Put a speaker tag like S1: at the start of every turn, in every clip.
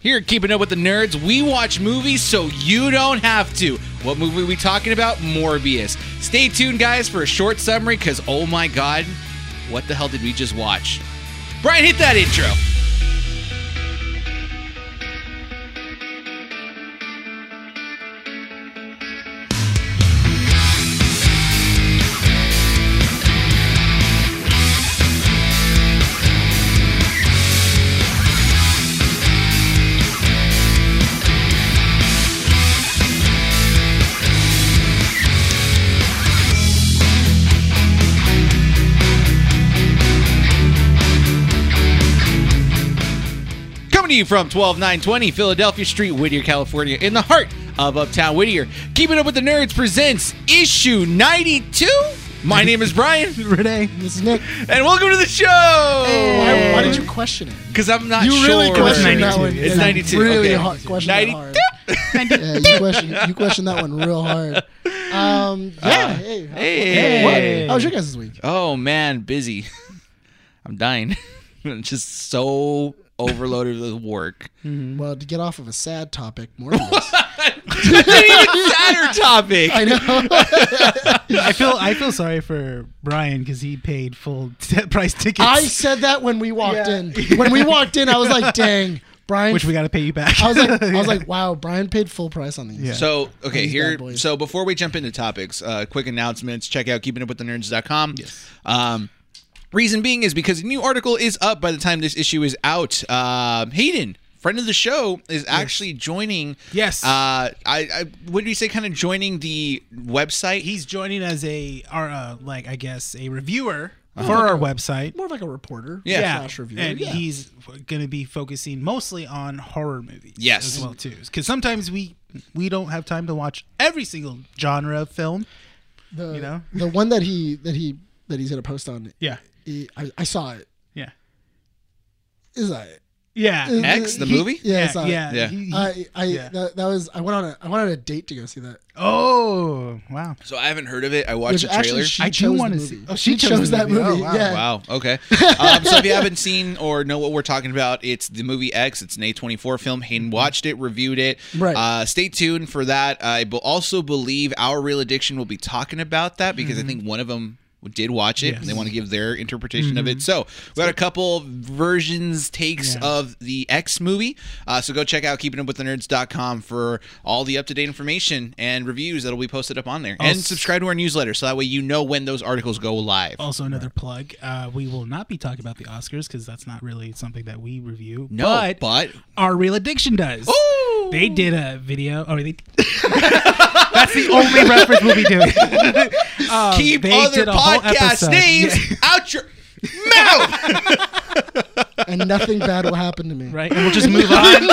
S1: Here at Keeping Up with the Nerds, we watch movies so you don't have to. What movie we talking about? Morbius. Stay tuned, guys, for a short summary because, oh my god, what the hell did we just watch? Brian, hit that intro. Coming to you from 12920 Philadelphia Street, Whittier, California, in the heart of Uptown Whittier. Keeping Up with the Nerds presents issue 92. My name is Brian,
S2: Renee, this is Nick.
S1: and welcome to the show.
S2: Why, why did
S1: Um,
S2: you question it?
S1: Because I'm not
S2: You
S1: sure.
S2: really questioned that
S3: 92.
S2: one.
S1: It's
S2: Yeah,
S1: 92,
S2: Really
S1: okay.
S2: hard. Questioned it
S1: 92.
S2: hard. yeah, you questioned you questioned that one real hard. Um, yeah.
S1: Ah.
S2: hey, how-
S1: Hey.
S2: what- How was your guys this week?
S1: Oh man, busy. I'm dying. I'm just so overloaded with work.
S2: Well, to get off of a sad topic, Morbius.
S1: Sadder topic.
S2: I know.
S3: I feel I feel sorry for Brian because he paid full t- price tickets,
S2: I said that when we walked
S3: Yeah.
S2: in. When we walked in, I was like, "Dang, Brian."
S3: which we got to pay you back.
S2: I was like, I was
S3: Yeah.
S2: like, "Wow, Brian paid full price on these."
S3: Yeah.
S1: So okay,
S2: These
S1: here.
S2: bad boys.
S1: So before we jump into topics, uh, quick announcements. Check out keepingupwiththenerds.com. Yes. Um, reason being is because a new article is up by the time this issue is out. Um, Hayden, friend of the show, is actually joining.
S3: Yes.
S1: Uh, I, I would you say kind of joining the website.
S3: he's joining as a our uh, like I guess a reviewer for our website.
S2: More of like a reporter.
S1: Uh-huh. Yeah.
S2: Slash reviewer.
S3: and
S2: yeah.
S3: he's going to be focusing mostly on horror movies.
S1: Yes.
S3: as well too, because sometimes we we don't have time to watch every single genre of film.
S2: the,
S3: you know?
S2: the one that he that he that he's gonna post on.
S3: Yeah,
S2: he- I, I saw it.
S3: yeah,
S2: Is that?
S3: yeah.
S1: X, the
S2: Uh, He-
S1: movie?
S2: Yeah, I
S3: yeah,
S2: saw it.
S3: yeah.
S1: Yeah.
S3: He- he-
S2: I, I
S3: Yeah.
S2: that, that was I went on a I went on a date to go see that.
S3: oh wow.
S1: So I haven't heard of it. I watched
S2: Which
S1: Oh, the
S2: actually
S1: trailer.
S2: she
S3: I do
S2: chose the
S3: wanna
S2: movie.
S3: see- oh, she chose the
S2: that
S3: movie.
S2: movie.
S3: Oh, wow.
S2: Yeah.
S1: Wow. Okay. Um, so if you haven't seen or know what we're talking about, it's the movie X. It's an A24 film. Hayden watched it, reviewed it.
S2: Mm-hmm. Right.
S1: Uh, stay tuned for that. I be- also believe our real addiction will be talking about that because I
S2: Mm-hmm.
S1: think one of them did watch it and they want to give their interpretation of
S2: Mm-hmm.
S1: it. So we got a couple versions, takes of the X movie. Uh, so go check out keepingupwiththenerds.com for all the up to date information and reviews that'll be posted up on there. and
S3: s-
S1: subscribe to our newsletter so that way you know when those articles go live.
S3: Also, another plug. Uh, we will not be talking about the Oscars because that's not really something that we review.
S1: No,
S3: but,
S1: but Oh!
S3: our Real Addiction does.
S1: Ooh!
S3: They did a video. Or they, that's the only reference we'll be doing. Um,
S1: keep
S3: they
S1: other
S3: did a whole
S1: podcast
S3: episode.
S1: names
S3: Yeah,
S1: out your mouth.
S2: And nothing bad will happen to me.
S3: right, and we'll just move on.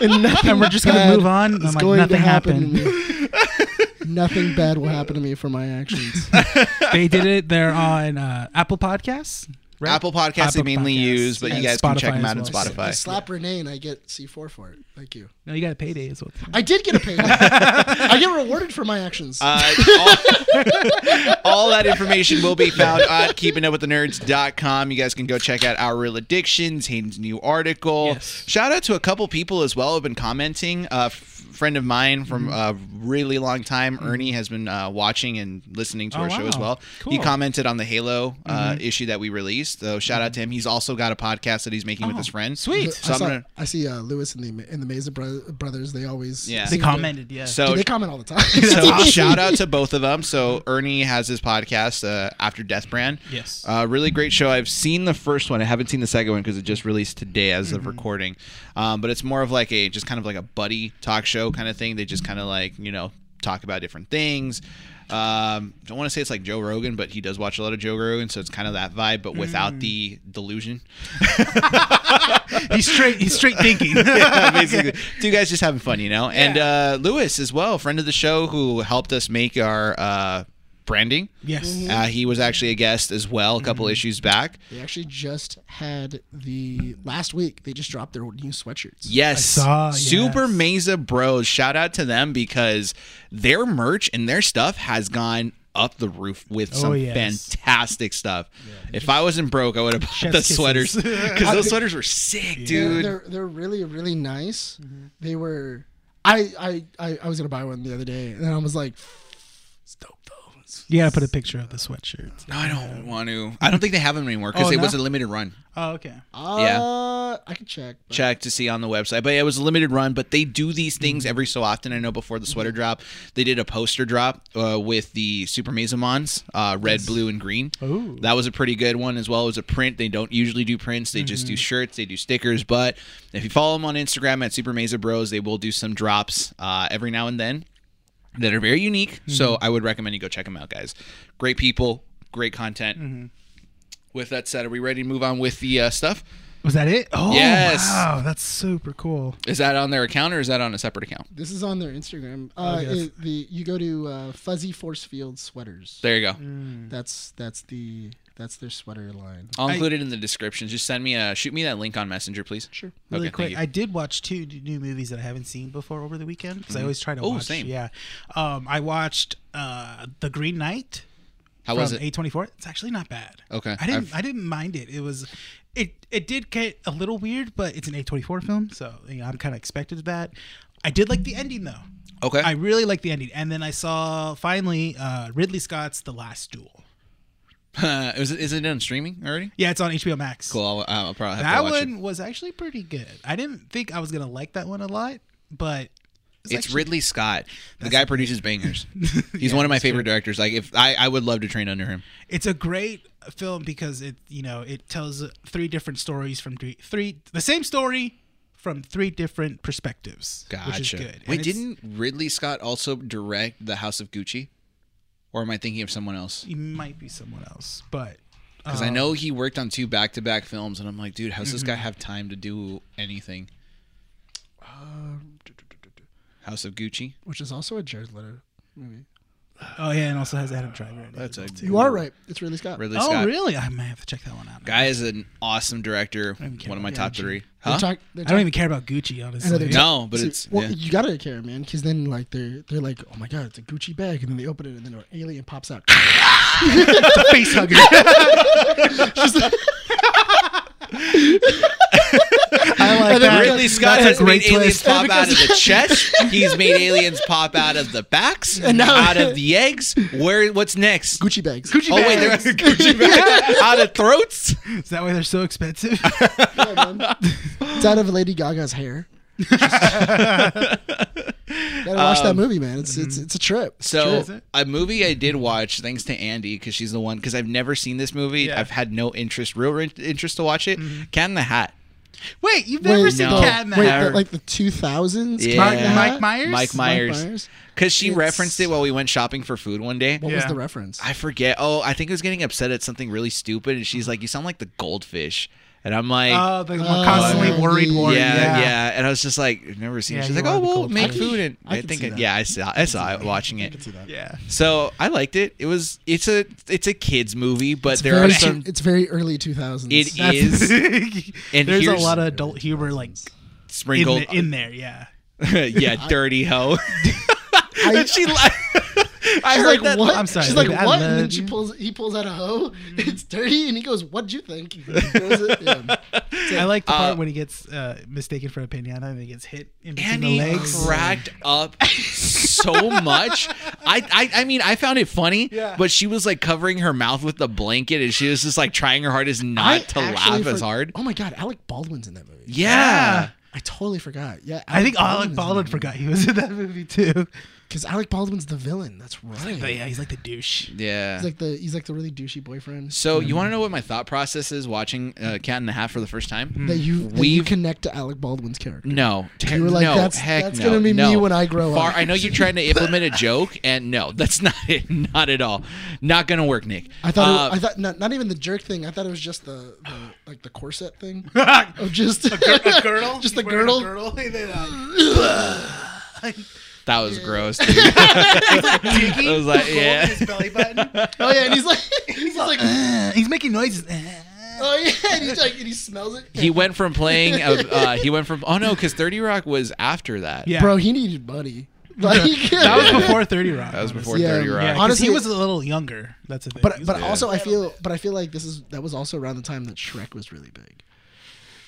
S2: And, nothing
S3: And we're just gonna
S2: bad
S3: move on.
S2: is
S3: I'm like,
S2: going
S3: nothing
S2: to happen
S3: happened.
S2: to me. nothing bad will happen to me for my actions.
S3: they did it. They're on uh, Apple Podcasts. right?
S1: Apple Podcasts they
S3: Apple
S1: mainly
S3: Podcasts.
S1: use, but you
S3: And
S1: guys can check
S3: Spotify
S1: them
S3: as
S1: out on
S3: well.
S2: I
S1: Spotify.
S2: slap Renee and I get C four for it. Thank you.
S3: No, you got a payday as well.
S2: I did get a payday. I get rewarded for my actions.
S1: Uh, all, all that information will be found at keepingupwiththenerds.com. You guys can go check out Our Real Addictions, Hayden's new article.
S3: Yes.
S1: Shout out to a couple people as well who have been commenting. A f- friend of mine from a
S3: Mm-hmm.
S1: really long time, Ernie, has been uh, watching and listening to
S3: Oh,
S1: our show as
S3: wow.
S1: well. He
S3: Cool. Mm-hmm.
S1: commented on the Halo uh, issue that we released. So shout out to him. He's also got a podcast that he's making with
S3: Oh,
S1: his friend.
S3: sweet.
S1: So
S2: I,
S1: I'm
S2: saw-
S1: gonna-
S2: I see uh, Lewis and the and the Mason bro- brothers. They always
S1: Yeah.
S3: They
S2: seem to-
S3: commented. Yeah.
S1: So
S2: Dude, they comment all the time.
S1: so shout out to both of them. So Ernie has his podcast uh, after Death Brand.
S3: Yes.
S1: uh, really great show. I've seen the first one. I haven't seen the second one because it just released today as of recording. Um, but it's more of like a just kind of like a buddy talk show kind of thing. They just kind of like you know talk about different things. Um, don't want to say it's like Joe Rogan, but he does watch a lot of Joe Rogan, so it's kind of that vibe, but without the delusion.
S3: he's straight. He's straight thinking.
S1: basically. Two guys just having fun, you know? And uh, Lewis as well, friend of the show who helped us make our uh, branding.
S3: Yes.
S1: Uh, he was actually a guest as well a
S3: Mm-hmm.
S1: couple issues back.
S2: They actually just had the last week. They just dropped their new sweatshirts.
S1: Yes.
S3: saw,
S1: Super
S3: yes.
S1: Mesa Bros. Shout out to them because their merch and their stuff has gone up the roof with
S3: Oh,
S1: some
S3: yes.
S1: fantastic stuff. If I wasn't broke, I would have bought
S3: Chef's
S1: the
S3: kisses.
S1: sweaters because those sweaters were sick,
S2: They're,
S1: dude.
S2: they're they're really really nice. They were. I, I I I was gonna buy one the other day, and I was like, it's dope though. It's-
S3: You gotta put a picture of the sweatshirt.
S1: no, I don't want to. I don't think they have them anymore because
S3: Oh,
S1: it
S3: no?
S1: was a limited run.
S3: Oh, okay.
S1: Yeah.
S2: Uh, I can check. but-
S1: check to see on the website. But it was a limited run. But they do these things every so often. I know before the sweater drop, they did a poster drop uh, with the Super Mesomons, uh, red, blue, and green.
S3: Ooh.
S1: That was a pretty good one as well. It was a print. They don't usually do prints. They just do shirts. They do stickers. But if you follow them on Instagram at Super Mesa Bros, they will do some drops uh, every now and then that are very unique. So I would recommend you go check them out, guys. Great people, great content. With that said, are we ready to move on with the uh, stuff?
S3: Was that it? Oh,
S1: Yes.
S3: wow. That's super cool.
S1: Is that on their account or is that on a separate account?
S2: This is on their Instagram. Uh,
S3: yes.
S2: it- the you go to uh, Fuzzy Force Field sweaters.
S1: There you go.
S3: Mm.
S2: Mm. That's that's the that's their sweater line.
S1: I'll include it in the description. Just send me a shoot me that link on Messenger, please.
S2: Sure.
S1: Okay,
S3: Really
S1: thank
S3: quick,
S1: you.
S3: I did watch two d- new movies that I haven't seen before over the weekend because I always try to
S1: Oh,
S3: watch.
S1: same.
S3: Yeah, um, I watched uh, The Green Knight
S1: How
S3: from
S1: was it?
S3: A twenty four. It's actually not bad.
S1: Okay,
S3: I didn't
S1: I've-
S3: I didn't mind it. It was it it did get a little weird, but it's an A twenty four film, so you know, I'm kind of expected that. I did like the ending though.
S1: Okay.
S3: I really liked the ending, and then I saw finally uh, Ridley Scott's The Last Duel.
S1: is, it, is it on streaming already?
S3: Yeah, it's on HBO Max.
S1: Cool. I'll, I'll probably have
S3: That
S1: to watch
S3: one
S1: it.
S3: was actually pretty good. I didn't think I was gonna like that one a lot, but
S1: It's Ridley Scott. The guy produces bangers. He's one of my favorite directors. Like if I, I would love to train under him.
S3: it's a great film because it you know it tells three different stories from three, three the same story from three different perspectives
S1: Gotcha.
S3: which is good
S1: Wait,
S3: And it's-
S1: didn't Ridley Scott also direct The House of Gucci? Or am I thinking of someone else?
S3: it might be someone else but
S1: Because
S3: Oh.
S1: I know he worked on two back to back films, and I'm like, dude, how's this guy
S3: Mm-hmm.
S1: have time to do anything?
S3: Um,
S1: House of Gucci.
S2: Which is also a Jared Leto movie.
S3: oh yeah and also has Adam Driver in it
S1: That's a
S2: You are right. It's Ridley Scott.
S1: Ridley
S3: oh
S1: Scott.
S3: really I might have to check that one out now.
S1: Guy is an awesome director. One
S3: care
S1: of my
S3: about
S1: top
S3: Gucci.
S1: three.
S2: They're
S1: Huh?
S2: talk- they're
S3: I don't
S2: talk-
S3: even care about Gucci
S2: I know they're
S3: honestly
S2: talk-
S1: no, but
S2: See,
S1: it's
S2: well,
S1: yeah.
S2: you gotta care, man, because then like they're they're like, oh my god, it's a Gucci bag, and then they open it, and then an alien pops out.
S3: it's a face hugger I like
S2: And then
S3: that
S1: Ridley Scott
S3: That's
S1: has
S3: a great
S1: made aliens
S3: twist.
S1: pop out of the chest. He's made aliens pop out of the backs, and
S2: now-
S1: out of the eggs. Where? What's next?
S2: Gucci bags.
S1: oh wait, they're
S3: bags.
S1: Gucci bags. out of throats.
S3: is that why they're so expensive
S2: Yeah, man. it's out of Lady Gaga's hair. gotta watch
S1: Um,
S2: that movie, man. It's it's
S1: mhm.
S2: it's a trip. It's a
S1: So
S3: is it?
S1: a movie I did watch, thanks to Andy, because she's the one. Because I've never seen this movie.
S3: Yeah.
S1: I've had no interest, real in- interest to watch it.
S2: Mm-hmm.
S1: Cat in the Hat.
S3: wait you've
S2: Wait,
S3: never seen
S1: no.
S3: Cat in the
S2: wait,
S3: Hat
S2: the- like the two thousands.
S1: Yeah.
S3: Mike- Mike Myers?
S1: Mike
S2: Mike
S1: Myers.
S2: Myers?
S1: Because she
S2: It's-
S1: referenced it while we went shopping for food one day.
S2: What was
S3: Yeah.
S2: the reference?
S1: I forget. Oh, I think I was getting upset at something really stupid, and
S2: Mm-hmm.
S1: she's like, "You sound like the goldfish," and I'm like,
S3: Oh, the
S2: Uh,
S3: constantly worried
S2: yeah,
S3: Warren.
S1: yeah, yeah, and I was just like, "I've never seen." it.
S3: Yeah,
S1: she's
S3: you
S1: like,
S3: are
S1: "Oh,
S3: the
S1: we'll
S3: goldfish.
S1: make
S2: I can-
S1: food," and
S2: I
S1: I
S2: can
S1: think,
S2: see
S1: it-
S2: that.
S1: yeah, I saw, I saw it watching
S2: I
S1: it.
S2: can see that.
S3: Yeah.
S1: So I liked it. It was, it's a, it's a kids movie, but
S2: It's
S1: there
S2: very,
S1: are some.
S2: it's very early two thousands.
S1: It is. And
S3: there's a
S1: here's-
S3: lot of adult humor like in,
S1: Sprinkled,
S3: the- in there. Yeah.
S1: yeah, dirty hoe.
S2: I,
S1: and she, li- I
S2: she's
S1: heard
S2: like
S1: that.
S2: what?
S3: I'm sorry, Mm-hmm.
S2: She's like
S3: I
S2: what? And then
S3: love
S2: she
S3: you.
S2: pulls. He pulls out a hoe. It's dirty, and he goes, "What'd you think?" He um, throws it. Yeah.
S3: I like the part
S1: Uh,
S3: when he gets uh, mistaken for a pinata and he gets hit in between
S1: And
S3: the
S1: he
S3: legs.
S1: cracked up so much. I, I I mean I found it funny,
S3: Yeah.
S1: but she was like covering her mouth with the blanket and she was just like trying her hardest not
S2: I
S1: to
S2: actually
S1: laugh as
S2: for-
S1: hard.
S2: Oh my god, Alec Baldwin's in that movie.
S1: Yeah.
S2: I totally forgot. Yeah,
S3: I think Alec
S2: Baldwin's in
S3: Baldwin
S2: that
S3: forgot he was in that movie too.
S2: Because Alec Baldwin's the villain. That's right.
S3: But yeah, he's like the douche.
S1: Yeah.
S2: He's like mm. the he's like the really douchey boyfriend
S1: so you want to know what my thought process is watching uh, Cat in the Hat for the first time?
S2: that you that
S1: We've-
S2: you connect to Alec Baldwin's character.
S1: No, ter-
S2: You were like,
S1: no,
S2: "That's-
S1: heck
S2: that's
S1: no,
S2: gonna be me
S1: no.
S2: when I grow
S1: Far-
S2: up."
S1: I know you're trying to implement a joke, and no, that's not it, not at all, not gonna work, Nick.
S2: I thought
S1: Uh,
S2: it, I thought not, not even the jerk thing. I thought it was just the, the like the corset thing.
S3: a
S2: Of just
S3: girdle,
S2: Just the girdle.
S3: and then, uh,
S1: that was gross. Dude. I was like, yeah.
S3: his belly button.
S2: Oh yeah, and he's like he's like
S3: Uh, he's making noises. Uh,
S2: oh yeah, and he's like and he smells it.
S1: he went from playing. Uh, uh, he went from oh no, because Thirty Rock was after that.
S3: Yeah.
S2: Bro, he needed money. Like
S3: That was before Thirty Rock.
S1: That was before
S3: honestly.
S2: Yeah.
S1: Thirty Rock.
S3: Yeah, honestly,
S2: Honestly-
S3: he was a little younger. That's the thing.
S2: But but
S1: Yeah.
S2: also I feel but I feel like this is that was also around the time that Shrek was really big.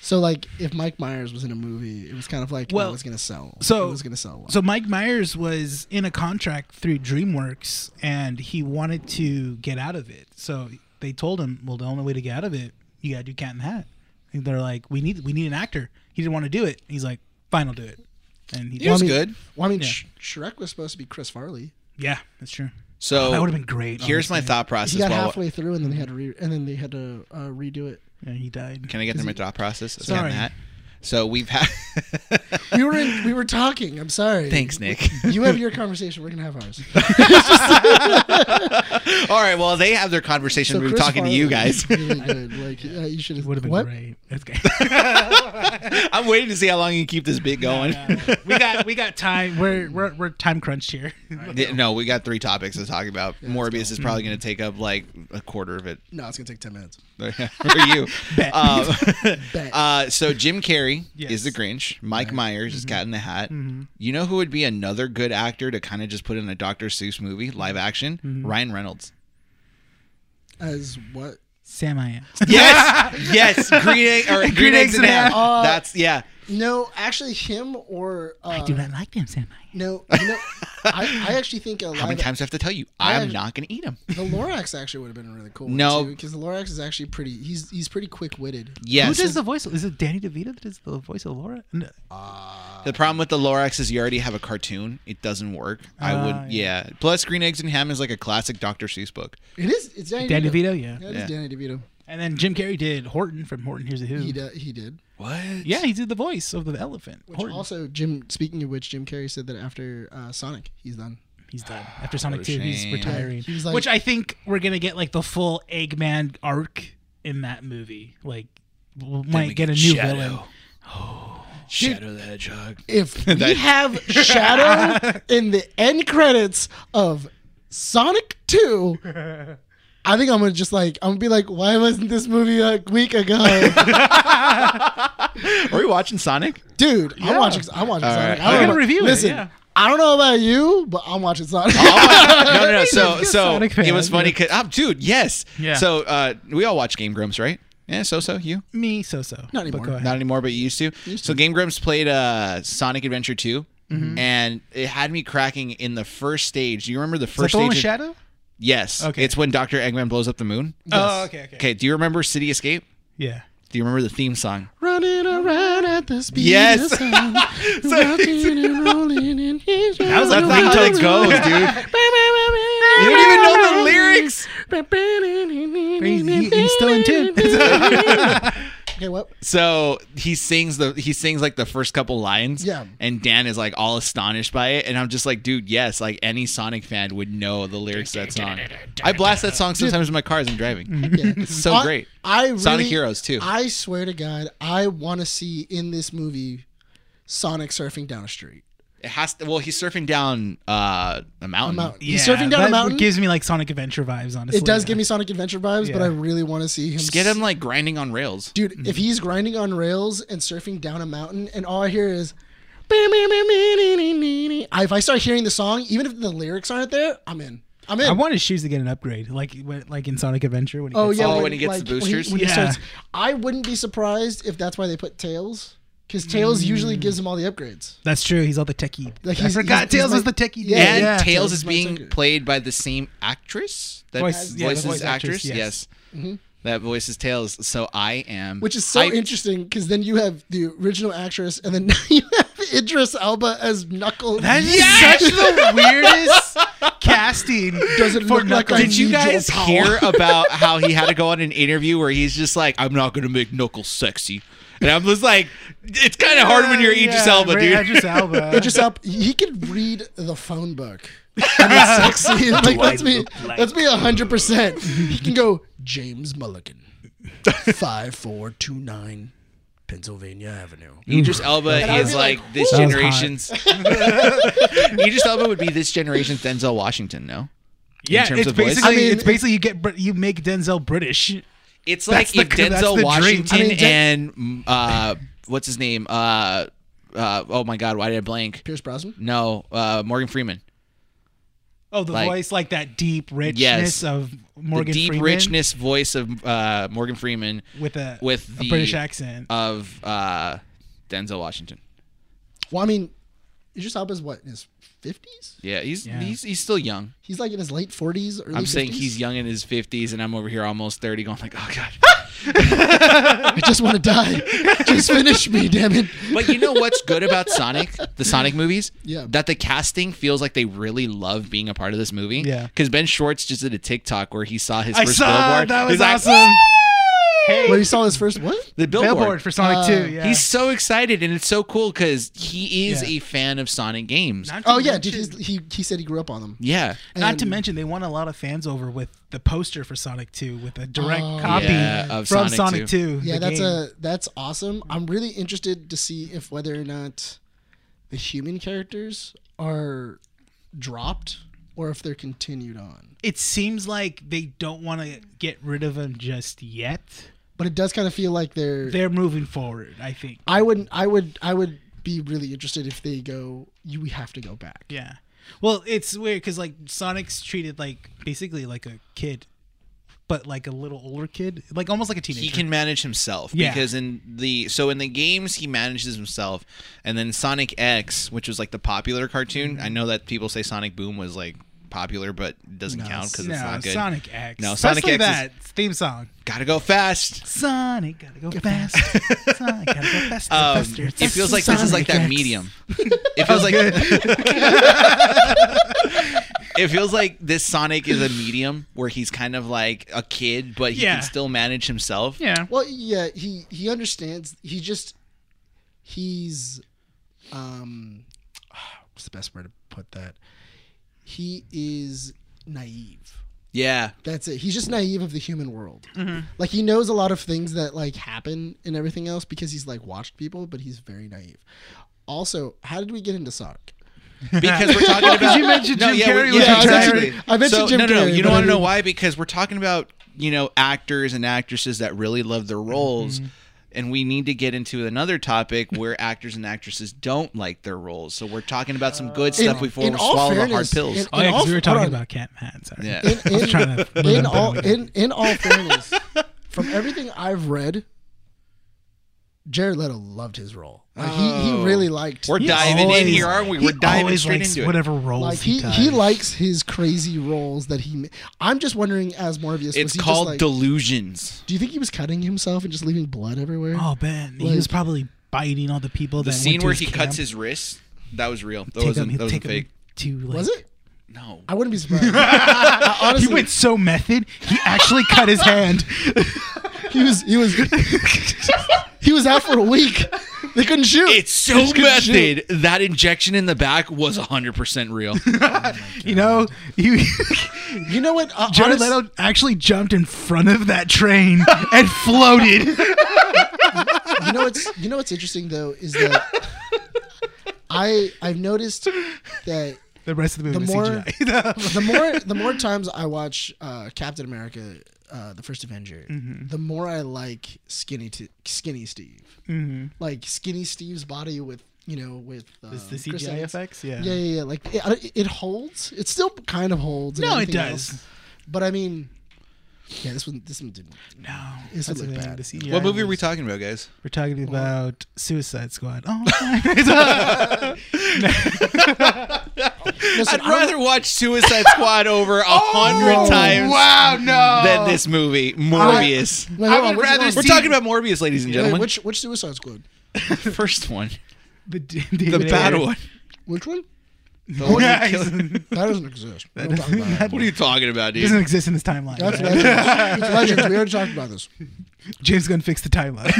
S2: So like if Mike Myers was in a movie, it was kind of like well,
S3: Well,
S2: oh, it's gonna sell.
S3: so-
S2: it was gonna sell. Well.
S3: So Mike Myers was in a contract through DreamWorks, and he wanted to get out of it. So they told him, "Well, the only way to get out of it, you gotta do Cat in the Hat." And they're like, "We need, we need an actor." He didn't want to do it. He's like, "Fine, I'll do it." And he,
S1: It was
S2: I mean,
S1: good.
S2: Well, I mean,
S3: Yeah.
S2: Sh- Shrek was supposed to be Chris Farley.
S3: yeah, that's true.
S2: Oh,
S1: So
S3: that would have been great.
S1: Oh. Here's my
S3: honestly.
S1: thought
S2: He
S1: process.
S2: got
S1: while-
S2: halfway through, and then they had to re- and then they had to uh, redo it.
S3: Yeah, he died.
S1: Can I get through my thought process? of
S3: Sorry.
S1: That. So we've had.
S2: We were in, we were talking. I'm sorry.
S1: Thanks, Nick.
S2: You have your conversation. We're gonna have ours.
S1: All right. Well, they have their conversation. we are
S2: Chris
S1: talking to you
S2: Farley
S1: guys.
S2: is really good. Like uh, you should
S3: It
S2: have.
S3: would have been
S2: what?
S3: great. That's good.
S1: I'm waiting to see how long you keep this bit going.
S3: we got we got time. We're we're, we're time crunched here.
S1: Yeah, No, we got three topics to talk about. Morbius is probably going to take up like a quarter of it
S2: No, it's gonna take ten minutes.
S1: for you.
S3: Bet.
S1: Um,
S2: Bet.
S1: uh, so Jim Carrey
S3: Yes.
S1: is the Grinch. Mike Myers is Cat in the Hat. You know who would be another good actor to kind of just put in a Dr. Seuss movie, live action? Ryan Reynolds.
S2: As what?
S3: Sam, I am.
S1: Yes, yes. Green egg or green, eggs, and ham.
S2: Uh,
S1: That's yeah.
S2: No, actually, him or uh,
S3: I do not like them, Sam. I am.
S2: No, you know, I, I actually think a
S1: How
S2: lot
S1: many
S2: of
S1: times do I have to tell you?
S2: I-
S1: I'm not going to eat them.
S2: the Lorax actually would have been a really cool.
S1: No.
S2: one because the Lorax is actually pretty. He's he's pretty quick witted.
S1: Yes.
S3: Who does the voice? Is it Danny DeVito that does the voice of Laura? No.
S1: The problem with the Lorax is you already have a cartoon. It doesn't work. I
S3: Ah,
S1: would, yeah. Plus, Green Eggs and Ham is like a classic Dr. Seuss book.
S2: It is. It's Danny,
S3: Danny
S2: DeVito.
S3: DeVito, yeah.
S2: Yeah, it is
S1: Yeah.
S2: Danny DeVito.
S3: And then Jim Carrey did Horton from Horton Here's a Who.
S2: He did. He did.
S1: What?
S3: yeah, he did the voice of the elephant.
S2: Which
S3: Horton.
S2: also, Jim. Speaking of which, Jim Carrey said that after uh, Sonic, he's done.
S3: he's done after Sonic
S1: What a
S3: Two. He's
S1: shame.
S3: retiring,
S2: Yeah, he was like-
S3: which I think we're gonna get like the full Eggman arc in that movie. Like, we
S1: we
S3: might get a
S1: get
S3: new
S1: Shadow.
S3: villain.
S1: Shadow the Hedgehog.
S2: If we have Shadow in the end credits of Sonic Two. I think I'm gonna just like I'm gonna be like, why wasn't this movie a week ago,
S1: Are we watching Sonic?
S2: dude? I'm watching. I'm watching
S1: All right.
S2: Sonic. I
S1: We're
S2: don't know
S1: gonna
S2: about-
S3: review it,
S2: Listen,
S3: yeah.
S2: I don't know about you, but I'm watching Sonic.
S1: Oh, no, no, no. So,
S3: He's a
S1: so
S3: Sonic fan,
S1: it was funny
S3: yeah.
S1: because, oh, dude, yes.
S3: Yeah.
S1: So, uh, we all watch Game Grumps, right? Yeah, so so you.
S3: Me, so so.
S2: Not anymore.
S1: Not anymore, but you used to. So Game Grumps played uh, Sonic Adventure 2,
S3: Mm-hmm.
S1: and it had me cracking in the first stage. Do you remember the
S3: Is that
S1: first
S3: the one
S1: stage?
S3: with
S1: in-
S3: Shadow?
S1: Yes.
S3: Okay.
S1: It's when Dr. Eggman blows up the moon.
S3: Oh, okay, okay,
S1: Okay, do you remember City Escape?
S3: Yeah.
S1: Do you remember the theme song?
S2: Running around at the speed
S1: Yes.
S2: of sound.
S1: So-
S2: rocking and rolling in his
S3: That was-
S1: That's
S3: That's
S1: not how it goes, dude. You don't even know the lyrics.
S3: He's, he- he's still in tune.
S2: Okay, what?
S1: So he sings the he sings like the first couple lines.
S2: Yeah.
S1: And Dan is like all astonished by it, and I'm just like, dude, yes, like any Sonic fan would know the lyrics to that song. I blast that song sometimes in my car as I'm driving.
S2: Yeah.
S1: It's so
S2: I-
S1: great.
S2: I Mm-hmm. really,
S1: Sonic Heroes too.
S2: I swear to God, I want to see in this movie Sonic surfing down a street.
S1: It has to. Well, he's surfing down uh, a mountain.
S2: mountain.
S3: yeah,
S2: He's surfing down a
S3: that
S2: mountain?
S3: gives me like Sonic Adventure vibes. Honestly,
S2: It does
S3: yeah.
S2: give me Sonic Adventure vibes, but
S3: Yeah.
S2: I really want to see him.
S1: Just get him like grinding on rails.
S2: dude. If he's grinding on rails and surfing down a mountain, and all I hear is. I- If I start hearing the song, even if the lyrics aren't there, I'm in. I'm in.
S3: I want his shoes to get an upgrade, like when- like in Sonic Adventure. When he
S2: Oh
S3: gets-
S2: yeah,
S1: Oh, when he gets the boosters?
S2: he
S3: Yeah.
S2: I wouldn't be surprised if that's why they put Tails, because Tails usually gives him all the upgrades.
S3: that's true. He's all the techie.
S2: Like,
S3: I
S2: he's-
S3: forgot
S2: he's- he's
S3: Tails was the
S2: like-
S3: techie.
S2: Yeah,
S3: dude.
S1: and
S2: yeah.
S1: Tails
S2: Tails
S1: is
S2: is my
S1: being
S2: second.
S1: played by the same actress. That
S3: Voice- yeah, the
S1: voices
S3: voice
S1: actress.
S3: actress,
S1: Yes.
S3: yes.
S1: That voices Tails. So I am.
S2: Which is so
S1: I-
S2: interesting because then you have the original actress, and then you have Idris Elba as Knuckles.
S3: That is
S1: Yes!
S3: such the weirdest casting.
S2: Does it
S3: for
S2: look like I
S3: Knuckles.
S1: Did you
S2: need your
S1: guys
S2: power.
S1: hear about how he had to go on an interview where he's just like, "I'm not gonna make Knuckles sexy," and I'm just like, "It's kind of hard when you're Idris
S3: Yeah,
S1: Elba,
S3: right,
S1: dude."
S3: Idris Elba.
S2: Idris Elba, he could read the phone book. And it's sexy. Like, let's be let's be hundred percent. He can go James Mulligan, five four two nine, Pennsylvania Avenue.
S1: Idris Elba
S2: I'd
S1: is
S2: be like,
S1: like this
S3: That was
S1: generation's. Idris Elba would be this generation's Denzel Washington. No,
S3: yeah,
S1: terms
S3: it's
S1: of voice.
S3: basically
S2: I mean-
S3: it's basically you get Br- you make Denzel British.
S1: it's like
S3: That's
S1: if
S3: the- that's
S1: Denzel
S3: the dream. I
S1: Washington
S3: mean, Den-
S1: and uh, what's his name, uh, uh, oh my god, why did I blank?
S2: Pierce Brosnan.
S1: No, uh, Morgan Freeman.
S3: Oh, the
S1: Like-
S3: voice, like that deep richness
S1: Yes.
S3: of Morgan
S1: the deep
S3: Freeman
S1: richness voice of uh, Morgan Freeman
S3: with a
S1: with
S3: a
S1: the-
S3: British accent.
S1: of uh, Denzel Washington.
S2: Well, I mean, Idris Elba's what in his fifties?
S1: Yeah, he's
S3: Yeah.
S1: he's he's still young.
S2: He's like in his late forties.
S1: I'm saying he's young in his 50s, and I'm over here almost 30, going like, oh god.
S2: I just want to die. just finish me, damn it.
S1: But you know what's good about Sonic, the Sonic movies?
S2: Yeah.
S1: That the casting feels like they really love being a part of this movie.
S3: Yeah.
S1: Because Ben Schwartz just did a TikTok where he saw his
S3: I
S1: first
S3: saw
S1: billboard.
S3: that was
S1: He's like,
S3: awesome. hey,
S2: Where he saw his first what?
S1: the billboard.
S3: billboard. for Sonic
S2: Uh,
S3: Two. Yeah.
S1: He's so excited, and it's so cool because he is
S3: Yeah.
S1: a fan of Sonic games.
S3: Not to
S2: Oh yeah, dude,
S3: mention-
S2: he's, he he said he grew up on them.
S1: yeah.
S3: Not to
S2: And-
S3: mention, they won a lot of fans over with the poster for Sonic 2 with a direct
S2: Oh.
S3: copy
S1: Yeah, of
S3: from
S1: Sonic
S3: Sonic,
S1: 2.
S3: 2.
S2: Yeah,
S3: the
S2: that's
S3: game.
S2: a that's awesome. I'm really interested to see if whether or not the human characters are dropped or if they're continued on.
S3: It seems like they don't want to get rid of him just yet.
S2: But it does kind of feel like they're,
S3: They're moving forward, I think.
S2: I would I would I would be really interested if they go you we have to go back.
S3: Yeah. Well, it's weird because like Sonic's treated like basically like a kid, but like a little older kid, like almost like a teenager.
S1: He can manage himself
S3: Yeah.
S1: because in the so in the games he manages himself, and then Sonic X, which was like the popular cartoon.
S3: Mm-hmm.
S1: I know that people say Sonic Boom was like popular, but it doesn't count because
S3: no,
S1: it's not good.
S3: Sonic X.
S1: No,
S3: Especially
S1: Sonic X is-
S3: that theme song.
S1: Gotta go fast.
S3: Sonic, gotta go fast. Sonic, gotta go faster.
S1: Um,
S3: faster.
S1: it feels like this is like that
S3: Sonic Oh, X.
S1: medium. It feels like it feels like this Sonic is a medium where he's kind of like a kid, but he
S3: Yeah.
S1: can still manage himself.
S3: Yeah.
S2: Well, yeah, he he understands. He just he's um what's the best way to put that? He is naive.
S1: Yeah,
S2: That's it. He's just naive of the human world. Like he knows a lot of things that like happen and everything else because he's like watched people, but he's very naive. Also, how did we get into Sonic?
S1: because we're talking about.
S3: you mentioned Jim
S1: yeah,
S3: Carrey
S1: we-
S3: was
S1: yeah,
S2: a
S1: exactly.
S2: giant. I mentioned
S1: so,
S2: Jim
S1: no, no, no.
S2: Carrey,
S1: You
S2: but
S1: don't want
S2: I
S1: to know
S2: mean-
S1: why because we're talking about you know actors and actresses that really love
S3: Mm-hmm.
S1: their roles. And we need to get into another topic where actors and actresses don't like their roles. So we're talking about some
S3: Uh,
S1: good stuff before we swallow the hard pills.
S2: in-
S3: Oh,
S2: in
S3: yeah, 'cause
S2: all-
S3: we were
S2: hold
S3: talking
S2: on.
S3: about Cat Matt. Sorry.
S1: Yeah.
S2: um, in,
S3: was trying to
S2: in,
S3: move on
S2: in all
S3: quickly.
S2: in, in all fairness, from everything I've read, Jared Leto loved his role. Like, he, he really liked.
S1: We're
S3: He
S1: diving in
S3: always-
S1: here, aren't we? We're
S3: he
S1: diving
S3: always
S1: straight
S3: likes
S1: into it.
S3: whatever roles
S2: like
S3: he,
S2: he,
S3: does.
S2: he likes his crazy roles that he. ma- I'm just wondering, as Morbius, was
S1: It's
S2: he just
S1: called
S2: like-
S1: delusions.
S2: do you think he was cutting himself and just leaving blood everywhere?
S3: Oh man, he
S2: Like-
S3: was probably biting all the people.
S1: The
S3: that
S1: scene
S3: went to
S1: where
S3: his
S1: he
S3: camp.
S1: cuts his wrist, that was real. That
S3: Take
S1: wasn't,
S3: him-
S1: that wasn't
S3: take him
S1: fake.
S3: To like,
S2: was it?
S1: No.
S2: I wouldn't be surprised. I honestly,
S3: He went so method. He actually cut his hand.
S2: He was he was he was out for a week. They couldn't shoot.
S1: It's so
S2: They couldn't shoot.
S1: method. That injection in the back was 100% real.
S3: You know, he,
S2: You know what? Uh,
S3: Jared
S2: honest-
S3: Leto actually jumped in front of that train and floated.
S2: You know what's you know what's interesting though is that I I've noticed that
S3: The rest of the
S2: the
S3: movie
S2: more
S3: was CGI.
S2: the more the more times I watch uh, Captain America, uh, the first Avenger,
S3: Mm-hmm.
S2: the more I like skinny t- skinny Steve,
S3: Mm-hmm.
S2: like skinny Steve's body with you know with uh,
S3: Is the
S2: Chris
S3: CGI
S2: Evans.
S3: effects? Yeah.
S2: Yeah, yeah, yeah. Like it, I- it holds. It still kind of holds. and
S3: No, it
S2: everything
S3: does.
S2: else. But I mean, yeah, this one, this one didn't.
S3: No,
S2: This would
S3: that's
S2: look
S3: another
S2: bad.
S3: The CGI
S1: what movie are we
S3: was-
S1: talking about, guys?
S3: We're talking about Suicide Squad. Oh,
S2: Listen,
S1: I'd
S2: I don't-
S1: rather watch Suicide Squad over a hundred
S2: no.
S1: times
S3: wow, no.
S1: than this movie, Morbius.
S2: Wait, hold
S3: I
S2: on,
S3: would
S2: which
S3: rather
S2: one?
S1: We're
S3: see-
S1: talking about Morbius, ladies and
S2: Wait,
S1: gentlemen.
S2: which which Suicide Squad?
S1: the first one?
S3: the,
S1: The bad one.
S2: Which one?
S1: The one that killed-
S3: doesn't
S2: That doesn't exist. We don't talk about it.
S1: What are you talking about, dude?
S3: exist in this timeline.
S2: That's
S3: right?
S2: legends. It's legends. We already talked about this.
S3: James Gunn fixed the timeline.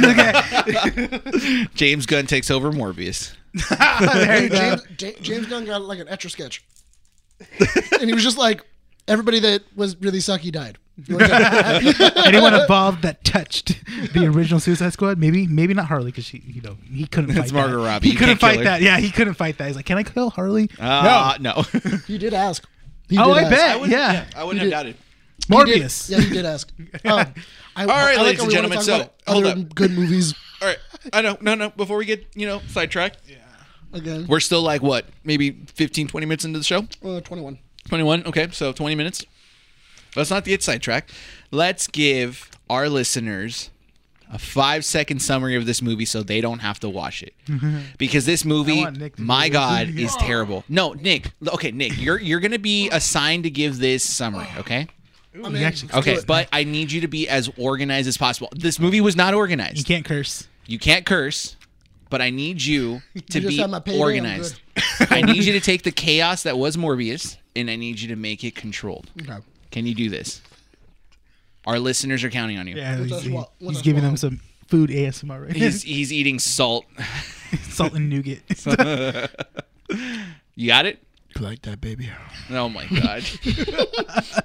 S3: okay,
S1: James Gunn takes over Morbius.
S3: there you go.
S2: James, Ja- James Gunn got like an etch a sketch, and he was just like, everybody that was really sucky died.
S3: Anyone involved that touched the original Suicide Squad? Maybe, maybe not Harley because she, you know, he couldn't fight.
S1: That's Margot
S3: that.
S1: Robbie.
S3: He
S1: You
S3: couldn't
S1: can't kill
S3: fight
S1: her.
S3: that. Yeah, he couldn't fight that. He's like, can I kill Harley?
S1: Uh, no. no.
S2: He did ask. He
S3: Oh, I
S2: did ask.
S3: bet. yeah.
S1: I wouldn't have doubted.
S2: He did-
S3: Morbius.
S2: Yeah, he did ask. Um, I, All
S1: right, ladies and gentlemen, so, hold
S2: other
S1: up.
S2: good movies.
S1: All right. I know. No, no. Before we get, you know, sidetracked. Yeah.
S2: again.
S1: We're still like what, maybe 15, 20 minutes into the show?
S2: Uh, 21.
S1: 21. Okay, so 20 minutes. Let's not get sidetracked. Let's give our listeners a five second summary of this movie so they don't have to watch it. because this movie,
S3: want Nick to
S1: my
S3: do it.
S1: God, is terrible. No, Nick. Okay, Nick, you're you're gonna be assigned to give this summary, okay?
S2: I
S3: You actually-
S1: Okay, but I need you to be as organized as possible. This movie was not
S3: You
S1: organized.
S3: can't curse.
S1: You can't curse, but I need you to
S2: just
S1: be
S2: had my payday, I'm
S1: organized. I need you to take the chaos that was Morbius and I need you to make it controlled.
S2: Okay.
S1: Can you do this? Our listeners are counting on you.
S3: Yeah,
S2: What's
S3: he's,
S2: that swallow- what's
S3: he's
S2: that
S3: giving
S2: swallow?
S3: them some food ASMR right
S1: He's he's eating salt.
S3: now. Salt and nougat.
S1: You got it?
S2: Like that, baby.
S1: Oh my god.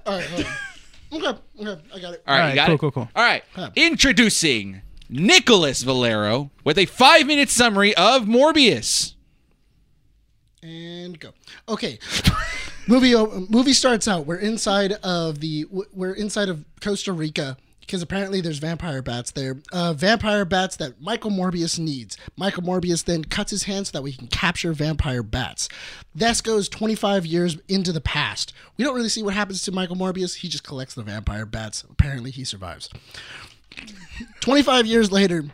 S2: All right. Hold on. Okay. Okay. I got it.
S1: All right, you
S3: Alright,
S1: got
S3: cool,
S1: it.
S3: cool, cool.
S1: All right. Introducing Nicholas Valero with a 5-minute summary of Morbius.
S2: and go. Okay. movie o- movie starts out. We're inside of the we're inside of Costa Rica because apparently there's vampire bats there. Uh, vampire bats that Michael Morbius needs. Michael Morbius then cuts his hand so that we can capture vampire bats. This goes 25 years into the past. We don't really see what happens to Michael Morbius. He just collects the vampire bats. Apparently he survives. 25 years later,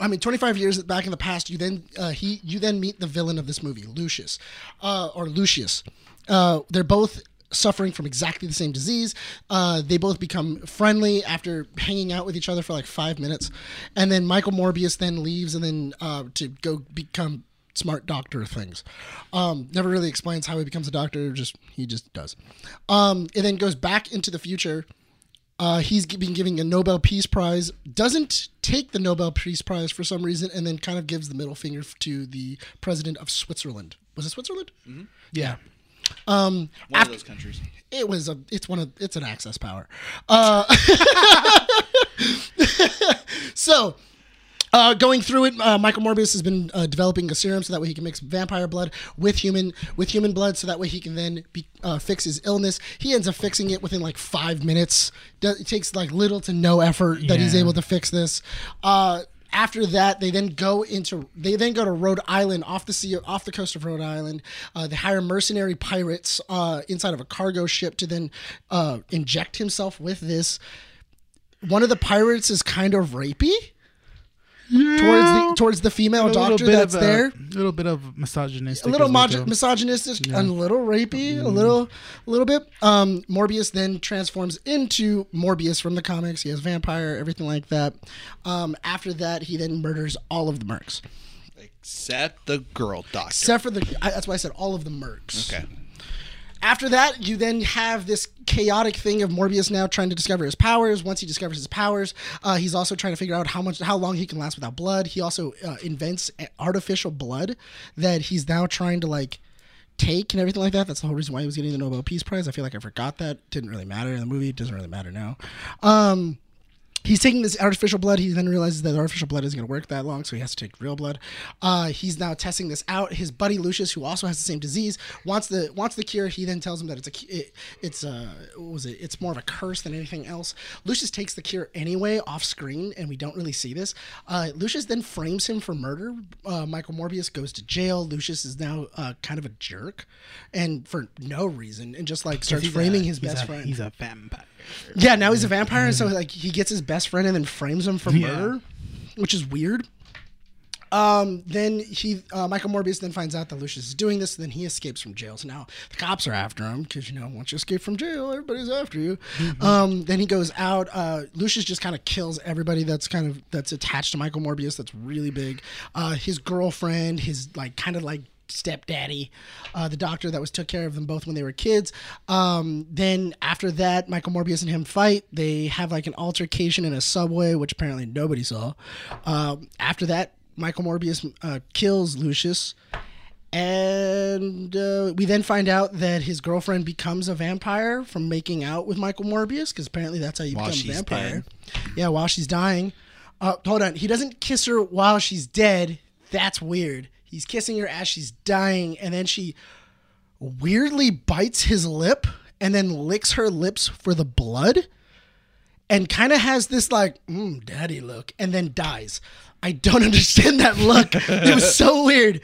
S2: I mean, 25 years back in the past, you then uh, he you then meet the villain of this movie, Lucius, uh, or Lucius. Uh, they're both suffering from exactly the same disease. Uh, they both become friendly after hanging out with each other for like five minutes, and then Michael Morbius then leaves and then uh, to go become smart doctor things. Um, never really explains how he becomes a doctor. Just he just does. Um, it then goes back into the future. Uh, he's g- been giving a Nobel Peace Prize. Doesn't take the Nobel Peace Prize for some reason, and then kind of gives the middle finger f- to the president of Switzerland. Was it Switzerland?
S3: yeah.
S1: One of those countries.
S2: It was a. It's one of. It's an access power. Uh, so. Uh, going through it, uh, Michael Morbius has been uh, developing a serum so that way he can mix vampire blood with human with human blood, so that way he can then be, uh, fix his illness. He ends up fixing it within like five minutes. Do- It takes like little to no effort that he's
S3: Yeah.
S2: able to fix this. Uh, after that, they then go into they then go to Rhode Island, off the sea, off the coast of Rhode Island. Uh, they hire mercenary pirates uh, inside of a cargo ship to then uh, inject himself with this. One of the pirates is kind of rapey towards the towards the female doctor that's
S3: of
S2: there.
S3: A little bit of misogynistic.
S2: A little
S3: as well,
S2: mog-
S3: too.
S2: misogynistic, and a little rapey, a little, a little bit. Um, Morbius then transforms into Morbius from the comics. He has vampire, everything like that. Um, after that, he then murders all of the mercs,
S1: Except the girl doctor.
S2: except for the. I, that's why I said all of the mercs.
S1: Okay.
S2: After that, you then have this chaotic thing of Morbius now trying to discover his powers. Once he discovers his powers, uh, he's also trying to figure out how much, how long he can last without blood. He also uh, invents a- artificial blood that he's now trying to like take and everything like that. That's the whole reason why he was getting the Nobel Peace Prize. I feel like I forgot that. Didn't really matter in the movie. It doesn't really matter now. Um, he's taking this artificial blood. He then realizes that artificial blood isn't going to work that long, so he has to take real blood. Uh, he's now testing this out. His buddy Lucius, who also has the same disease, wants the wants the cure. He then tells him that it's a cu- it, it's a what was it? It's more of a curse than anything else. Lucius takes the cure anyway off screen, and we don't really see this. Uh, Lucius then frames him for murder. Uh, Michael Morbius goes to jail. Lucius is now uh, kind of a jerk, and for no reason, and just like starts
S3: He's a-
S2: framing his
S3: he's
S2: best
S3: a-
S2: friend.
S3: He's a vampire.
S2: Yeah, now he's a vampire, and so like he gets his best friend and then frames him for
S3: Yeah.
S2: murder, which is weird. Um, then he uh, Michael Morbius then finds out that Lucius is doing this, and then he escapes from jail. So now the cops are after him because you know once you escape from jail, everybody's after you. Um, then he goes out. Uh, Lucius just kind of kills everybody that's kind of that's attached to Michael Morbius. That's really big. Uh, his girlfriend, his like kind of like stepdaddy, uh, the doctor that was took care of them both when they were kids. Um, then after that, Michael Morbius and him fight. They have like an altercation in a subway, which apparently nobody saw. Um, after that, Michael Morbius uh, kills Lucius. And uh, we then find out that his girlfriend becomes a vampire from making out with Michael Morbius, because apparently that's how you
S1: While
S2: become a
S1: she's
S2: vampire. Yeah, while she's dying. Uh, hold on. He doesn't kiss her while she's dead. That's weird. He's kissing her as she's dying, and then she weirdly bites his lip and then licks her lips for the blood and kind of has this like mm, daddy look and then dies i don't understand that look it was so weird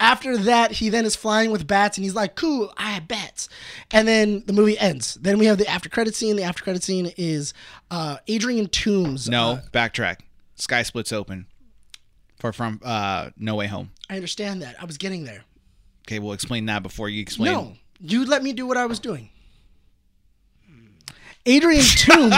S2: After that, he then is flying with bats and he's like, cool, I have bats. And then the movie ends. Then we have the after credit scene. The after credit scene is uh, Adrian Toomes.
S1: No,
S2: Uh,
S1: backtrack. Sky splits open for from uh, No Way Home.
S2: I understand that. I was getting there.
S1: Okay, we'll explain that before you explain.
S2: No, you let me do what I was doing. Adrian Toomes.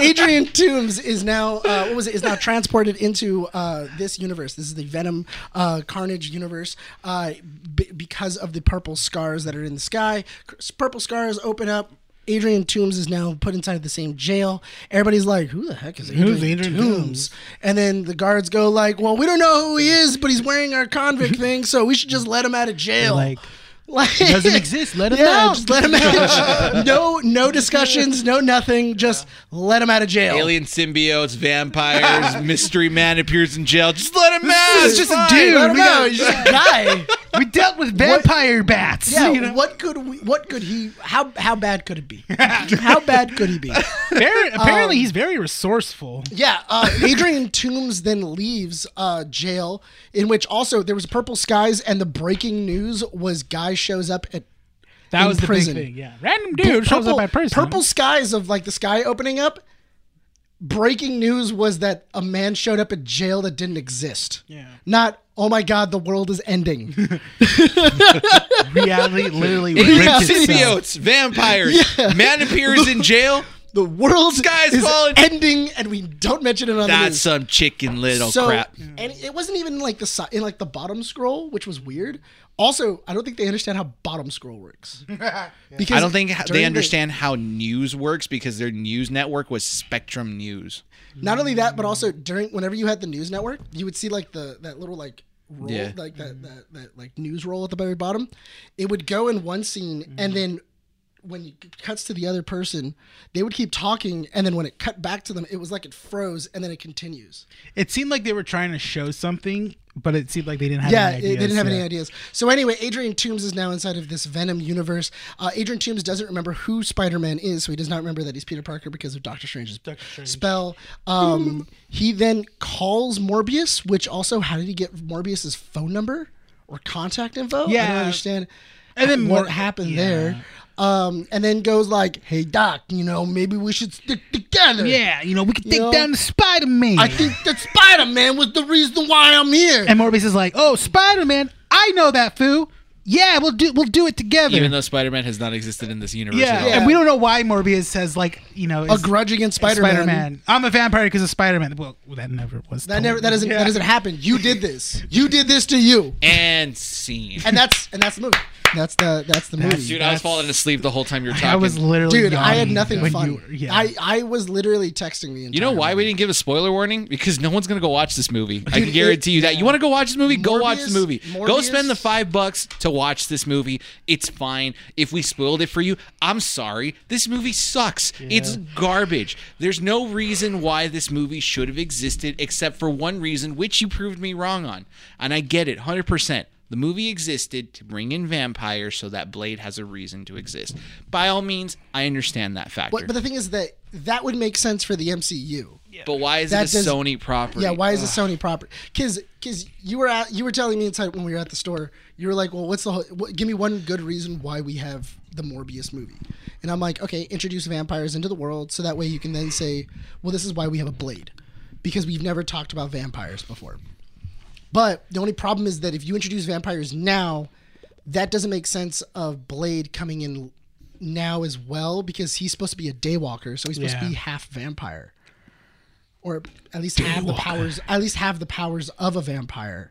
S2: Adrian Toomes is now uh, what was it? Is now transported into uh, this universe. This is the Venom uh, Carnage universe uh, b- because of the purple scars that are in the sky. C- Purple scars open up. Adrian Toomes is now put inside the same jail. Everybody's like, "Who the heck is Adrian,
S3: Adrian
S2: Toomes?" And then the guards go like, "Well, we don't know who he is, but he's wearing our convict thing, so we should just let him out of jail."
S3: Like,
S2: Like-
S3: doesn't exist. Let him
S2: yeah,
S3: out.
S2: Just let him out. no, no discussions. No nothing. Just let him out of jail.
S1: Alien symbiotes, vampires, mystery man appears in jail. Just let him out.
S2: It's
S1: It's
S2: just
S1: fine.
S2: a dude.
S1: Let him
S2: we
S1: out.
S2: got- he's just a guy.
S3: we dealt with vampire bats.
S2: Yeah.
S3: you know?
S2: What could we? What could he? How how bad could it be? How bad could he be?
S3: Very-
S2: Um,
S3: apparently, he's very resourceful.
S2: Yeah, uh, Adrian Toomes then leaves uh, jail, in which also there was purple skies, and the breaking news was guy shows up at
S3: That
S2: in
S3: was the
S2: prison.
S3: big thing. Yeah, random dude shows up at prison.
S2: Purple skies of like the sky opening up. Breaking news was that a man showed up at jail that didn't exist.
S3: Yeah.
S2: Not oh my god, the world is ending.
S3: reality literally
S1: Alien
S3: ripped itself.
S1: symbiotes, vampires, man appears in jail.
S2: the world
S1: Sky's
S2: is
S1: falling.
S2: ending, and we don't mention it on the
S1: That's
S2: news.
S1: some chicken little
S2: so,
S1: crap.
S2: and it wasn't even like the si- in like the bottom scroll, which was weird. Also, I don't think they understand how bottom scroll works. Because
S1: I don't think
S2: during
S1: they
S2: the-
S1: understand how news works because their news network was Spectrum News.
S2: Not only that, but also during whenever you had the news network, you would see like the that little like roll,
S1: Yeah.
S2: like that, that that like news roll at the very bottom. It would go in one scene, and then when it cuts to the other person, they would keep talking, and then when it cut back to them, it was like it froze, and then it continues.
S3: It seemed like they were trying to show something, but it seemed like they didn't have.
S2: yeah,
S3: any
S2: it-
S3: ideas,
S2: they didn't have
S3: yeah.
S2: any ideas. So anyway, Adrian Toomes is now inside of this Venom universe. Uh, Adrian Toomes doesn't remember who Spider Man is, so he does not remember that he's Peter Parker because of Doctor Strange's spell. Um, he then calls Morbius, which also how did he get Morbius's phone number or contact info? I don't
S3: Yeah.
S2: understand.
S3: And then
S2: what
S3: Mor-
S2: happened
S3: yeah.
S2: there? Um, and then goes like, "Hey Doc, you know maybe we should stick together."
S3: Yeah, you know, we could take
S2: know?
S3: down Spider Man.
S2: I think that Spider Man was the reason why I'm here.
S3: and Morbius is like, "Oh, Spider Man, I know that foo. Yeah, we'll do we'll do it together."
S1: Even though Spider Man has not existed in this universe
S3: yeah.
S1: at all.
S2: Yeah.
S3: and we don't know why Morbius says like, you know,
S2: a grudge against Spider
S3: Spider
S2: Man.
S3: Man. I'm a vampire because of Spider Man. Well, that never was.
S2: That never that doesn't that doesn't happen. You did this. You did this to you.
S1: And scene.
S2: And that's and that's the movie. That's the that's the movie.
S1: Dude, I was falling asleep the whole time you were talking.
S3: I was literally.
S2: Dude, I had
S3: yawning
S2: nothing
S3: when
S2: fun.
S3: you were- yeah.
S2: I, I was literally texting the entire
S1: You know why
S2: movie.
S1: we didn't give a spoiler warning? Because no one's gonna go watch this movie. I can guarantee you that. You want to go watch this movie? go watch
S2: Morbius-
S1: this movie. go
S2: Morbius-
S1: spend the five bucks to watch this movie. It's fine. If we spoiled it for you, I'm sorry. This movie sucks. It's garbage. There's no reason why this movie should have existed except for one reason, which you proved me wrong on, and I get it, hundred percent. The movie existed to bring in vampires so that Blade has a reason to exist. By all means, I understand that factor.
S2: But, but the thing is that that would make sense for the MCU.
S1: But why is
S2: That
S1: it a
S2: does-
S1: Sony property? Um,
S2: Yeah, why is it Sony property? Because because you were at, you were telling me inside when we were at the store, you were like, well, what's the whole, what, give me one good reason why we have the Morbius movie, and I'm like, okay, introduce vampires into the world, so that way you can then say, well, this is why we have a blade, because we've never talked about vampires before. But the only problem is that if you introduce vampires now, that doesn't make sense of Blade coming in now as well because he's supposed to be a daywalker, so he's supposed to
S3: Yeah.
S2: be half vampire. Or at least have the powers at least have the powers of a vampire.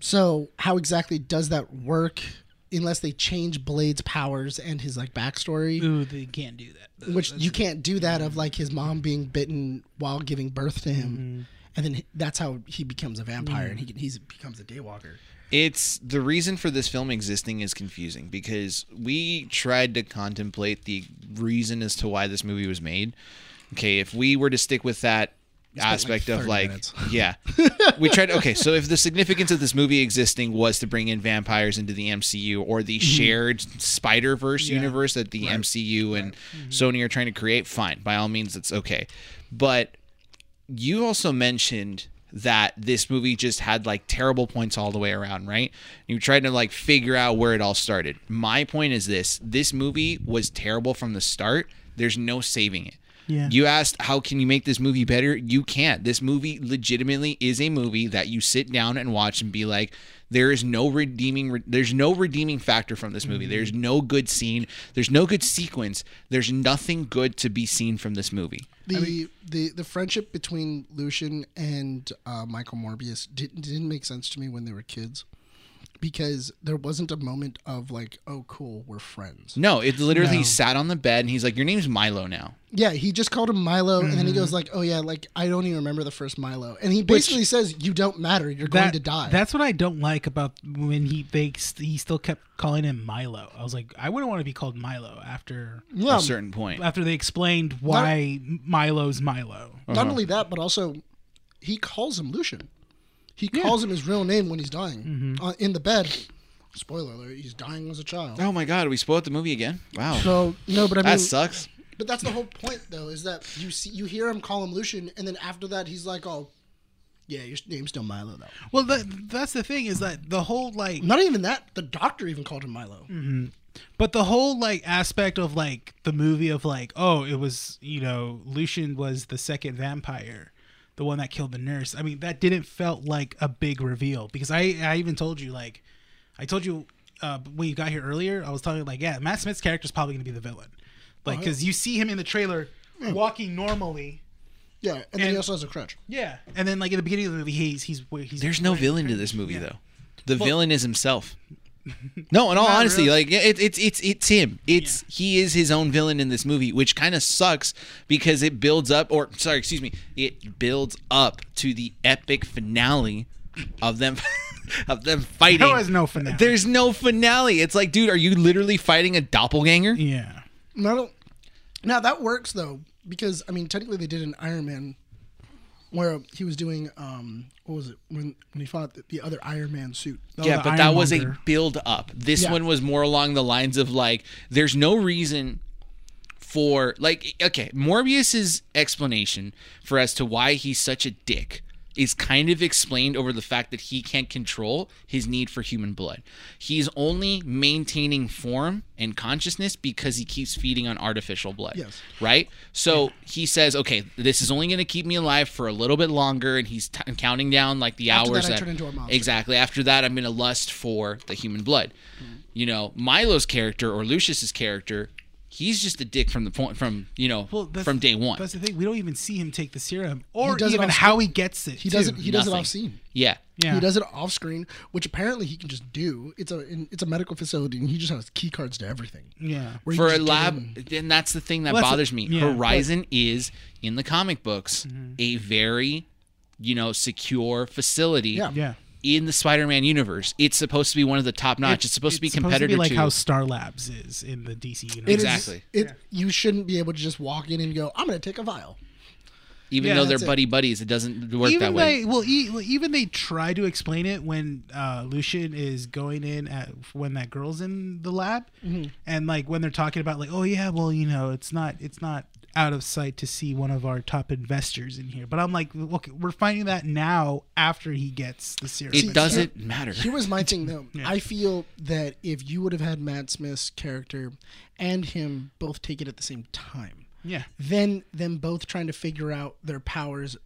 S2: So how exactly does that work unless they change Blade's powers and his like backstory?
S3: Ooh, they can't do that.
S2: Which you can't do that of like his mom being bitten while giving birth to him. And then that's how he becomes a vampire and he can, he's, becomes a daywalker.
S1: It's the reason for this film existing is confusing because we tried to contemplate the reason as to why this movie was made. Okay, if we were to stick with that aspect of
S2: 30
S1: like
S2: minutes.
S1: yeah we tried okay so if the significance of this movie existing was to bring in vampires into the mcu or
S2: Mm-hmm.
S1: the shared spider-verse universe that the mcu and
S2: Mm-hmm.
S1: sony are trying to create fine by all means it's okay but you also mentioned that this movie just had like terrible points all the way around, right? And you tried to like figure out where it all started. My point is this this movie was terrible from the start. There's no saving it.
S3: Yeah.
S1: You asked how can you make this movie better? You can't. This movie legitimately is a movie that you sit down and watch and be like there is no redeeming there's no redeeming factor from this movie. There's no good scene. There's no good sequence. There's nothing good to be seen from this movie.
S2: The, the the friendship between Lucian and uh, Michael Morbius didn't didn't make sense to me when they were kids, because there wasn't a moment of like, oh, cool, we're friends.
S1: No, it literally
S3: No.
S1: sat on the bed and he's like your name's Milo now.
S2: Yeah, he just called him Milo, and then he
S3: Mm-hmm.
S2: goes like, oh yeah, like I don't even remember the first Milo, and he basically says, you don't matter, you're going
S3: That-
S2: to die.
S3: That's what I don't like about when he they he still kept calling him Milo. I was like, I wouldn't want to be called Milo after
S1: At
S2: yeah.
S1: a certain point.
S3: after they explained why Milo's Milo.
S2: Not only that, but also he calls him Lucian. He calls him his real name when he's dying
S3: Mm-hmm.
S2: uh, in the bed. Spoiler alert: he's dying as a child.
S1: Oh my god, we spoiled the movie again. Wow.
S2: So no, but I mean,
S1: that sucks.
S2: But that's the whole point, though, is that you see, you hear him call him Lucian, and then after that, he's like, "Oh, yeah, your name's still Milo, though."
S3: Well, that, that's the thing is that the whole like,
S2: Not even that. The doctor even called him Milo.
S3: Mm. but the whole like aspect of like the movie of like, oh, it was you know Lucian was the second vampire, the one that killed the nurse. I mean, that didn't felt like a big reveal because I I even told you like, I told you uh, when you got here earlier, I was telling you like, yeah, Matt Smith's character is probably gonna be the villain, like
S2: Oh,
S3: because you see him in the trailer walking normally.
S2: Yeah, and, then he
S3: And-
S2: also has a crutch.
S3: Yeah, and then like at the beginning of the movie, he's he's he's
S1: There's no villain to this movie though. The villain is himself. No, in all
S3: Not
S1: honesty,
S3: really.
S1: like yeah, it, it's it's it's him. It's he is his own villain in this movie, which kind of sucks because it builds up, or sorry, excuse me, it builds up to the epic finale of them of them fighting.
S3: There was no finale.
S1: There's no finale. It's like, dude, are you literally fighting a doppelganger?
S3: yeah.
S2: No, no. Now that works though, because I mean, technically they did an Iron Man, where he was doing um, what was it when when he fought the, the other Iron Man suit? That
S1: yeah,
S3: the
S1: but that was a
S3: Ironmonger.
S1: build up. This
S2: Yeah.
S1: one was more along the lines of like, there's no reason for like, okay, Morbius's explanation for as to why he's such a dick is kind of explained over the fact that he can't control his need for human blood. He's only maintaining form and consciousness because he keeps feeding on artificial blood.
S2: Yes.
S1: Right? So he says, okay, this is only going to keep me alive for a little bit longer. And he's t- counting down like the
S2: After that,
S1: hours
S2: I turn into a monster.
S1: Exactly. After that, I'm going to lust for the human blood.
S3: Mm-hmm.
S1: You know, Milo's character or Lucius's character, he's just a dick from the point from you know
S3: Well, that's-
S1: from day one.
S3: That's the thing. We don't even see him take the serum, or
S2: does it
S3: even
S2: on
S3: how he gets it.
S2: he doesn't. He does it
S1: nothing.
S2: off scene.
S1: Yeah.
S3: Yeah.
S2: He does it off screen, which apparently he can just do. It's a in, it's a medical facility, and he just has key cards to everything.
S3: Yeah.
S2: Where you
S1: For
S2: just
S1: a
S2: get
S1: lab,
S2: in.
S1: then that's the thing that
S3: Well, that's a-
S1: bothers me.
S3: yeah, but- Mm-hmm.
S1: Horizon is in the comic books a very, you know, secure facility.
S2: Yeah.
S3: Yeah.
S1: In the Spider-Man universe, it's supposed to be one of the top notch. It's, supposed to be competitor
S3: like
S1: to
S3: how Star Labs is in the DC universe.
S2: It is-
S1: Exactly.
S2: it, You shouldn't be able to just walk in and go, I'm going to take a vial.
S1: even
S3: Yeah,
S1: though they're
S2: that's it.
S1: buddy buddies, it doesn't work
S3: even
S1: that way.
S3: they well, e- well, even they try to explain it when uh, Lucian is going in at when that girl's in the lab, and like when they're talking about like, oh yeah, well you know it's not it's not out of sight to see one of our top investors in here. But I'm like, look, we're finding that now after he gets the serum.
S1: it doesn't matter.
S2: Here was my thing, though. I feel that if you would have had Matt Smith's character and him both take it at the same time,
S3: yeah.
S2: then them both trying to figure out their powers,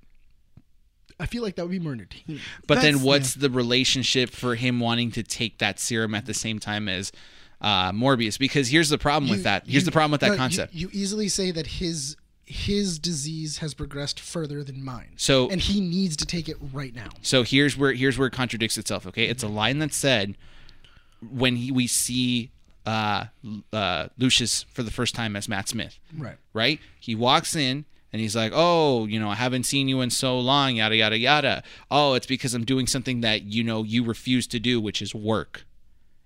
S2: I feel like that would be more entertaining.
S1: But then
S3: That's-
S1: what's the relationship for him wanting to take that serum at the same time as uh, Morbius? Because here's the problem with
S2: You-
S1: that. Here's
S2: you-
S1: the problem with that
S2: no, you-
S1: concept.
S2: You, easily say that his his disease has progressed further than mine.
S1: So-
S2: and he needs to take it right now.
S1: so here's where here's where it contradicts itself. Okay, it's a line that said when he, we see uh, L- uh, Lucius for the first time as Matt Smith.
S2: Right.
S1: right? He walks in and he's like, "Oh, you know, I haven't seen you in so long, yada yada yada. Oh, it's because I'm doing something that you know you refuse to do, which is work."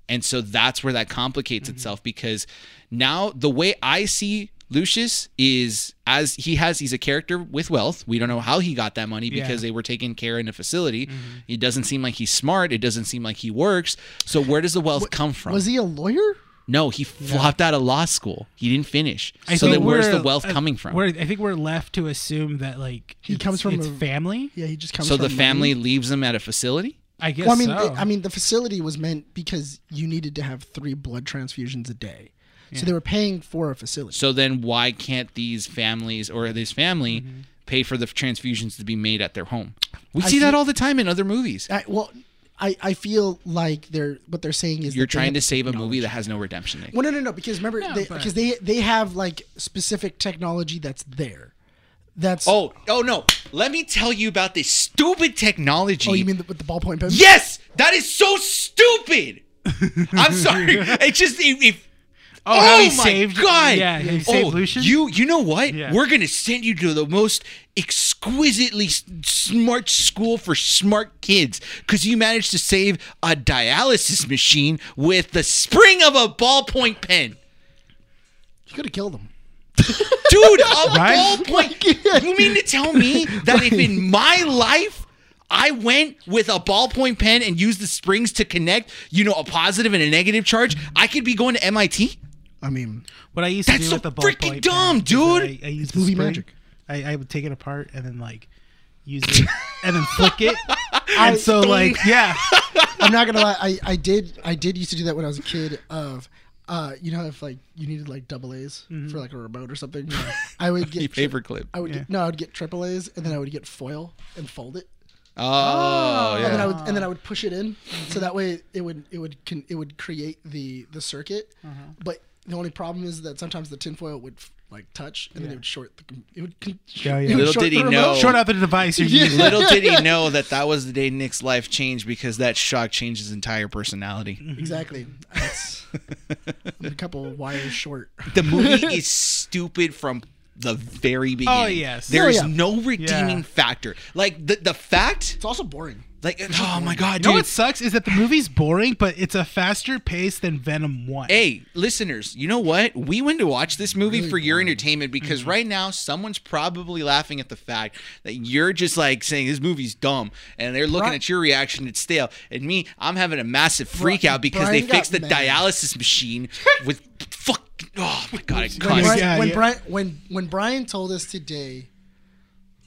S1: And so that's where that complicates itself because now the way I see Lucius is as he has he's a character with wealth. We don't know how he got that money because they were taken care in a facility. It doesn't seem like he's smart, it doesn't seem like he works. So where does the wealth come from?
S2: Was he a lawyer?
S1: No, he flopped out of law school. He didn't finish.
S3: I
S1: so
S3: think
S1: then, where's
S3: we're-
S1: the wealth
S3: uh,
S1: coming from?
S3: We're, I think we're left to assume that like
S2: He
S3: it's-
S2: comes from
S3: it's
S2: a-
S3: family.
S2: Yeah, he just comes.
S1: so
S2: from
S1: the
S2: money.
S1: family leaves him at a facility.
S3: I guess.
S2: Well, I mean,
S3: so.
S2: the- I mean, the facility was meant because you needed to have three blood transfusions a day, so they were paying for a facility.
S1: So then, why can't these families or this family
S2: Mm-hmm.
S1: pay for the transfusions to be made at their home? We see that all the time in other movies.
S2: I, well, I, I feel like they're what they're saying is
S1: You're
S2: that they
S1: trying
S2: have-
S1: to save a movie that has no redemption. Nick.
S2: Well, no, no, no. Because remember,
S3: No,
S2: they,
S3: but-
S2: because they they have like specific technology that's there. That's
S1: Oh, oh no! Let me tell you about this stupid technology.
S2: Oh, you mean the, with the ballpoint pen?
S1: yes, that is so stupid. I'm sorry. It just it, it-
S3: oh, how he
S1: my
S3: saved,
S1: god!
S3: Yeah, he
S1: oh,
S3: saved Lucian.
S1: You you know what?
S3: Yeah.
S1: We're gonna send you to the most exquisitely s- smart school for smart kids because you managed to save a dialysis machine with the spring of a ballpoint pen.
S2: You could have killed them.
S1: Dude, a
S3: Right?
S1: ballpoint. You mean to tell me that if in my life I went with a ballpoint pen and used the springs to connect, you know, a positive and a negative charge, I could be going to MIT?
S2: I mean,
S3: What I used to
S1: That's
S3: do
S1: so
S3: with the
S1: freaking
S3: ballpoint pen
S1: dumb,
S3: is
S1: dude.
S3: that I, I used
S2: movie
S3: movie
S2: magic.
S3: magic. I, I would take it apart and then like use it and then flick it. and so like yeah,
S2: I'm not gonna lie. I, I did I did used to do that when I was a kid. Of uh, you know, if like you needed like double A's for like a remote or something, I would get tri-
S1: Paperclip.
S2: I would
S3: Mm-hmm. Yeah.
S2: get, no, I would get triple A's and then I would get foil and fold it.
S1: Oh,
S2: and then I
S1: yeah.
S2: would and then I would push it in, so that way it would it would con, it would create the the circuit.
S3: Uh-huh.
S2: But the only problem is that sometimes the tinfoil would like touch, and then it would short the com- it would. Con,
S3: Yeah, yeah.
S2: it would
S1: Little
S2: short
S1: did
S2: the
S1: he
S2: remote.
S1: know.
S3: short out the device you're
S2: Yeah.
S3: using.
S1: Little did he know that that was the day Nick's life changed because that shock changed his entire personality.
S2: exactly. That's I'm a couple wires short.
S1: The movie is stupid from the very beginning.
S3: yes.
S1: There
S2: Oh,
S1: is
S2: yeah.
S1: no redeeming
S3: Yeah.
S1: factor. Like the the fact,
S2: It's also boring.
S1: like oh my god,
S3: You know
S1: dude.
S3: what sucks is that the movie's boring, but it's a faster pace than Venom One.
S1: Hey, listeners, you know what? We went to watch this movie for your entertainment
S2: Mm-hmm.
S1: because right now someone's probably laughing at the fact that you're just like saying this movie's dumb and they're looking
S2: Bri-
S1: at your reaction, it's stale. And me, I'm having a massive freak out because
S2: Brian
S1: they
S2: got
S1: fixed the
S2: mad.
S1: dialysis machine with fuck. Oh my god, I
S2: When,
S1: cussed.
S2: Brian,
S3: Yeah,
S2: when,
S3: yeah.
S2: Brian, when when Brian told us today,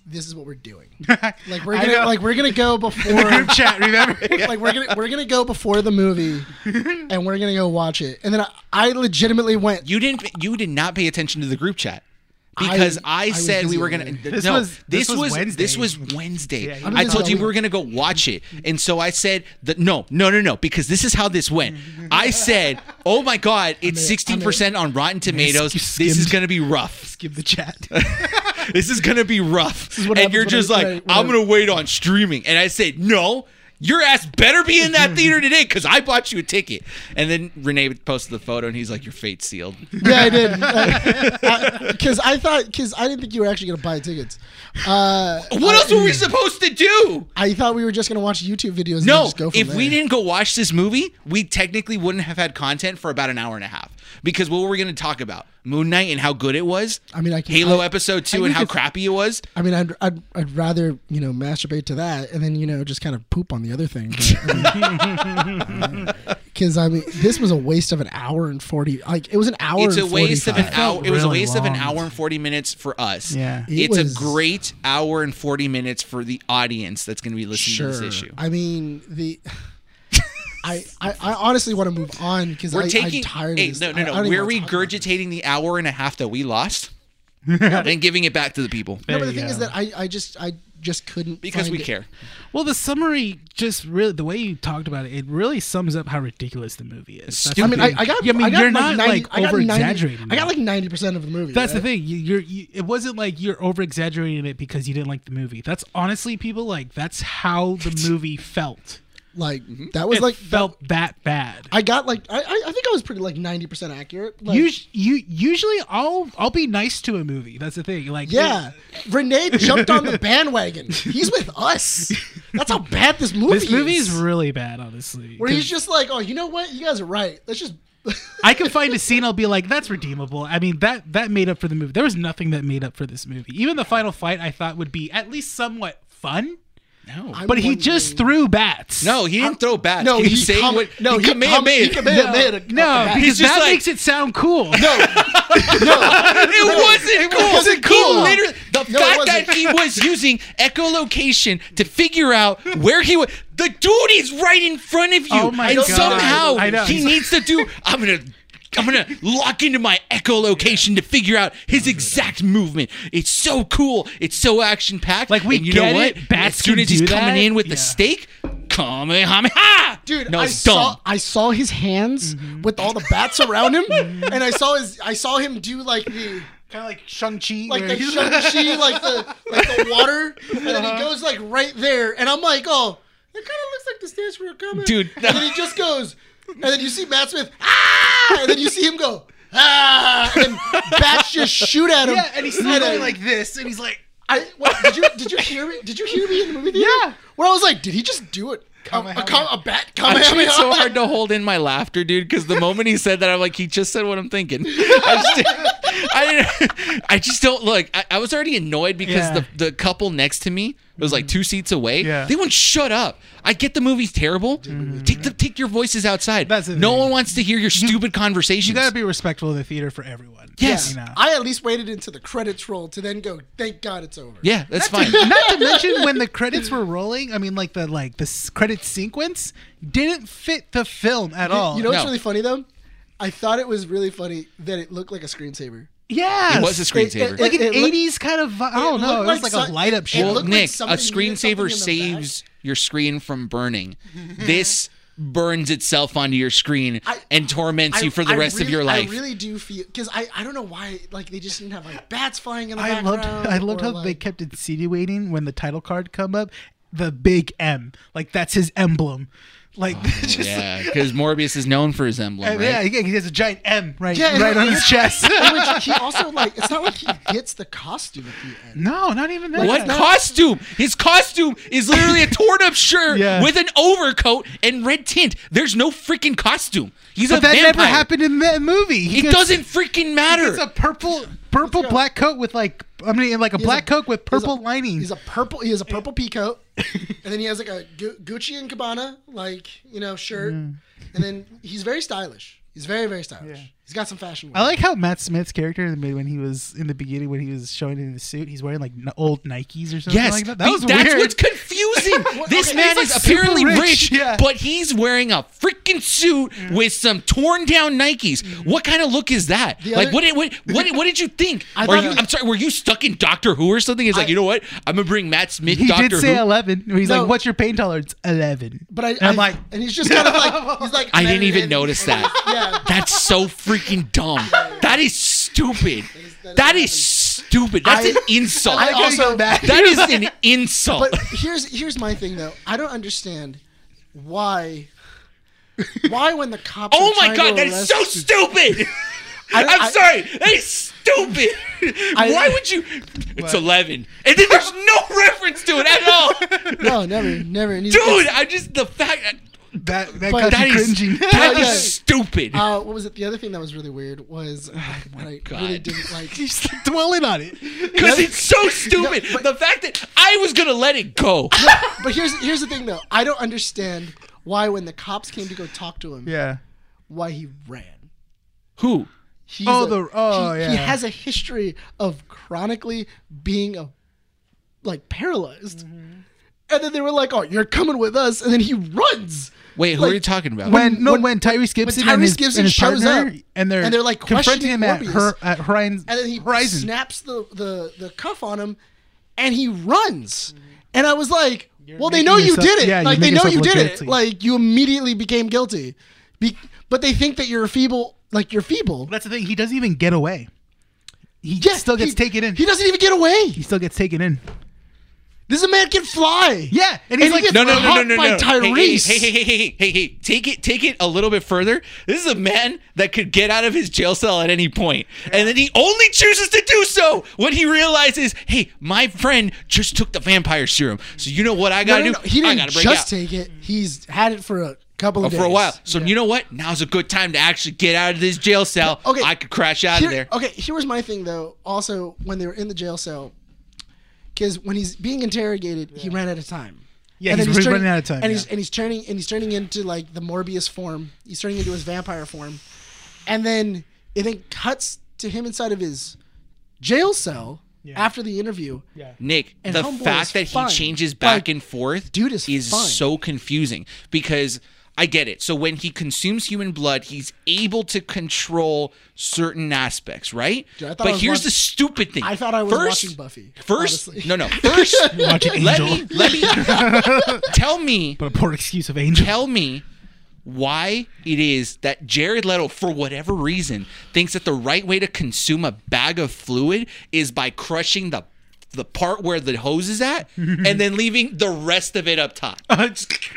S2: this is what we're doing. Like we're
S3: I
S2: gonna
S3: know.
S2: like we're gonna go before
S3: group chat, remember?
S2: like we're gonna we're gonna go before the movie, and we're gonna go watch it. And then I, I legitimately went.
S1: You didn't. You did not pay attention to the group chat because
S2: I-
S1: I,
S2: I was
S1: said we
S2: busy
S1: were
S2: over
S1: gonna.
S2: there.
S1: This no, was this, was, Wednesday. this was Wednesday.
S3: Yeah, yeah.
S1: I told you we
S2: Yeah.
S1: were gonna go watch it, and so I said that no, no, no, no, because this is how this went. I said, oh my god, it's
S2: I'm
S1: sixteen
S2: a-
S1: percent on Rotten Tomatoes.
S3: you
S1: This is
S3: skimmed.
S1: gonna be rough.
S3: Skip the chat.
S1: This is gonna be rough.
S2: what
S1: And you're
S2: happens when
S1: just
S2: I-
S1: like,
S2: when I- when
S1: I'm
S2: I-
S1: gonna wait on streaming, and I said no. Your ass better be in that theater today because I bought you a ticket. And then Renee posted the photo and he's like, Your fate's sealed.
S2: Yeah, I did. Because I thought because I didn't think you were actually gonna buy tickets. Uh,
S1: What
S2: I-
S1: else were we supposed to do?
S2: I thought we were just gonna watch YouTube videos. and then
S1: No,
S2: just go from
S1: if we
S2: there.
S1: didn't go watch this movie, we technically wouldn't have had content for about an hour and a half. Because what were we going to talk about? Moon Knight and how good it was.
S2: I mean, I can-
S1: Halo
S2: I-
S1: Episode
S2: I
S1: Two and
S2: think
S1: how
S2: if-
S1: crappy it was.
S2: I mean, I'd, I'd I'd rather you know masturbate to that, and then you know just kind of poop on the other thing. Because I, mean, this was a waste of an hour and forty. Like it was an hour.
S1: It's a
S2: and
S1: waste of an
S2: 45.
S1: hour. It was a
S3: really
S1: waste of an
S3: long.
S1: hour and forty minutes for us.
S3: Yeah.
S2: It
S1: it's
S2: was-
S1: a great hour and forty minutes for the audience that's going to be listening
S2: Sure.
S1: to this issue.
S2: I mean the. I, I, I honestly want to move on because
S1: We're
S2: I,
S1: taking.
S2: I'm tired
S1: hey,
S2: of this.
S1: no,
S2: I- I
S1: no,
S2: don't
S1: no.
S2: even
S1: We're
S2: wanna talk about it.
S1: regurgitating the hour and a half that we lost, and giving it back to the people
S2: No, but the
S3: you
S2: thing is
S3: go.
S2: that I, I just I just couldn't
S1: because
S2: find
S1: we
S2: it.
S1: care.
S3: Well, the summary just really the way you talked about it, it really sums up how ridiculous the movie is. That's
S1: Stupid.
S2: I
S3: the
S2: mean, I,
S3: thing.
S2: I got.
S3: Mm-hmm. Yeah, I mean,
S2: got
S3: you're not
S2: 90 I
S3: like
S2: got
S3: over
S2: 90
S3: exaggerating.
S2: I got like ninety percent of the movie.
S3: That's the
S2: right?
S3: thing. You, you're. You, it wasn't like you're over exaggerating it because you didn't like the movie. That's honestly, people like that's how the movie felt.
S2: Like
S1: Mm-hmm.
S2: that was
S3: It
S2: like
S3: felt that, bad.
S2: I got like I I I think I was pretty like ninety percent accurate. Like,
S3: Us- you usually I'll I'll be nice to a movie. That's the thing. Like
S2: yeah, Renee jumped on the bandwagon. He's with us. That's how bad this movie.
S3: this movie is
S2: is
S3: really bad. Honestly,
S2: where he's
S3: 'Cause
S2: just like, oh, you know what? You guys are right. Let's just.
S3: I can find a scene. I'll be like, that's redeemable. I mean that that made up for the movie. There was nothing that made up for this movie. Even the final fight, I thought would be at least somewhat fun.
S1: No.
S2: I'm
S3: But he just threw bats.
S1: No, he didn't throw back.
S2: No,
S1: he,
S2: he
S1: saying
S2: com-
S1: what,
S2: no,
S1: he,
S2: he
S1: command
S2: com-
S1: made.
S2: he command-
S3: no,
S2: made a-
S3: no,
S2: a-
S1: He's
S3: because
S1: just
S3: that
S1: like-
S3: makes it sound cool.
S2: No, no,
S1: It wasn't
S2: it
S1: cool.
S2: wasn't
S1: He
S2: cool.
S1: literally- the
S2: No, it
S1: fact
S2: wasn't.
S1: that he was using echolocation to figure out where he was. The dude is right in front of you,
S3: Oh my
S1: and
S3: God.
S1: somehow
S3: I know.
S1: he needs to do. I'm gonna. I'm gonna lock into my echolocation to figure out his exact movement. It's so cool. It's so action packed.
S3: Like, we
S1: and you
S3: get
S1: know what?
S3: it. Bats
S1: as soon
S3: can
S1: as he's
S3: do
S1: coming
S3: that.
S1: in with the
S3: Yeah.
S1: stake, Kamehameha!
S2: dude.
S1: no,
S2: I
S1: it's
S2: saw
S1: dumb.
S2: I saw his hands
S3: Mm-hmm.
S2: with all the bats around him, and I saw his I saw him do like the
S3: Kind of like Shang Chi.
S2: like the Shang-Chi, like the like the water, and then
S3: Uh-huh.
S2: he goes like right there, and I'm like, oh, it kind of looks like the stairs were coming,
S1: Dude,
S2: And then he just goes, and then you see Matt Smith, ah, and then you see him go, ah, and bats just shoot at him.
S3: yeah, and he's
S2: I-
S3: going like this, and he's like,
S2: I what, did you did you hear me? Did you hear me in the movie theater?
S3: Yeah.
S2: where I was like, did he just do it? A, a, com- a bat
S1: I
S2: coming
S1: tried so hard to hold in my laughter, dude, because the moment he said that, I'm like, he just said what I'm thinking. I just, I, didn't, I just don't look. I, I was already annoyed because
S3: Yeah.
S1: the, the couple next to me was like two seats away.
S3: Yeah.
S1: They wouldn't shut up. I get the movie's terrible.
S2: Mm-hmm.
S1: Take the, take your voices outside.
S3: That's the
S1: no
S3: thing.
S1: one wants to hear your stupid conversations.
S3: you gotta be respectful of the theater for everyone.
S1: Yes.
S3: You know?
S2: I at least waited into the credits roll to then go. Thank God it's over.
S1: yeah, that's fine.
S3: Not to mention when the credits were rolling, I mean, like the like the s- credit sequence didn't fit the film at all.
S2: You know what's
S1: No.
S2: really funny though? I thought it was really funny that it looked like a screensaver.
S3: yeah,
S1: It was a screensaver.
S3: like an
S2: It looked-
S3: '80s kind of. vi- I don't know. It
S2: looked
S3: was
S2: like
S3: like,
S2: some-
S3: a light up
S2: it
S3: show.
S1: Well,
S2: looked like
S1: Nick, a
S2: something needed something
S1: screensaver
S2: in the
S1: saves your screen from burning. this burns itself onto your screen
S2: I-
S1: and torments you for the
S2: I
S1: rest of
S2: really-
S1: your life.
S2: I really do feel because I, I don't know why like they just didn't have like bats flying in the
S3: I
S2: background.
S3: loved I loved
S2: or,
S3: how they
S2: like-
S3: kept insinuating when the title card come up, the big M, like that's his emblem, like
S2: Oh,
S3: just
S1: yeah, because Morbius is known for his emblem,
S3: yeah,
S1: right?
S3: yeah, he has a giant M right
S2: Yeah,
S3: right
S2: and-
S3: on his chest.
S2: In which he also like it's not like he gets the costume at the end.
S3: no, not even that.
S1: What costume? His costume is literally a torn up shirt
S3: Yeah.
S1: with an overcoat and red tint. There's no freaking costume. He's a
S3: But that
S1: vampire.
S3: never happened in that movie. He
S1: It
S3: gets-
S1: doesn't freaking matter.
S3: It's a purple purple
S2: go.
S3: black coat with like I mean like a
S2: He has
S3: black coat with
S2: he has
S3: purple
S2: a-
S3: lining.
S2: He's a purple. He has a purple peacoat, and then he has like a Gu- Gucci and Cabana like you know shirt,
S1: Mm.
S2: and then he's very stylish. He's very very stylish. He's got some fashion.
S3: I like how Matt Smith's character in the- when he was in the beginning when he was showing in the suit, he's wearing like n- old Nikes or something
S1: yes,
S3: like that. That was
S1: that's
S3: weird.
S1: what's confusing. this
S2: okay,
S1: man is
S2: he's,
S3: like, super
S1: apparently
S3: rich,
S1: rich,
S3: yeah.
S1: but he's wearing a freaking suit with some torn down Nikes. What kind of look is that? like,
S2: other-
S1: what, did, what, what, did- what did you think?
S2: I
S1: Were
S2: thought
S1: you,
S2: it-
S1: I'm sorry, were you stuck in Doctor Who or something? It's like, you know what? I'm gonna bring Matt Smith.
S3: he
S1: Doctor
S3: did say
S1: Who.
S3: eleven. He's
S2: No.
S3: like, "What's your pain tolerance?" Eleven.
S2: But I,
S3: And I'm
S2: I-
S3: like,
S2: and he's just kind of like he's like.
S1: I didn't even
S2: and-
S1: notice
S2: and-
S1: that.
S2: Yeah.
S1: That's so freaking dumb. That is stupid.
S2: that
S1: That
S2: is
S1: is stupid. That's
S2: I-
S1: an insult.
S2: I also
S1: that is an insult.
S2: But here's here's my thing though. I don't understand why. Why when the cops?
S1: Oh
S2: are
S1: my
S2: trying
S1: god,
S2: to
S1: that is
S2: arrest-
S1: so stupid.
S2: I-
S1: I'm
S2: I-
S1: sorry, that is stupid.
S2: I-
S1: Why would you? It's eleven, and then there's no reference to it at all,
S2: No, never, never. And he's-
S1: dude. I just the fact
S3: that that
S2: But-
S3: got
S1: that
S3: you
S1: is
S3: cringing.
S1: that
S2: Yeah.
S1: is stupid.
S2: Uh, what was it? The other thing that was really weird was what I really
S1: Oh God.
S2: didn't like.
S3: He's like dwelling on it.
S1: Because it's so stupid. the fact that I was gonna let it go.
S2: But here's here's the thing though. I don't understand why when the cops came to go talk to him,
S3: Yeah.
S2: why he ran.
S1: Who?
S2: He's
S3: Oh, the- oh,
S2: he,
S3: yeah.
S2: He has a history of chronically being a, like paralyzed.
S3: Mm-hmm.
S2: And then they were like, "Oh, you're coming with us," and then he runs.
S1: Wait, who
S2: Like,
S1: are you talking about?
S3: When, no, when Tyrese Gibson,
S2: Tyrese
S3: and his,
S2: Gibson
S3: and his
S2: shows
S3: partner,
S2: up,
S3: and they're
S2: and they're, like,
S3: confronting
S2: questioning
S3: him at, her,
S2: Morbius.
S3: at Horizon,
S2: and then he
S3: Horizon.
S2: snaps the, the the cuff on him, and he runs. And I was like, "Well, they
S3: Mm-hmm. making
S2: know you
S3: yourself-
S2: did it.
S3: yeah,
S2: like
S3: you
S2: they
S3: make
S2: know
S3: yourself
S2: you
S3: look
S2: did
S3: guilty.
S2: it. Like you immediately became guilty, Be- but they think that you're feeble. Like you're feeble.
S3: That's the thing. He doesn't even get away. He
S2: Yeah,
S3: still gets
S2: he-
S3: taken in.
S2: He
S3: He,
S2: doesn't even get away.
S3: still gets taken in.
S2: This man can fly.
S3: Yeah, and he's
S2: And he
S3: like,
S2: gets-
S1: no, no, no, no,
S2: Hawk
S1: no,
S2: by
S1: no.
S2: Tyrese.
S1: Hey, hey, hey, hey, hey, hey, hey, take it, take it a little bit further. This is a man that could get out of his jail cell at any point, and then he only chooses to do so when he realizes, hey, my friend just took the vampire serum, so you know what I
S2: No,
S1: gotta
S2: no,
S1: do?
S2: no, He
S1: I
S2: didn't
S1: gotta break
S2: just
S1: out. Oh,
S2: take it. He's had it for a couple of days.
S1: for a while. So you know what? Now's a good time to actually get out of this jail cell.
S2: Okay.
S1: I could crash out of
S2: Here-
S1: there.
S2: Okay, here was my thing though. Also, when they were in the jail cell, because when he's being interrogated, he ran out of time.
S3: Yeah,
S2: and
S3: he's
S2: then
S3: really
S2: turning,
S3: running out of time,
S2: And he's
S3: yeah.
S2: and he's turning and he's turning into like the Morbius form. He's turning into his vampire form, and then it then cuts to him inside of his jail cell
S3: Yeah.
S2: after the interview.
S3: Yeah.
S1: Nick,
S2: And
S1: the
S2: Homeboy is
S1: fact that
S2: fine.
S1: he changes back
S2: Like,
S1: and forth,
S2: dude is fine.
S1: so confusing because I get it. So when he consumes human blood, he's able to control certain aspects, right?
S2: Dude, I thought I
S1: but
S2: was
S1: here's
S2: watch-
S1: the stupid thing.
S2: I thought I was
S1: First-
S2: watching Buffy.
S1: First,
S2: honestly.
S1: no, no. First, let
S3: Watching
S1: me, let me, tell me,
S3: But a poor excuse of Angel.
S1: tell me why it is that Jared Leto, for whatever reason, thinks that the right way to consume a bag of fluid is by crushing the the part where the hose is at and then leaving the rest of it up top.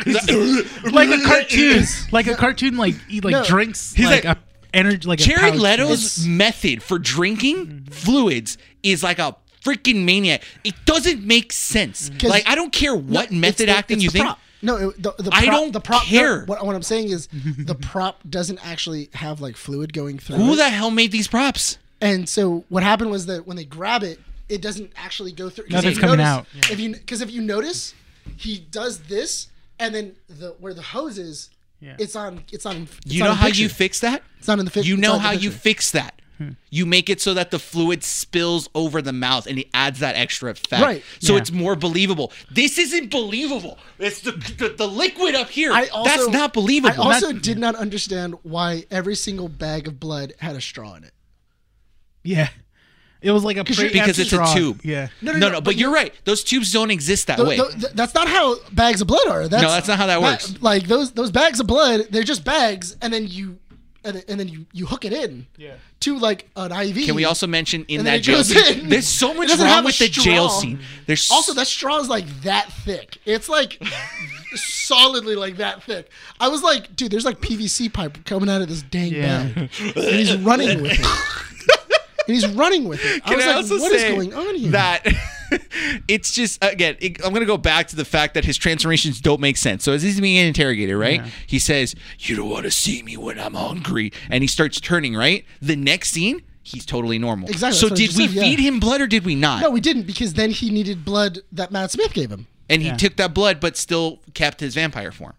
S3: like a cartoon, like a cartoon, like he like
S2: No.
S3: drinks
S1: He's
S3: like,
S1: like-
S3: a energy, like a
S1: Jared
S3: pouch.
S1: Leto's method for drinking fluids is like a freaking maniac. It doesn't make sense.
S2: Mm-hmm. 'Cause-
S1: Like I don't care what
S2: No,
S1: method
S2: it's the-
S1: acting
S2: it's
S1: you
S2: the
S1: think.
S2: prop. No, it- the, the prop,
S1: I don't
S2: the prop, no,
S1: care.
S2: what, what I'm saying is the prop doesn't actually have like fluid going through.
S1: Who
S2: it.
S1: the hell made these props?
S2: And so what happened was that when they grab it, it doesn't actually go through. 'cause
S3: Nothing's
S2: if you
S3: coming
S2: notice-
S3: out.
S2: If you because if you notice, he does this, and then the where the hose is, it's on. It's on. It's
S1: You
S2: on
S1: know
S2: the
S1: how
S2: picture.
S1: you fix that?
S2: It's not in the fi-
S1: You
S2: it's Hmm. not
S1: know
S2: in the
S1: how you
S2: picture.
S1: fix that. You make it so that the fluid spills over the mouth and it adds that extra effect.
S2: Right.
S1: So
S3: Yeah.
S1: it's more believable. This isn't believable. It's the the, the liquid up here.
S2: I also,
S1: That's not believable.
S2: I also did not understand why every single bag of blood had a straw in it.
S3: Yeah, it was like a pre-
S1: because it's a
S3: straw.
S1: tube.
S3: Yeah,
S1: No, no, no. but, you're right. Those tubes don't exist that
S2: Th-
S1: way.
S2: th- th- that's not how bags of blood are. That's,
S1: Oh, No, that's not how that works.
S2: Like those those bags of blood, they're just bags, and then you, and, and then you you hook it in.
S3: Yeah.
S2: To like an IV.
S1: Can we also mention in
S2: And then
S1: that
S2: it
S1: jail
S2: goes
S1: scene?
S2: in.
S1: There's so
S2: It
S1: much
S2: doesn't
S1: wrong
S2: have a
S1: with the jail
S2: straw.
S1: scene. There's
S2: Also, that straw is like that thick. It's like solidly like that thick. I was like, dude, there's like PVC pipe coming out of this dang
S3: Yeah.
S2: bag, and he's running with it. And he's running with it. I
S1: Can
S2: was
S1: I
S2: like,
S1: also
S2: what is
S1: say
S2: going on here?
S1: That it's just again, it- I'm gonna go back to the fact that his transformations don't make sense. So as he's being interrogated, right? He says, "You don't want to see me when I'm hungry," and he starts turning. Right. The next scene, he's totally normal.
S2: Exactly,
S1: So
S2: that's what I
S1: did
S2: just
S1: we
S2: said, yeah.
S1: feed him blood or did we not?
S2: no, we didn't because then he needed blood that Matt Smith gave him.
S1: and he took that blood, but still kept his vampire form.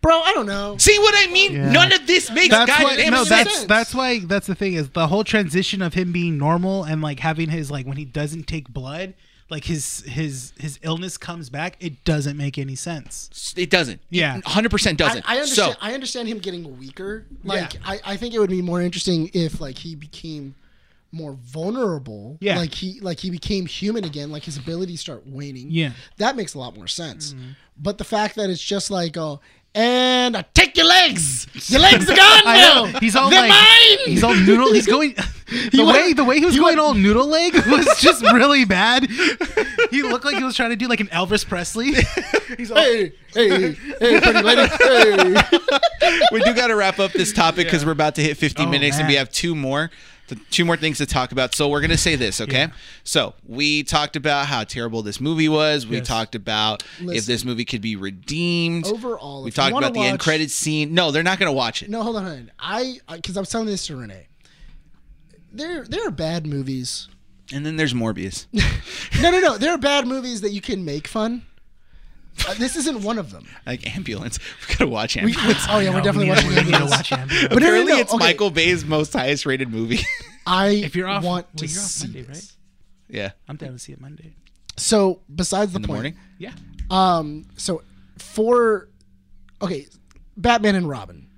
S2: Bro, I don't know.
S1: See what I mean?
S3: Yeah.
S1: None of this makes
S3: that's
S1: goddamn
S3: why, no,
S1: sense.
S3: that's
S2: sense.
S3: that's why that's the thing is the whole transition of him being normal and like having his like when he doesn't take blood, like his his his illness comes back. It doesn't make any sense.
S1: it doesn't.
S3: Yeah.
S1: 100% doesn't.
S2: I, I understand.
S1: So,
S2: I understand him getting weaker. Like I, I think it would be more interesting if like he became more vulnerable.
S3: Yeah.
S2: Like he like he became human again. Like his abilities start waning.
S3: Yeah. Mm-hmm.
S2: That makes a lot more sense. But the fact that it's just like oh. And I take your legs. Your legs are gone now.
S3: I know. He's all
S2: They're
S3: like,
S2: mine.
S3: he's all noodle. He's going the
S2: went-
S3: way the way he was
S2: he
S3: going
S2: went-
S3: all noodle leg was just really bad. He looked like he was trying to do like an Elvis Presley. He's all,
S2: hey, hey, hey, pretty lady. Hey.
S1: we do got to wrap up this topic because we're about to hit 50
S3: Oh,
S1: minutes and
S3: man.
S1: we have two more th- two more things to talk about so we're going to say this okay so we talked about how terrible this movie was we
S3: Yes.
S1: talked about if
S2: Listen.
S1: this movie could be redeemed
S2: Overall,
S1: we
S2: if you
S1: talked
S2: wanna
S1: about the end
S2: watch-
S1: credits scene no they're not going to watch it
S2: No, hold on, hold on. I because I was telling this to Renee. There, there are bad movies
S1: and then there's morbius
S2: No, no, no. There are bad movies that you can make fun. Uh, this isn't one of them.
S1: like ambulance we got to watch
S2: We-
S1: ambulance
S2: we- oh yeah, we're definitely
S3: we need,
S2: watching
S3: we need to
S2: Ambulance.
S3: watch Ambulance.
S2: But no, no,
S1: apparently
S2: no,
S1: it's
S2: okay.
S1: michael bay's most highest rated movie
S2: I
S3: If you're off,
S2: want
S3: well,
S2: to
S3: you're off
S2: see
S3: Monday,
S2: this.
S3: right?
S1: yeah
S3: I'm down to see it Monday.
S2: So besides the
S1: in the
S2: point,
S1: morning
S3: Yeah.
S2: um, so for okay, Batman and Robin,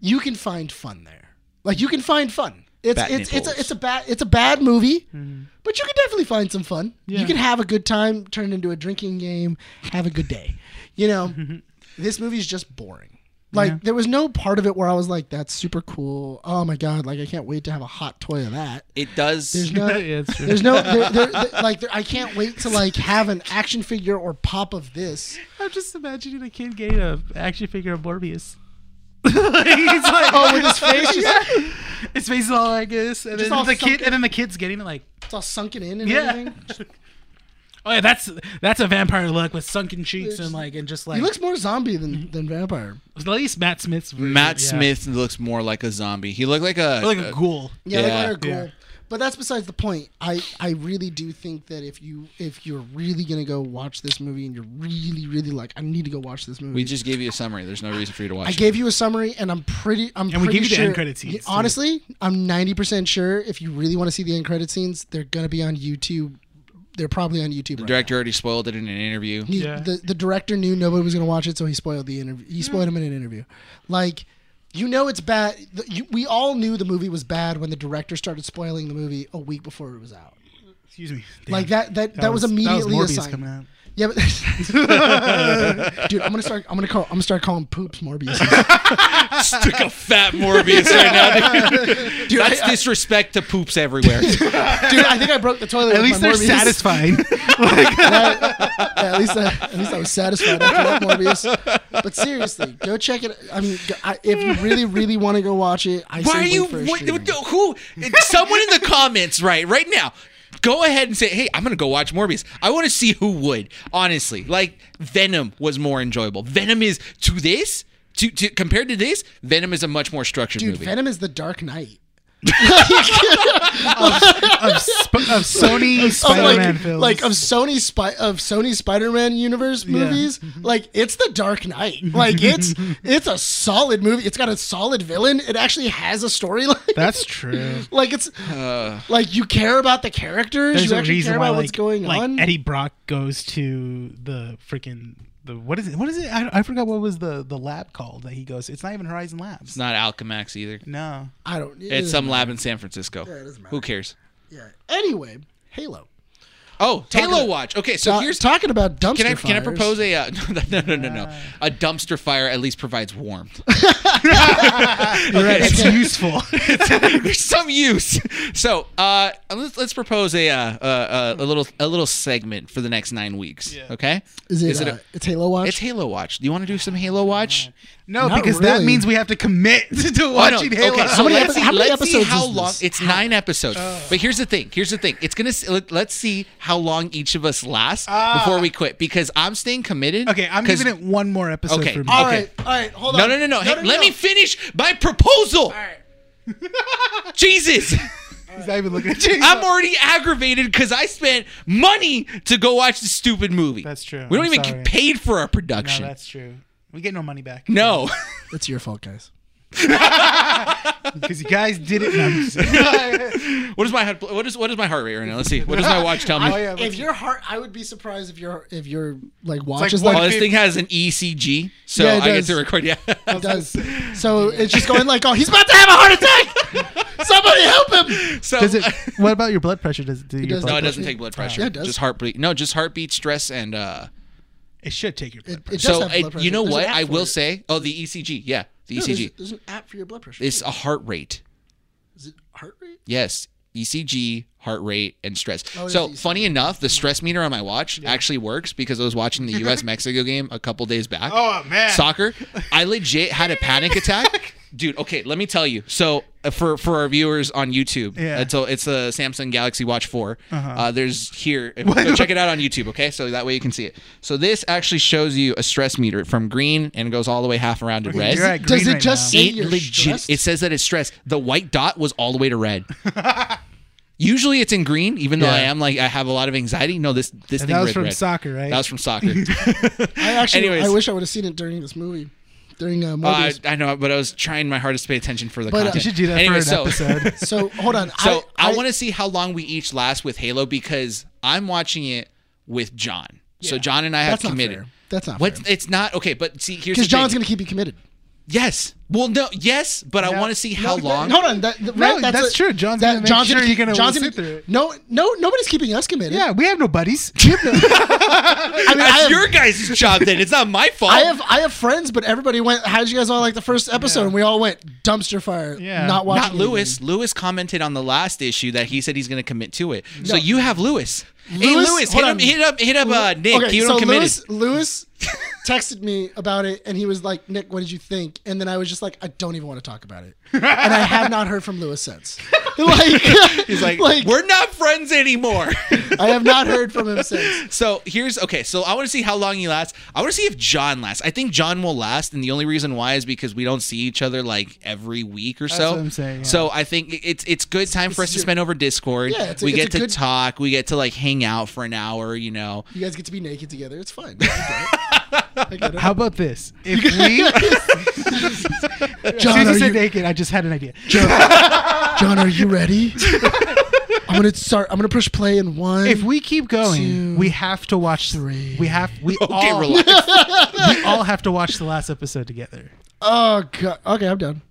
S2: you can find fun there. Like you can find fun. It's
S1: Bat
S2: it's it's a,
S1: nipples.
S2: it's a bad it's a bad movie, but you can definitely find some fun.
S3: Mm-hmm. Yeah.
S2: You can have a good time, turn it into a drinking game, have a good day. You know, this movie's just boring. Like
S3: Yeah.
S2: there was no part of it where I was like, "That's super cool." Oh my god! Like I can't wait to have a hot toy of that.
S1: it does
S2: There's no,
S3: Yeah, that's true.
S2: there's no, there, there, there- like there, I can't wait to like have an action figure or pop of this.
S3: I'm just imagining a kid getting a action figure of Morbius. He's like,
S2: Oh, with his face just,
S3: his face is all like this, and then
S2: all
S3: the kid,
S2: sunken.
S3: and then the kid's getting it like,
S2: it's all sunken in and
S3: Yeah.
S2: everything.
S3: oh yeah, that's that's a vampire look with sunken cheeks and like and just like.
S2: He looks more zombie
S3: Mm-hmm.
S2: than than vampire.
S3: at least Matt Smith's version,
S1: matt
S3: yeah.
S1: smith looks more like a zombie he looked like a
S3: Or like a ghoul.
S2: Yeah,
S1: Yeah.
S2: like, like a ghoul. But that's besides the point. I, I really do think that if you if you're really gonna go watch this movie and you're really really like I need to go watch this movie.
S1: We just gave you a summary. There's no reason for you to watch.
S2: I gave you a summary, and I'm pretty. I'm
S3: And we
S2: pretty
S3: gave you the
S2: sure,
S3: end credit scenes, too.
S2: Honestly, I'm 90 percent sure. If you really want to see the end credit scenes, they're gonna be on YouTube. They're probably on YouTube.
S1: The
S2: right
S1: director already spoiled it in an interview.
S2: now. He-
S3: Yeah.
S2: the, the director knew nobody was gonna watch it, so he spoiled the interview. He spoiled him in an interview. Like, you know, it's bad. the- you, we all knew the movie was bad when the director started spoiling the movie a week before it was out.
S3: Excuse me.
S2: Like
S3: Damn.
S2: that. That that, was, immediately
S3: Morbius
S2: a sign.
S3: coming out.
S2: Yeah, but dude, I'm gonna start. I'm gonna call. I'm gonna start calling poops Morbius.
S1: Stick a fat Morbius right now.
S2: Dude,
S1: That's
S2: I, I-
S1: disrespect to poops everywhere.
S2: dude, I think I broke the toilet.
S3: At least they're
S2: satisfied.
S3: satisfied.
S2: at least, I, at least I was satisfied after that Morbius. But seriously, go check it. I mean, go- I, if you really, really want to go watch it, I
S1: Why are
S2: say wait
S1: you?
S2: For a
S1: What,
S2: streaming.
S1: who? Someone in the comments, right, right now. Go ahead and say, "Hey, I'm gonna go watch Morbius. I want to see who would." Honestly, like Venom was more enjoyable. Venom is to this, to, to compared to this, Venom is a much more structured
S2: dude,
S1: movie.
S2: Venom is the Dark Knight.
S3: of, Sp- of Sony
S2: like,
S3: Spider-Man films.
S2: like of Sony spy of Sony Spider-Man universe movies, like it's the Dark Knight. Like it's it's a solid movie. It's got a solid villain. It actually has a storyline.
S3: that's true.
S2: like it's
S1: Uh.
S2: like you care about the characters.
S3: There's
S2: you
S3: a
S2: actually
S3: reason
S2: care
S3: why
S2: about
S3: like,
S2: what's going
S3: like
S2: on.
S3: Eddie Brock goes to the freaking the what is it? What is it? I, I forgot what was the the lab called that he goes. It's not even Horizon
S1: it's
S3: Labs.
S1: not Alchemax either.
S3: No.
S2: I don't. it
S1: It's
S2: doesn't
S1: some
S2: matter.
S1: lab in San Francisco.
S2: it doesn't matter.
S1: Who cares?
S2: Yeah. Anyway, Halo.
S1: Oh, Halo
S2: about-
S1: Watch. Okay, so
S2: Ta-
S1: here's
S2: talking about dumpster
S1: can I can I
S2: fires.
S1: propose a uh, no no no no no a dumpster fire at least provides warmth.
S3: You're right. It's useful.
S1: There's some use. So uh, let's let's propose a uh, uh, a little a little segment for the next nine weeks. Okay,
S2: Is it?
S1: Is it
S2: uh,
S1: a-
S2: it's Halo Watch.
S1: it's Halo Watch. Do you want to do some Halo Watch?
S3: No,
S2: Not
S3: because that
S2: really.
S3: means we have to commit to watching
S1: Oh, no.
S3: Halo.
S1: Okay, so
S2: How many
S1: let's
S2: epi-
S1: see,
S2: how many
S1: let's see
S2: episodes
S1: how
S2: is this? Oh.
S1: long. It's nine episodes. But here's the thing. Here's the thing. It's gonna. s- let- Let's see how long each of us lasts
S2: Ah.
S1: before we quit because I'm staying committed.
S3: Okay, I'm
S1: 'cause-
S3: giving it one more episode
S1: Okay.
S3: for me.
S2: All
S1: okay.
S2: right, all right. Hold
S1: No,
S2: on.
S1: no, no, no. Hey, let me finish my proposal. Jesus.
S3: He's not even looking at you.
S1: I'm already aggravated because I spent money to go watch the stupid movie.
S3: That's true.
S1: We don't
S3: I'm
S1: even
S3: sorry.
S1: get paid for our
S3: no,
S1: production.
S3: that's true. We get no money back
S1: No,
S2: It's your fault, guys.
S3: because you guys did it. No, I'm just-
S1: what is my heart- what is what is my heart rate right now? Let's see. What does my watch tell me?
S3: Oh, yeah,
S2: if
S3: let's-
S2: your heart, I would be surprised if your if your like watch
S3: like
S2: is
S3: one
S1: Oh,
S2: like
S1: this thing has an ECG, so
S2: Yeah,
S1: I
S2: it
S1: get
S2: does.
S1: to record. Yeah,
S2: it does. So it's just going like, oh, he's about to have a heart attack. Somebody help him.
S1: so
S3: Does it? What about your blood pressure? Does it do your
S2: does
S3: blood
S1: no, it
S2: blood
S1: doesn't
S2: pressure?
S1: take blood pressure.
S2: Yeah, it does.
S1: Just heartbeat. No, just heartbeat, stress, and uh.
S3: It should take your blood
S2: It,
S3: pressure.
S2: it does
S1: so
S2: have blood
S1: it,
S2: pressure.
S1: you know
S2: There's an
S1: what?
S2: app
S1: I
S2: for
S1: will
S2: it.
S1: say. Oh, the ECG. Yeah, the
S2: No, there's,
S1: ECG.
S2: there's an app for your blood pressure.
S1: It's a heart rate.
S2: Is it heart rate?
S1: Yes, ECG, heart rate, and stress.
S2: it
S3: E
S1: so
S2: is ECG.
S1: funny enough, the stress meter on my watch actually works because I was watching the U.S. Mexico game a couple days back.
S3: Oh, man.
S1: soccer! I legit had a panic attack. Dude, okay, let me tell you. So uh, for for our viewers on YouTube,
S3: Yeah. Uh-huh.
S1: it's a, it's a Samsung Galaxy Watch 4 uh there's here. Go
S3: What?
S1: check it out on YouTube, okay? So that way you can see it. So this actually shows you a stress meter from green and it goes all the way half around to red.
S3: You're at
S2: Does
S3: green
S2: it
S3: right
S2: just
S3: now.
S2: say
S1: It
S2: you're
S1: legit.
S2: stressed?
S1: It says that it's stress. The white dot was all the way to red. Usually it's in green, even though I
S3: Yeah.
S1: am like I have a lot of anxiety. No, this this
S3: And
S1: thing
S3: that was
S1: read
S3: from
S1: red.
S3: soccer, right?
S1: That was from soccer.
S2: I actually,
S1: Anyways.
S2: I wish I would have seen it during this movie, during uh,
S1: Uh,
S2: Morbius.
S1: I know, but I was trying my hardest to pay attention for the
S2: But, uh,
S1: content.
S3: you should do that
S1: Anyway,
S3: for an
S1: so,
S3: episode.
S2: so hold on.
S1: So I, want to see how long we each last with Halo because I'm watching it with John. So John and I have
S2: That's not
S1: committed.
S2: fair. That's not
S1: What?
S2: fair.
S1: It's not okay. But see, here's the
S2: because John's
S1: thing.
S2: gonna keep you committed.
S1: Yes. Well, no. Yes, but I
S3: No.
S1: want to see how
S2: No,
S1: long.
S2: Hold on, that, that- right, that's,
S3: that's
S2: a-
S3: true. John's gonna make sure you're gonna sit through it.
S2: No, no, nobody's keeping us committed.
S3: yeah, we have no buddies.
S2: I mean, I
S1: That's
S2: have,
S1: your guys' job then. It's not my fault.
S2: I have, I have friends, but everybody went. How'd you guys all like the first episode? And we all went dumpster fire.
S3: Yeah.
S2: not watching.
S1: Not
S2: anything.
S1: Lewis. Lewis commented on the last issue that he said he's going to commit to it. So you have Lewis. hey,
S2: Lewis-
S1: Lewis, hit
S2: hold
S1: up,
S2: on.
S1: hit up, hit up, uh, Nick.
S2: okay,
S1: you
S2: so
S1: don't commit.
S2: Lewis, Lewis texted me about it, and he was like, "Nick, what did you think?" And then I was just like, "I don't even want to talk about it," and I have not heard from Lewis since. like,
S1: He's like, we're not friends anymore.
S2: I have not heard from him since.
S1: so here's okay. So I want to see how long he lasts. I want to see if John lasts. I think John will last, and the only reason why is because we don't see each other like every week or so.
S3: what I'm saying, yeah.
S1: So I think it's it's good time for us to spend over Discord.
S2: Yeah, it's a-
S1: we
S2: it's
S1: get
S2: a
S1: to
S2: good-
S1: talk. We get to like hang out for an hour. You know.
S2: You guys get to be naked together. It's fine. I get it. I get it.
S3: How about this? If we,
S2: John,
S3: Susie
S2: are
S3: said
S2: you,
S3: naked, I just had an idea.
S2: John, are you ready? I'm gonna start. I'm gonna push play in one.
S3: If we keep going,
S2: Two,
S3: we have to watch
S2: three.
S3: We have we
S1: Okay,
S3: all
S1: relax.
S3: we all have to watch the last episode together.
S2: oh god. Okay, I'm done.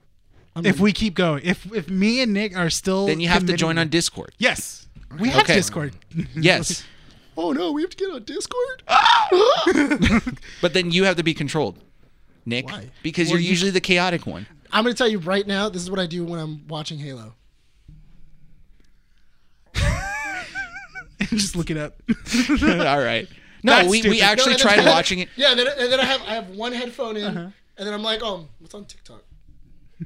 S3: If we keep going, if if me and Nick are still,
S1: then you have to
S3: committed-
S1: join on Discord.
S3: Yes, we have
S1: Okay.
S3: Discord.
S1: Yes,
S2: Oh no, we have to get on Discord.
S1: but then you have to be controlled, Nick,
S2: Why?
S1: because you're usually the chaotic one.
S2: I'm gonna tell you right now. This is what I do when I'm watching Halo.
S3: just look it up.
S1: All right. No,
S3: That's
S1: we, we
S3: stupid. No,
S1: actually
S2: and then-
S1: tried watching it.
S2: Yeah, and then, and then I have I have one headphone in, and then I'm like, oh, what's on TikTok?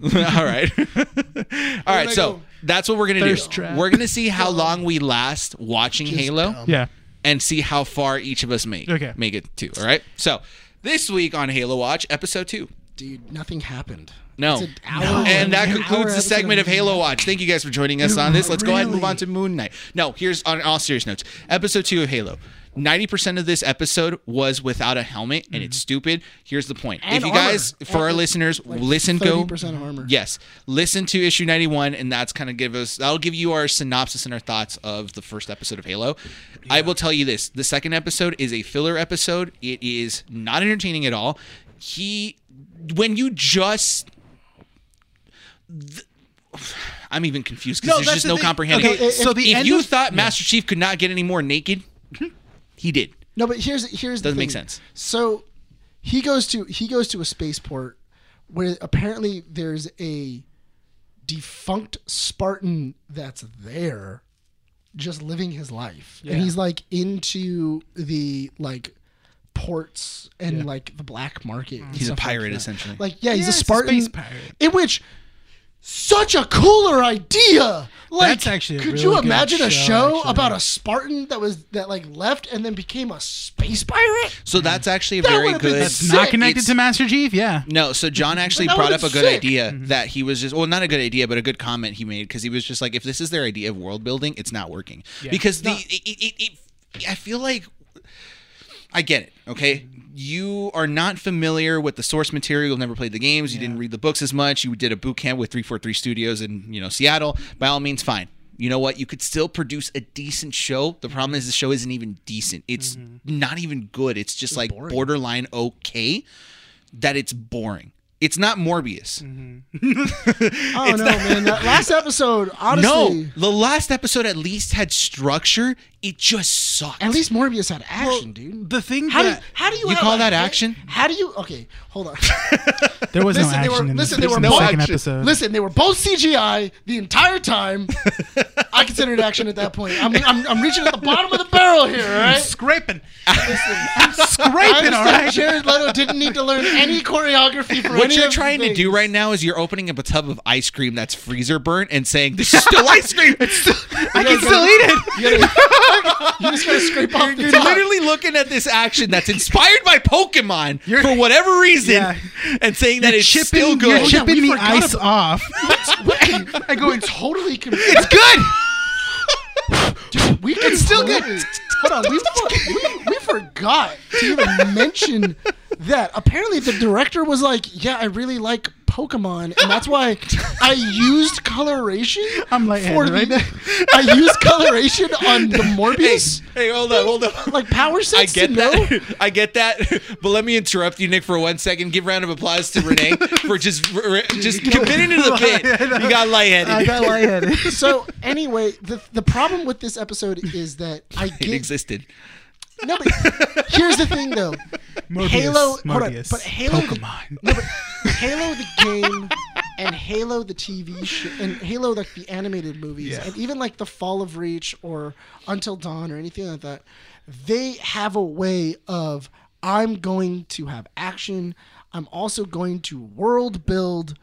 S1: All right. All right.
S2: I
S1: So
S2: go?
S1: that's what we're going to do.
S3: Thirst trap.
S1: We're going to see how long we last watching Halo
S2: dumb.
S3: yeah,
S1: and see how far each of us make,
S3: Okay.
S1: make it to. All right. So this week on Halo Watch, episode two.
S2: Dude, nothing happened.
S1: No.
S2: It's an hour-
S1: And that
S2: an hour
S1: concludes the
S2: episode
S1: segment of
S2: Moon
S1: Halo
S2: Knight.
S1: Watch. Thank you guys for joining us on this. Let's go ahead and move
S3: Really?
S1: on to Moon Knight. No, here's on all serious notes. Episode two of Halo. 90% of this episode was without a helmet, and it's stupid. Here's the point.
S2: Mm-hmm.
S1: if
S2: And
S1: you
S2: armor.
S1: guys, for
S2: And
S1: our
S2: it's
S1: listeners,
S2: like
S1: listen, go.
S2: 30% of armor.
S1: Yes. Listen to issue 91, and that's kind of give us, that'll give you our synopsis and our thoughts of the first episode of Halo. I will tell you this the second episode is a filler episode, it is not entertaining at all. He, when you just I'm even confused because there's just no comprehending.
S2: eh,
S3: Okay, so the
S1: if
S3: end
S1: you
S3: of-
S1: thought Master Chief could not get any more naked, he did.
S2: No, but here's here's the
S1: Doesn't make
S2: thing.
S1: sense.
S2: So he goes to he goes to a spaceport where apparently there's a defunct Spartan that's there, just living his life, and he's like into the like ports and like the black market. and
S1: He's a
S2: stuff like
S1: pirate,
S2: that.
S1: essentially.
S2: Like yeah, he's
S3: Yeah,
S2: a
S3: he's a
S2: Spartan.
S3: space pirate.
S2: In which. Such a cooler idea! Like,
S3: That's actually a
S2: could
S3: really
S2: you
S3: good
S2: imagine a
S3: show,
S2: show
S3: actually.
S2: about a Spartan that was that like left and then became a space pirate?
S1: So that's actually a
S2: That
S1: very
S2: would've been
S1: good.
S2: That's
S3: It's not
S2: Sick.
S3: connected
S1: It's-
S3: to Master Chief. Yeah,
S1: No, so John actually
S2: That
S1: brought up
S2: would've
S1: a good
S2: been sick.
S1: idea that he was just well, not a good idea, but a good comment he made because he was just like, if this is their idea of world building, it's not working because the it, it, it, it I feel like I get it. Okay. You are not familiar with the source material. You've never played the games. You didn't read the books as much. You did a boot camp with 343 Studios in, you know, Seattle. By all means, fine. You know what? You could still produce a decent show. The problem is the show isn't even decent. It's not even good. It's just like borderline okay that it's boring. It's not Morbius.
S2: Oh no, man! That last episode,
S1: No,
S2: honestly,
S1: the last episode at least had structure. It just sucked.
S2: at least Morbius had action, dude.
S3: the thing
S2: How do you,
S3: that
S2: how do you,
S1: You
S2: have
S1: call
S2: a-
S1: that action?
S2: How do you? Okay, hold on.
S3: there was no
S2: listen, they
S3: action
S2: were
S3: in
S2: listen,
S3: the,
S2: they were
S3: the
S2: both
S3: second
S1: action.
S3: episode.
S2: Listen, they were both CGI the entire time. I consider it action at that point. I'm, I'm, I'm reaching at the bottom of the barrel here, all right?
S3: scraping,
S2: Listen, I
S3: scraping. all
S2: understand
S3: right,
S2: Jared Leto didn't need to learn any choreography for
S1: What
S2: any
S1: you're
S2: of
S1: trying to
S2: these.
S1: do right now is you're opening up a tub of ice cream that's freezer burnt and saying, "This is still ice cream."
S3: I can still eat it.
S2: You, gotta- you just gotta scrape off the
S1: You're
S2: top.
S1: literally looking at this action that's inspired by Pokemon for whatever reason,
S3: Yeah.
S1: and saying that it's
S3: chipping,
S1: still
S3: you're
S1: good.
S2: yeah,
S3: chipping
S2: we
S3: the
S2: forgot
S3: ice off.
S2: I go we're totally confused.
S1: It's good.
S2: we can still get. Hold on, we, for- we, we forgot to even mention that. Apparently, the director was like, "Yeah, I really like Pokemon, and that's why I used coloration.
S3: I'm like,
S2: for
S3: "Ed,
S2: the, I used coloration on the Morbius,
S1: Hey, hold up, hold up.
S2: like power
S1: I
S2: sets.
S1: get
S2: to know.
S1: that. I get that. But let me interrupt you, Nick, for one second. Give a round of applause to Renee for just for, just committing to the bit. You got lightheaded.
S3: I got lightheaded.
S2: So anyway, the the problem with this episode is that I
S1: it
S2: get
S1: existed.
S2: no. But here's the thing, though. Halo, hold on,
S3: Morbius,
S2: but Halo, the-
S3: Pokemon.
S2: no, but Halo the game and Halo the TV show and Halo like the animated movies
S3: Yeah.
S2: and even like the Fall of Reach or Until Dawn or anything like that, they have a way of I'm going to have action. I'm also going to world build.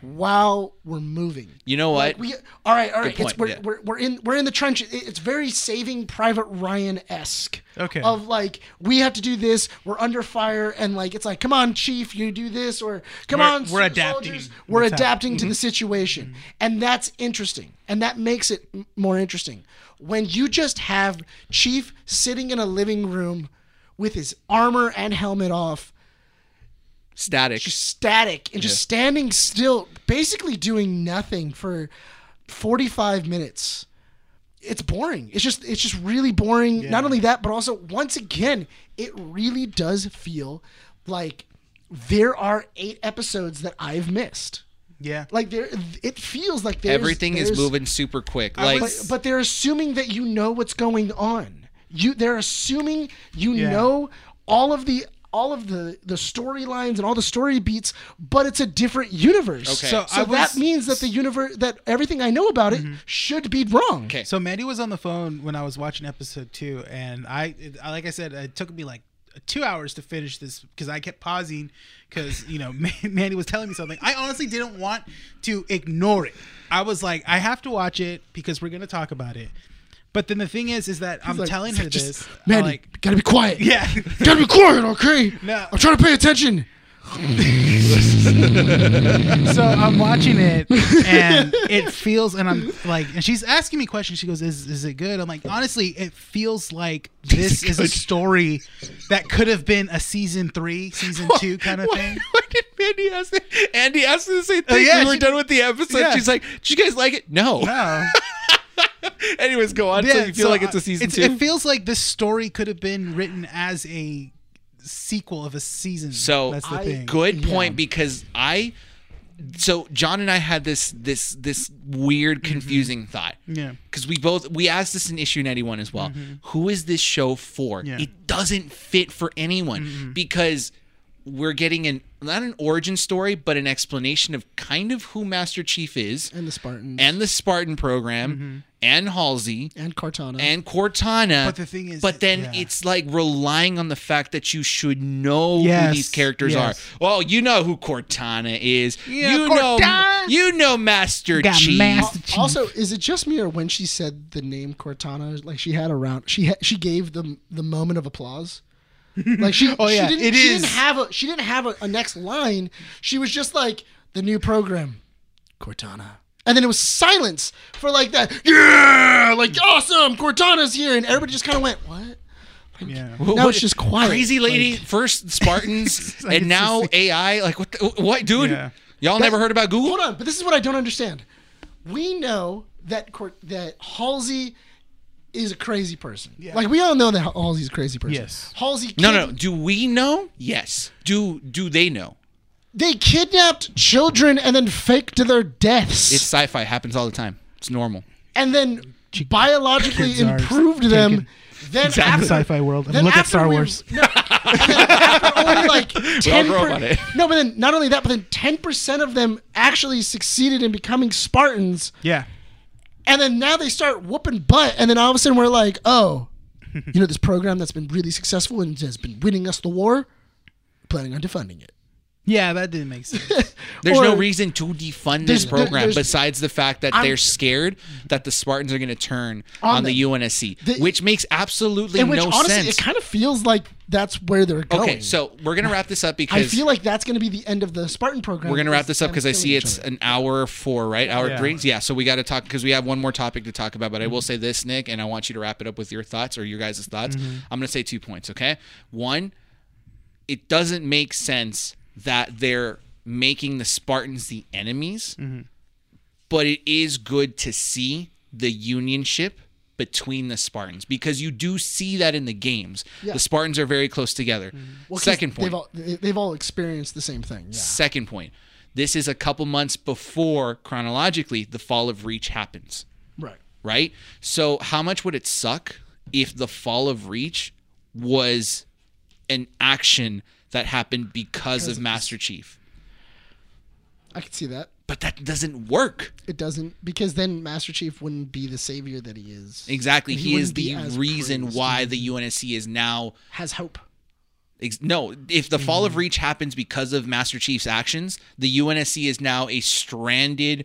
S2: while we're moving.
S1: You know what?
S2: Like we all right, all right.
S1: point,
S2: it's, we're,
S1: yeah.
S2: we're, we're in we're in the trenches. It- It's very Saving Private Ryan esque.
S3: Okay.
S2: Of like we have to do this. We're under fire, and like it's like, come on, Chief, you do this, or come
S3: We're-
S2: on,
S3: we're
S2: s-
S3: adapting. Mm-hmm.
S2: soldiers, We're
S3: What's
S2: adapting to the situation,
S3: Mm-hmm.
S2: and that's interesting, and that makes it m- more interesting. When you just have Chief sitting in a living room with his armor and helmet off
S1: Static.
S2: just static and just standing still, basically doing nothing for 45 minutes. It's boring. It's just it's just really boring. Not only that, but also once again, it really does feel like there are eight episodes that I've missed.
S3: Yeah.
S2: Like there it feels like there's,
S1: Everything is
S2: there's-
S1: moving super quick. Like
S2: but, but they're assuming that you know what's going on. You they're assuming you
S3: Yeah.
S2: know all of the all of the the storylines and all the story beats, but it's a different universe.
S1: Okay.
S2: So,
S1: So
S3: I
S2: that
S3: was-
S2: means that the universe that everything I know about it should be wrong.
S1: Okay.
S3: So Mandy was on the phone when I was watching episode two, and I, it- I- like I said, it took me like two hours to finish this because I kept pausing because you know Ma- Mandy was telling me something. I honestly didn't want to ignore it. I was like, I have to watch it because we're gonna talk about it. But then the thing is, is that I'm
S2: Like,
S3: telling her
S2: just-
S3: this, I'm
S2: Mandy,
S3: like,
S2: gotta be quiet.
S3: yeah,
S2: gotta be quiet. Okay,
S3: No.
S2: I'm trying to pay attention.
S3: so I'm watching it and it feels and I'm like and she's asking me questions. She goes, Is is it good? I'm like, honestly, it feels like this is a story that could have been a season three, season two kind of
S1: Why-
S3: thing. Oh,
S1: Why did Mandy ask that? Andy asked me the same thing.
S3: yeah,
S1: we were
S3: she-
S1: done with the episode.
S3: yeah.
S1: She's like, "Did you guys like it?" No.
S3: No.
S1: Anyways, go on. so you feel
S3: so
S1: like it's
S3: I-
S1: a season two.
S3: It feels like this story could have been written as a sequel of a season.
S1: So,
S3: that's the
S1: I-
S3: thing.
S1: Good point because I so John and I had this this this weird
S3: Mm-hmm.
S1: confusing thought.
S3: Yeah.
S1: Cuz we both we asked this in issue 91 as well. Who is this show for?
S3: Mm-hmm. Yeah. Mm-hmm.
S1: It doesn't fit for anyone because we're getting an not an origin story but an explanation of kind of who Master Chief is
S2: And the Spartans
S1: and the Spartan program and Halsey
S2: and Cortana
S1: and Cortana.
S3: Mm-hmm. But the thing is-
S1: but then
S3: yeah.
S1: it's like relying on the fact that you should know who
S3: Yes,
S1: these characters
S3: yes.
S1: are. Well, you know who Cortana is.
S3: Yeah,
S1: you know,
S3: Cortana.
S1: you know Master
S3: Got
S1: Chief.
S3: Mas-
S2: Al- Also, is it just me or when she said the name Cortana, like she had around, she ha- she gave them the moment of applause. Like she,
S3: Oh, yeah,
S2: she didn't,
S3: it
S2: she
S3: is.
S2: didn't have a she didn't have a, a next line. She was just like the new program, Cortana, and then it was silence for like that. Yeah, like awesome, Cortana's here, and everybody just kind of went what?
S3: Yeah.
S1: What-
S2: Now
S1: what-
S2: it's just quiet.
S1: Crazy lady,
S2: Like-
S1: first Spartans,
S3: like
S1: and
S3: it's
S1: now
S3: just-
S1: AI. Like what? The, what, dude?
S3: Yeah.
S1: Y'all never heard about Google?
S2: Hold on, but this is what I don't understand. We know that Cor- that Halsey is a crazy person. Like we all know that Halsey's a crazy person.
S3: Yes.
S2: Halsey.
S1: No,
S2: kid-
S1: no. Do we know? Yes. Do do they know?
S2: They kidnapped children and then faked their deaths,
S1: It's sci-fi. Happens all the time. It's normal.
S2: and then biologically
S3: Kids are
S2: improved
S3: taken.
S2: them. Then
S3: Exactly.
S2: after,
S3: Sci-fi world.
S2: then
S3: Look at
S2: after
S3: Star
S2: we-
S3: Wars.
S2: No, and then after only like ten
S1: grow up on it.
S2: No, but then not only that, but then ten percent of them actually succeeded in becoming Spartans.
S3: Yeah.
S2: And then now they start whooping butt, and then all of a sudden we're like, oh, you know, this program that's been really successful and has been winning us the war, planning on defunding it.
S3: Yeah, that didn't make sense.
S1: There's no
S2: Or-
S1: reason to defund
S2: There's-
S1: this
S2: there-
S1: program
S2: there's-
S1: besides the fact that
S2: I'm-
S1: they're scared that the Spartans are going to turn
S2: On
S1: on, the,
S2: the-
S1: UNSC,
S2: the-
S1: which makes absolutely
S2: In which,
S1: no
S2: honestly,
S1: sense.
S2: it kind of feels like that's where they're going.
S1: okay, so we're going to wrap this up
S2: I
S1: because
S2: feel like that's going to be the end of the Spartan program.
S1: we're going to wrap this up
S2: them
S1: because I see
S2: killing
S1: it's
S2: each other.
S1: an hour four, right? Hour
S3: Yeah.
S1: three? Yeah, so we got to talk because we have one more topic to talk about. But I
S2: Mm-hmm.
S1: will say this, Nick, and I want you to wrap it up with your thoughts or your guys' thoughts.
S2: Mm-hmm.
S1: I'm going to say two points, okay? One, it doesn't make sense that they're making the Spartans the enemies,
S2: Mm-hmm.
S1: but it is good to see the union ship between the Spartans because you do see that in the games.
S2: Yeah. Mm-hmm.
S1: The Spartans are very close together.
S2: Well, 'cause
S1: Second point.
S2: They've all, they- they've all experienced the same thing. Yeah.
S1: Second point. This is a couple months before chronologically the fall of Reach happens,
S2: Right.
S1: right? So how much would it suck if the fall of Reach was an action that happened because of Master Chief?
S2: I can see that.
S1: But that doesn't work.
S2: It doesn't because then Master Chief wouldn't be the savior that he is.
S1: Exactly.
S2: And
S1: He, is
S2: wouldn't be
S1: the
S2: as
S1: reason
S2: praised.
S1: why the UNSC is now
S2: has hope.
S1: Ex- No, if the fall of
S2: Mm-hmm.
S1: Reach happens because of Master Chief's actions, the UNSC is now a stranded,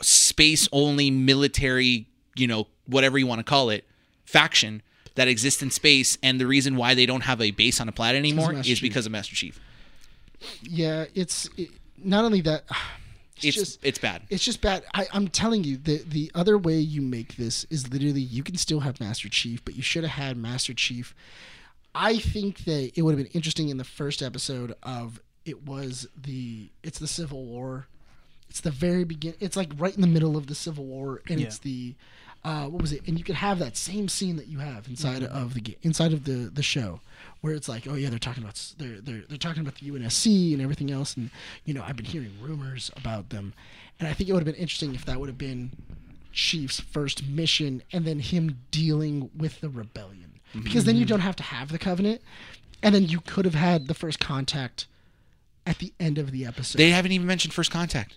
S1: space only military, you know, whatever you want to call it, faction that exists in space. And the reason why they don't have a base on a planet anymore
S2: Master
S1: is
S2: Chief.
S1: because of Master Chief.
S2: Yeah, it's it, not only that.
S1: It's
S2: It's, just
S1: it's bad.
S2: it's just bad. I, I'm telling you, the the other way you make this is literally you can still have Master Chief, but you should have had Master Chief. I think that it would have been interesting in the first episode of it was the it's the Civil War. It's the very begin. It's like right in the middle of the Civil War, and
S3: Yeah.
S2: it's the uh, what was it? And you could have that same scene that you have inside of the ga- inside of the the show, where it's like, oh yeah, they're talking about s- they're they're they're talking about the UNSC and everything else, and you know I've been hearing rumors about them, and I think it would have been interesting if that would have been Chief's first mission, and then him dealing with the rebellion,
S1: Mm-hmm.
S2: because then you don't have to have the Covenant, and then you could have had the first contact at the end of the episode.
S1: They haven't even mentioned First Contact,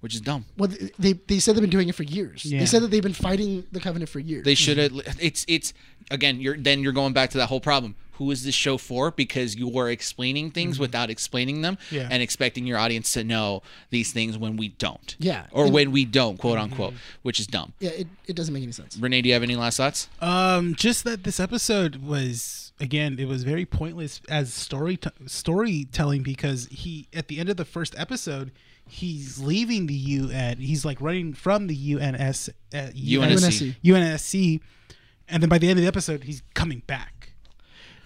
S1: which is dumb.
S2: Well, th- they they said they've been doing it for years.
S3: Yeah.
S2: They said that they've been fighting the Covenant for years.
S1: They should have. It's it's again. You're then you're going back to that whole problem. Who is this show for? Because you are explaining things
S2: Mm-hmm.
S1: without explaining them,
S3: Yeah.
S1: and expecting your audience to know these things when we don't.
S2: Yeah.
S1: or
S2: And- Mm-hmm.
S1: when we don't, quote unquote, which is dumb.
S2: yeah, it, it doesn't make any sense.
S1: Renee, do you have any last thoughts?
S3: Um, just that this episode was again, it was very pointless as story t- storytelling because he at the end of the first episode, he's leaving the UN. He's like running from the UNS uh,
S1: UNSC.
S3: UNSC, and then by the end of the episode, he's coming back.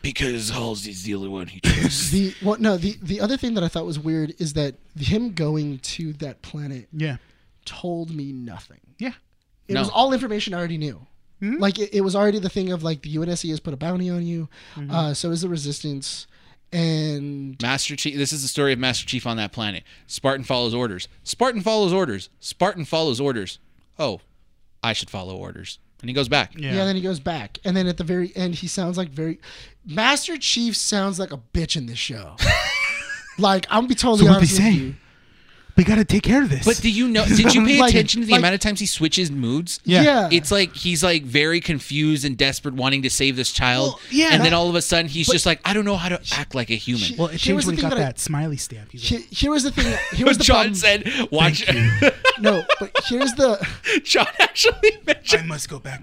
S1: Because Halsey's the only one who trusts.
S2: The well, no, the the other thing that I thought was weird is that him going to that planet
S3: Yeah,
S2: told me nothing.
S3: yeah,
S2: It
S1: No.
S2: was all information I already knew.
S3: Hmm?
S2: Like it, it was already the thing of like the UNSC has put a bounty on you,
S3: Mm-hmm.
S2: uh, so is the Resistance, and
S1: Master Chief. This is the story of Master Chief on that planet. Spartan follows orders. Spartan follows orders. Spartan follows orders. Oh, I should follow orders. And he goes back.
S2: yeah. then he goes back, and then at the very end he sounds like very Master Chief sounds like a bitch in this show. like I'm gonna be totally
S3: what'd
S2: honest
S3: they
S2: with
S3: say?
S2: you.
S3: we got to take care of this.
S1: But do you know? Did you pay
S2: Like-
S1: attention to the
S2: like-
S1: amount of times he switches moods?
S3: Yeah.
S1: It's like he's like very confused and desperate, wanting to save this child.
S3: Well, yeah,
S1: And then
S3: that-
S1: all of a sudden, he's just like, I don't know how to act like a human.
S2: She-
S3: well, it
S2: here
S3: changed
S2: was the
S3: when he
S2: thing
S3: got
S2: that I-
S3: that smiley stamp. He's
S2: Here,
S3: like,
S2: here was the thing. Here was the
S1: John
S2: problem.
S1: said, "Watch."
S2: No, but here's the
S1: John actually mentioned.
S3: I must go back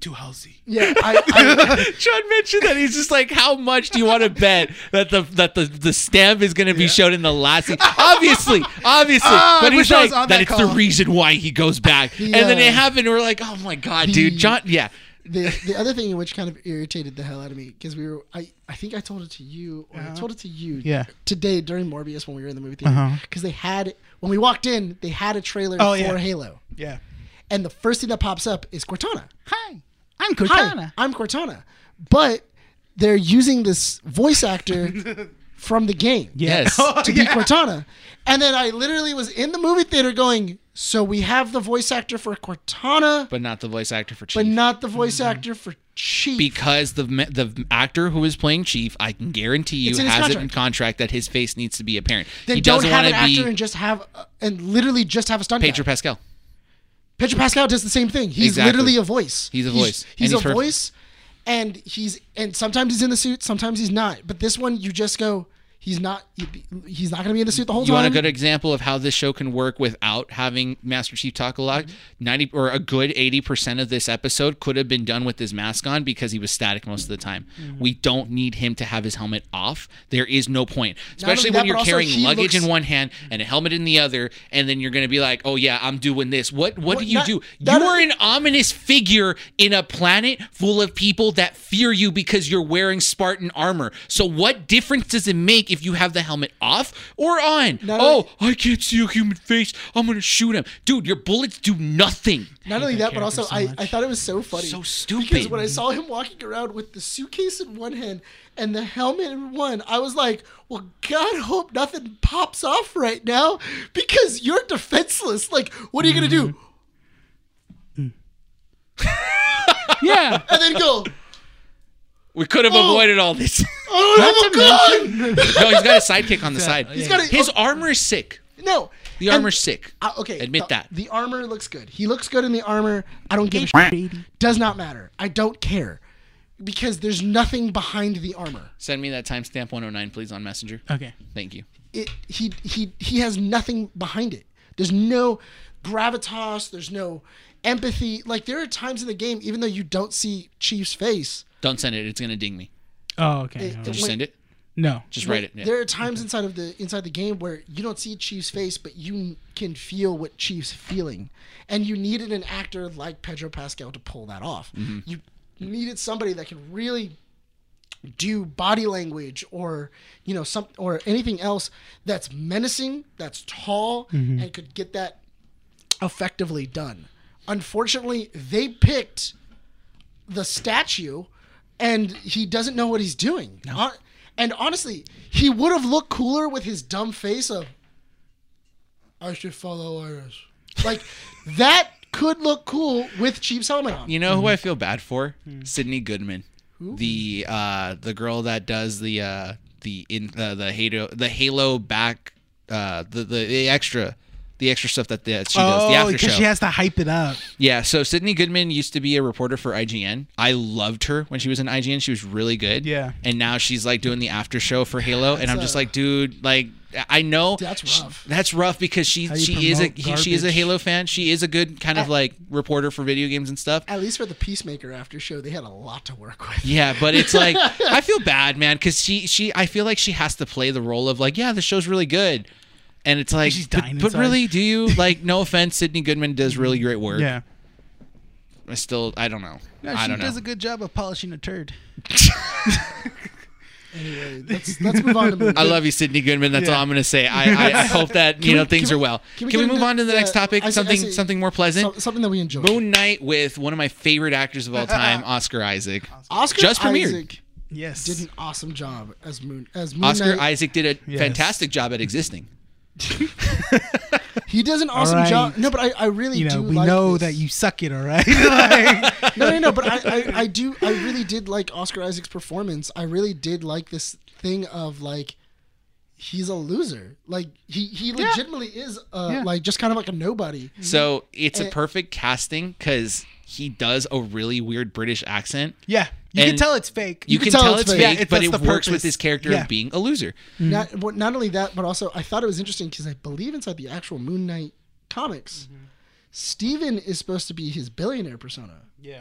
S3: to Halsey.
S2: yeah. I, I,
S1: John mentioned that he's just like, "How much do you want to bet that the that the, the stamp is going to be shown in the last?" Scene? Obviously, obviously,
S3: Ah,
S1: but
S3: I
S1: he's
S3: wish I
S1: like,
S3: was on
S1: "That
S3: that
S1: it's the
S3: call."
S1: reason why he goes back." And then
S2: Yeah.
S1: it happened. and We're like, "Oh my god, dude,
S2: The-
S1: John." Yeah,
S2: the the other thing which kind of irritated the hell out of me because we were I I think I told it to you or I told it to you
S3: Yeah. Uh-huh.
S2: today during Morbius when we were in the movie theater because they had when we walked in they had a trailer
S3: Oh,
S2: for
S3: yeah.
S2: Halo
S3: Yeah.
S2: and the first thing that pops up is Cortana.
S3: Hi, I'm
S2: Hi, I'm Cortana, but they're using this voice actor from the game.
S1: Yes.
S3: Oh,
S2: to be Cortana. And then I literally was in the movie theater going, so we have the voice actor for Cortana, but,
S1: but not the voice actor for Chief.
S2: not the voice actor for Chief.
S1: because the me- the actor who is playing Chief, I can guarantee you,
S2: It's in his
S1: has it
S2: contract.
S1: in contract that his face needs to be apparent.
S2: then
S1: he
S2: don't
S1: doesn't
S2: have
S1: want
S2: an
S1: to
S2: actor
S1: be
S2: and just have, uh, and literally just have a stunt
S1: Pedro
S2: guy.
S1: Pascal.
S2: Pedro Pascal does the same thing. He's
S1: Exactly.
S2: literally a voice.
S1: He's a voice. And
S2: He's,
S1: he's
S2: a
S1: perfect.
S2: voice, and he's and sometimes he's in the suit, sometimes he's not. But this one, you just go, he's not. He's not going to be in the suit the whole
S1: You
S2: time.
S1: want a good example of how this show can work without having Master Chief talk a lot? Ninety or a good eighty percent of this episode could have been done with his mask on because he was static most of the time.
S2: Mm-hmm.
S1: We don't need him to have his helmet off. There is no point,
S2: only
S1: especially
S2: that,
S1: when you're
S2: but also
S1: carrying
S2: he
S1: luggage
S2: looks-
S1: in one hand and a helmet in the other, and then you're going to be like, "Oh yeah, I'm doing this." What what, do you
S2: that-
S1: do?
S2: that-
S1: you are an ominous figure in a planet full of people that fear you because you're wearing Spartan armor. So what difference does it make if you have the helmet off or on?
S2: Not
S1: oh, I can't see a human face. I'm gonna shoot him, dude. Your bullets do nothing.
S2: Not only
S3: that
S2: that, but also
S3: character so
S2: I,
S3: much.
S2: I thought it was so funny.
S1: So stupid.
S2: Because when I saw him walking around with the suitcase in one hand and the helmet in one, I was like, well, God, hope nothing pops off right now because you're defenseless. Like, what are you going to do?
S1: Mm-hmm.
S3: yeah.
S2: And then go,
S1: We could have avoided all this.
S2: oh,
S3: Not
S2: no, God.
S1: no, he's got a sidekick on the side.
S3: He's
S2: got a-
S1: His armor is sick.
S2: No.
S1: The
S2: And-
S1: armor's sick.
S2: Uh, okay.
S1: Admit
S2: the-
S1: that.
S2: The armor looks good. He looks good in the armor. I don't give a shit. Does not matter. I don't care. because there's nothing behind the armor.
S1: Send me that timestamp 109, please, on Messenger.
S3: Okay.
S1: Thank you.
S2: It he he he has nothing behind it. There's no gravitas. There's no empathy. Like there are times in the game, even though you don't see Chief's face,
S1: Don't send it. It's gonna ding me.
S3: Oh, okay.
S2: It-
S3: All
S2: it
S3: right.
S1: Did you
S2: Wait.
S1: send it?
S3: no.
S1: Just write it. Yeah.
S2: There are times inside of the inside the game where you don't see Chief's face, but you can feel what Chief's feeling, and you needed an actor like Pedro Pascal to pull that off.
S1: Mm-hmm.
S2: You needed somebody that can really do body language or you know some or anything else that's menacing, that's tall,
S1: Mm-hmm.
S2: and could get that effectively done. Unfortunately, they picked the statue and he doesn't know what he's doing. Hon- and honestly, he would have looked cooler with his dumb face of, I should follow orders. Like, that could look cool with Chief's helmet on.
S1: You
S3: Mm-hmm.
S1: know who I feel bad for?
S3: Hmm.
S1: Sydney Goodman, the uh, the girl that does the uh, the in uh, the Halo the Halo back uh, the, the the extra the extra stuff that the, she does the
S3: Oh,
S1: after
S3: because
S1: show.
S3: she has to hype it up.
S1: yeah, so Sydney Goodman used to be a reporter for IGN. I loved her when she was in IGN. She was really good.
S3: Yeah.
S1: and now she's like doing the after show for Halo, and I'm just
S2: a-
S1: like, dude, like I know
S2: That's
S1: she-
S2: rough.
S1: that's rough because she
S3: you
S1: she is a
S3: promote
S1: he- she is a
S3: garbage.
S1: Halo fan. She is a good kind of like reporter for video games and stuff.
S2: At least for the Peacemaker after show, they had a lot to work with.
S1: Yeah, but it's like I feel bad, man, because she she I feel like she has to play the role of like, yeah, the show's really good, and it's like,
S3: She's
S1: but-
S3: dying
S1: but,
S3: inside.
S1: really, do you like? No offense, Sydney Goodman does really great work.
S3: Yeah.
S1: I still I don't know.
S3: No, she
S1: I don't know.
S3: does a good job of polishing a turd.
S2: Anyway, let's, let's move on to movie.
S1: I love you, Sydney Goodman. That's
S3: Yeah.
S1: all I'm gonna say. I, I, I hope that you know
S2: we-
S1: things
S2: can
S1: are
S2: we-
S1: well. Can we,
S2: can we get
S1: move
S2: into-
S1: on to the
S2: yeah,
S1: next topic?
S2: I see- I
S1: something
S2: see.
S1: something more pleasant.
S2: So- something that we enjoy.
S1: Moon Knight with one of my favorite actors of all time, Oscar Isaac.
S2: Oscar
S1: just premiered.
S2: Isaac
S3: Yes.
S2: did an awesome job as Moon as Moon
S1: Oscar
S2: Knight.
S1: Isaac did a
S3: Yes.
S1: fantastic job at existing.
S2: He does an awesome
S3: right.
S2: job. No, but I, I really
S3: you know,
S2: do
S3: we
S2: like
S3: know
S2: this.
S3: that you suck it, all right? Like,
S2: no, no, no. But I, I, I do. I really did like Oscar Isaac's performance. I really did like this thing of like, he's a loser. Like he, he legitimately is uh,
S3: Yeah.
S2: like just kind of like a nobody.
S1: So it's a
S2: Eh.
S1: perfect casting because he does a really weird British accent.
S3: yeah. You
S1: And
S3: can tell it's fake.
S1: You, can, tell, it's fake,
S3: Yeah, it-
S1: but
S3: that's
S1: it
S3: the
S1: works with
S3: purpose.
S1: his character
S3: Yeah.
S1: of being a loser.
S2: Not well, not only that, but also I thought it was interesting because I believe inside the actual Moon Knight comics, Steven is supposed to be his billionaire persona.
S3: Yeah.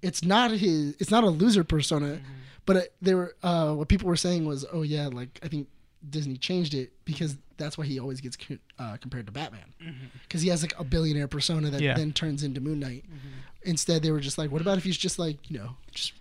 S2: It's not his. It's not a loser persona. But it, they were uh, what people were saying was, oh yeah, like I think Disney changed it because that's why he always gets co- uh, compared to Batman because he has like a billionaire persona that
S3: Yeah.
S2: then turns into Moon Knight. Instead, they were just like, what about if he's just like you know just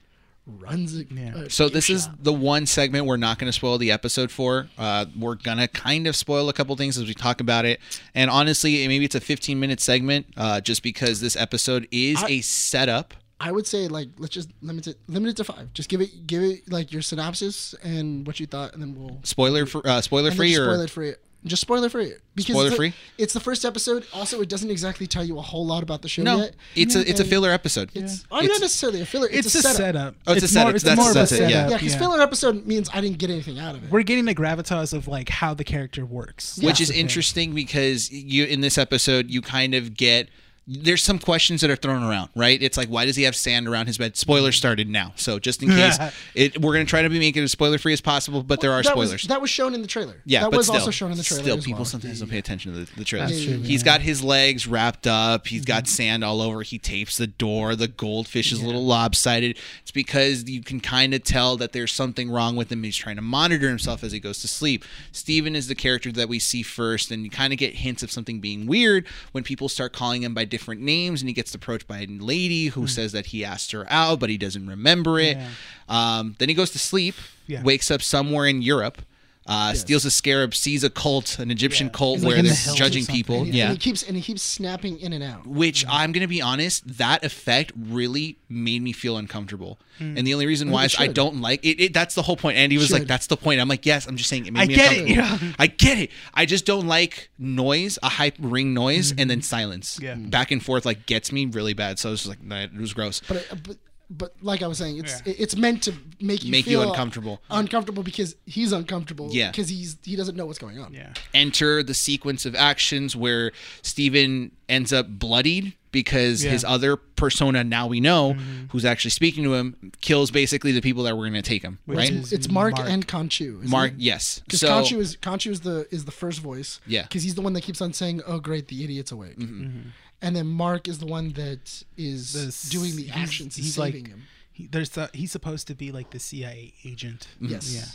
S2: runs a, uh,
S3: Yeah.
S2: a
S1: So
S2: gift
S1: this is
S2: shop?
S1: the one segment we're not going to spoil the episode for. Uh, we're gonna kind of spoil a couple things as we talk about it. And honestly, maybe it's a 15 minute segment, uh, just because this episode is a setup.
S2: I would say like let's just limit it limit it to five. Just give it give it like your synopsis and what you thought, and then we'll
S1: Spoiler for uh, spoiler
S2: and then
S1: free
S2: just
S1: or
S2: spoil it free. Just spoiler free because
S1: Spoiler
S2: it's the-
S1: free?
S2: It's the first episode. Also, it doesn't exactly tell you a whole lot about the show
S1: no?
S2: yet.
S1: It's a it's a
S2: And
S1: filler episode.
S2: It's, oh,
S1: It's-
S2: not necessarily a filler. It's,
S3: It's, a setup.
S1: Oh, it's a setup.
S3: More, it's
S1: That's-
S3: more of a
S1: that's it, yeah.
S3: setup.
S2: Yeah, because
S3: yeah.
S2: filler episode means I didn't get anything out of it.
S3: We're getting the gravitas of like how the character works.
S1: which is
S3: That's the thing.
S1: interesting because you in this episode you kind of get there's some questions that are thrown around, right? It's like why does he have sand around his bed? Spoiler started now, so just in case, it, we're gonna try to be making it as spoiler free as possible, but there are
S2: that
S1: spoilers.
S2: Was, that was shown in the trailer.
S1: yeah,
S2: that
S1: but
S2: was
S1: still,
S2: also shown in the trailer.
S1: Still,
S2: as
S1: people
S2: well.
S1: sometimes don't pay attention to the, the trailers.
S3: That's true,
S1: He's got his legs wrapped up. He's
S2: Mm-hmm.
S1: got sand all over. He tapes the door. The goldfish is a little lopsided. It's because you can kind of tell that there's something wrong with him. He's trying to monitor himself as he goes to sleep. Steven is the character that we see first, and you kind of get hints of something being weird when people start calling him by different names, and he gets approached by a lady
S2: Mm.
S1: who says that he asked her out, but he doesn't remember it.
S3: Yeah.
S1: Um, then he goes to sleep,
S3: Yeah.
S1: wakes up somewhere in Europe, uh, steals a scarab, sees a cult, an Egyptian cult
S3: He's like
S1: where
S3: in the
S1: they're
S3: hills or
S1: judging
S3: something.
S1: people.
S2: And he-
S1: Yeah.
S2: and he keeps and he keeps snapping in and out.
S1: Which I'm going to be honest, that effect really made me feel uncomfortable.
S3: Hmm.
S1: And the only reason why is I
S2: should.
S1: don't like it, it. That's the whole point. Andy was like,
S2: Should.
S1: that's the point. I'm like, yes, I'm just saying it made
S3: I
S1: me
S3: get it,
S1: uncomfortable. I get it. I just don't like noise, a hype ring noise, and then silence.
S3: Mm-hmm. Yeah.
S1: Back and forth like gets me really bad. So I was just like, nah, it was gross.
S2: But I- but but like I was saying, it's
S3: Yeah.
S2: it- it's meant to make you
S1: Make you
S2: feel
S1: uncomfortable.
S2: Uncomfortable because he's uncomfortable.
S1: Yeah.
S2: Because he's he doesn't know what's going on.
S3: Yeah.
S1: enter the sequence of actions where Steven ends up bloodied because
S3: Yeah.
S1: his other persona now we know
S2: Mm-hmm.
S1: who's actually speaking to him kills basically the people that were going to take him,
S3: Which
S1: right?
S3: is-
S2: It's Mark,
S3: Mark.
S2: and Conchu. isn't
S1: Mark,
S2: it?
S1: yes.
S2: Because
S1: So
S2: Conchu is Conchu is the is the first voice.
S1: Yeah. Mm-hmm.
S2: Because he's the one that keeps on saying, "Oh, great, the idiot's awake,"
S3: Mm-hmm.
S2: and then Mark is the one that is
S3: This-
S2: doing the
S3: he's-
S2: actions. He's,
S3: he's like-
S2: saving him.
S3: He, there's the, he's supposed to be like the CIA agent.
S1: Mm-hmm.
S2: Yes.
S3: Yeah.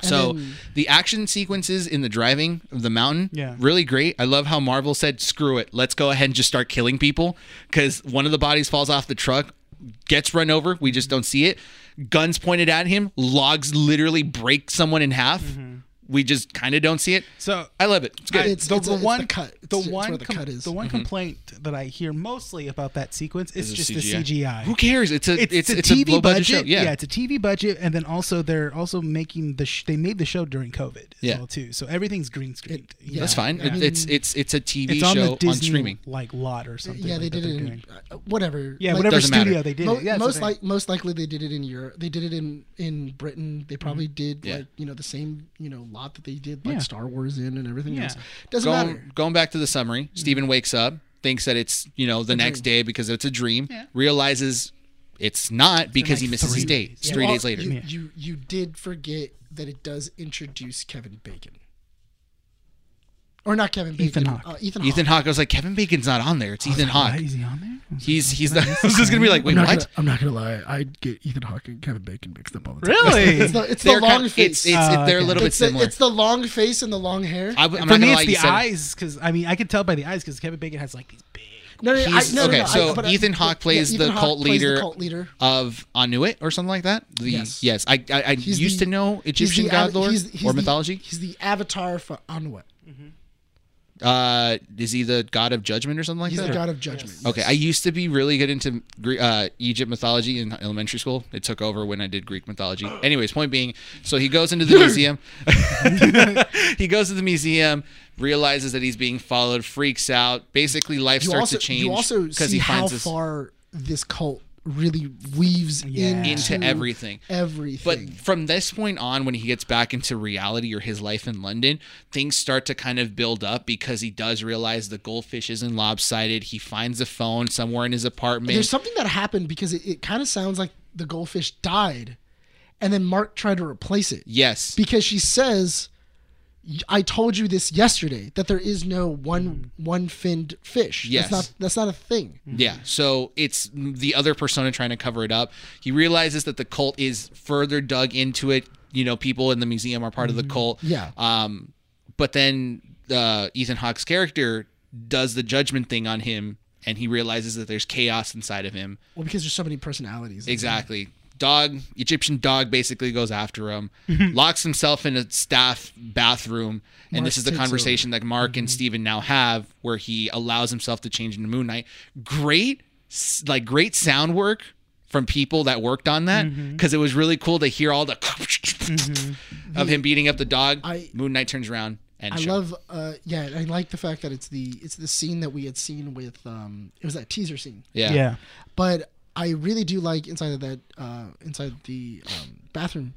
S2: And
S1: So
S2: then-
S1: the action sequences in the driving of the mountain,
S3: Yeah.
S1: really great. I love how Marvel said, "Screw it, let's go ahead and just start killing people." Because one of the bodies falls off the truck, gets run over. We just don't see it. Guns pointed at him. Logs literally break someone in half.
S2: Mm-hmm.
S1: We just kind of don't see it.
S3: So
S1: I love it. It's good.
S2: It's-
S3: the, the
S2: a- it's
S3: one
S2: the cut.
S3: the
S2: It's- it's
S3: one
S2: where the
S3: com-
S2: cut is. Mm-hmm.
S3: the one complaint that I hear mostly about that sequence is
S1: It's
S3: just the CGI.
S1: Who cares? It's a
S3: It's,
S1: it's it's,
S3: a
S1: a
S3: TV
S1: low budget. show.
S3: budget.
S1: Yeah.
S3: it's a TV budget, and then also they're also making the sh- they made the show during COVID as
S1: Yeah.
S3: well too. So everything's green screened. you
S1: that's
S3: know?
S1: fine.
S3: Yeah.
S1: It, it's it's it's a TV
S3: It's on
S1: show
S3: the Disney
S1: on streaming.
S3: like lot or something.
S2: yeah,
S3: like,
S2: they
S3: that
S2: did it
S3: they're
S2: in
S3: doing.
S2: uh, whatever.
S3: Yeah,
S2: Like,
S3: whatever
S1: Doesn't matter.
S3: studio they did
S2: Mo-
S3: it. Yeah, that's the
S2: most
S3: thing.
S2: like most likely they did it in Europe. They did it in in Britain. They probably did
S1: Yeah.
S2: like you know the same you know lot that they did like
S3: Mm-hmm. Yeah.
S2: Star Wars in and everything
S3: Yeah.
S2: else. Doesn't
S1: going,
S2: matter.
S1: going back to the summary,
S3: Mm-hmm.
S1: Steven wakes up, thinks that it's, you know, the next day because it's a dream,
S3: Yeah.
S1: realizes it's not because he
S3: next
S1: misses his
S3: three
S1: date.
S3: days.
S1: It's three
S2: Well,
S1: days later.
S2: You,
S3: Yeah.
S2: you you did forget that it does introduce Kevin Bacon, or not Kevin Bacon.
S3: Ethan Hawke.
S2: Uh, Ethan.
S1: Ethan
S2: Hawke.
S1: Hawke, I was like, Kevin Bacon's not on there. It's Ethan
S3: Why
S1: Hawke.
S3: is he on there?
S1: He's he's the. I was just gonna be like, wait,
S2: I'm not,
S1: what?
S2: gonna, I'm not gonna lie. I get Ethan Hawke and Kevin Bacon mixed up all the time.
S3: Really?
S2: It's the, it's the
S1: They're
S2: long
S1: kind of-
S2: face.
S1: It's, it's,
S3: Oh,
S1: they're a
S3: okay.
S1: little bit
S2: It's the,
S1: similar.
S2: it's the long face and the long hair.
S1: I, am not
S3: For
S1: gonna
S3: me,
S1: lie.
S3: it's
S1: you
S3: the
S1: said it.
S3: eyes because I mean I could tell by the eyes because Kevin Bacon has like these big.
S2: no, no, no,
S1: He's-
S2: I, no, no,
S1: okay,
S2: no, I-
S1: so
S2: but I-
S1: Ethan
S2: yeah,
S1: Hawke plays
S2: Ethan
S1: the
S2: Hawke
S1: cult
S2: plays the
S1: leader.
S2: cult leader.
S1: Of Anuit or something like that. The, yes,
S2: Yes.
S1: I I, I
S2: He's
S1: used
S2: the-
S1: to know
S2: he's
S1: Egyptian
S2: the
S1: god
S2: av-
S1: lore
S2: he's- he's
S1: or
S2: the-
S1: mythology.
S2: He's the avatar for Anuit.
S1: Uh, is he the god of judgment or something like
S2: He's
S1: that?
S2: the
S1: or-
S2: god of judgment.
S1: Okay, I used to be really good into Gre- uh, Egypt mythology in elementary school. It took over when I did Greek mythology. Anyways, point being, so he goes into the museum. he goes to the museum, realizes that he's being followed, freaks out. Basically, life
S2: You
S1: starts
S2: also
S1: to change
S2: you also see
S1: he
S2: how
S1: finds this
S2: far this cult really weaves
S3: Yeah.
S2: into,
S1: into everything.
S2: everything.
S1: But from this point on, when he gets back into reality or his life in London, things start to kind of build up because he does realize the goldfish isn't lopsided. He finds a phone somewhere in his apartment.
S2: There's something that happened because it, it kind of sounds like the goldfish died, and then Mark tried to replace it
S1: yes.
S2: because she says, "I told you this yesterday that there is no one one finned fish.
S1: Yes.
S2: That's not that's not a thing."
S1: Yeah, so it's the other persona trying to cover it up. He realizes that the cult is further dug into it. You know, people in the museum are part of the cult.
S2: Mm-hmm. Yeah.
S1: Um, but then uh, Ethan Hawke's character does the judgment thing on him, and he realizes that there's chaos inside of him.
S2: Well, because there's so many personalities.
S1: Exactly. Dog, Egyptian dog basically goes after him, locks himself in a staff bathroom. And
S2: Mark
S1: this is the
S2: takes Mm-hmm.
S1: conversation that Mark and Steven now have where he allows himself to change into Moon Knight. Great, s- like, great sound work from people that worked on that
S2: Mm-hmm.
S1: because it was really cool to hear all the of him beating up the dog.
S2: I-
S1: Moon Knight turns around and
S2: I
S1: show-
S2: love, uh, yeah, I like the fact that it's the it's the scene that we had seen with um, it was that teaser scene,
S1: yeah.
S3: yeah.
S2: but I really do like inside of that uh, inside the um, bathroom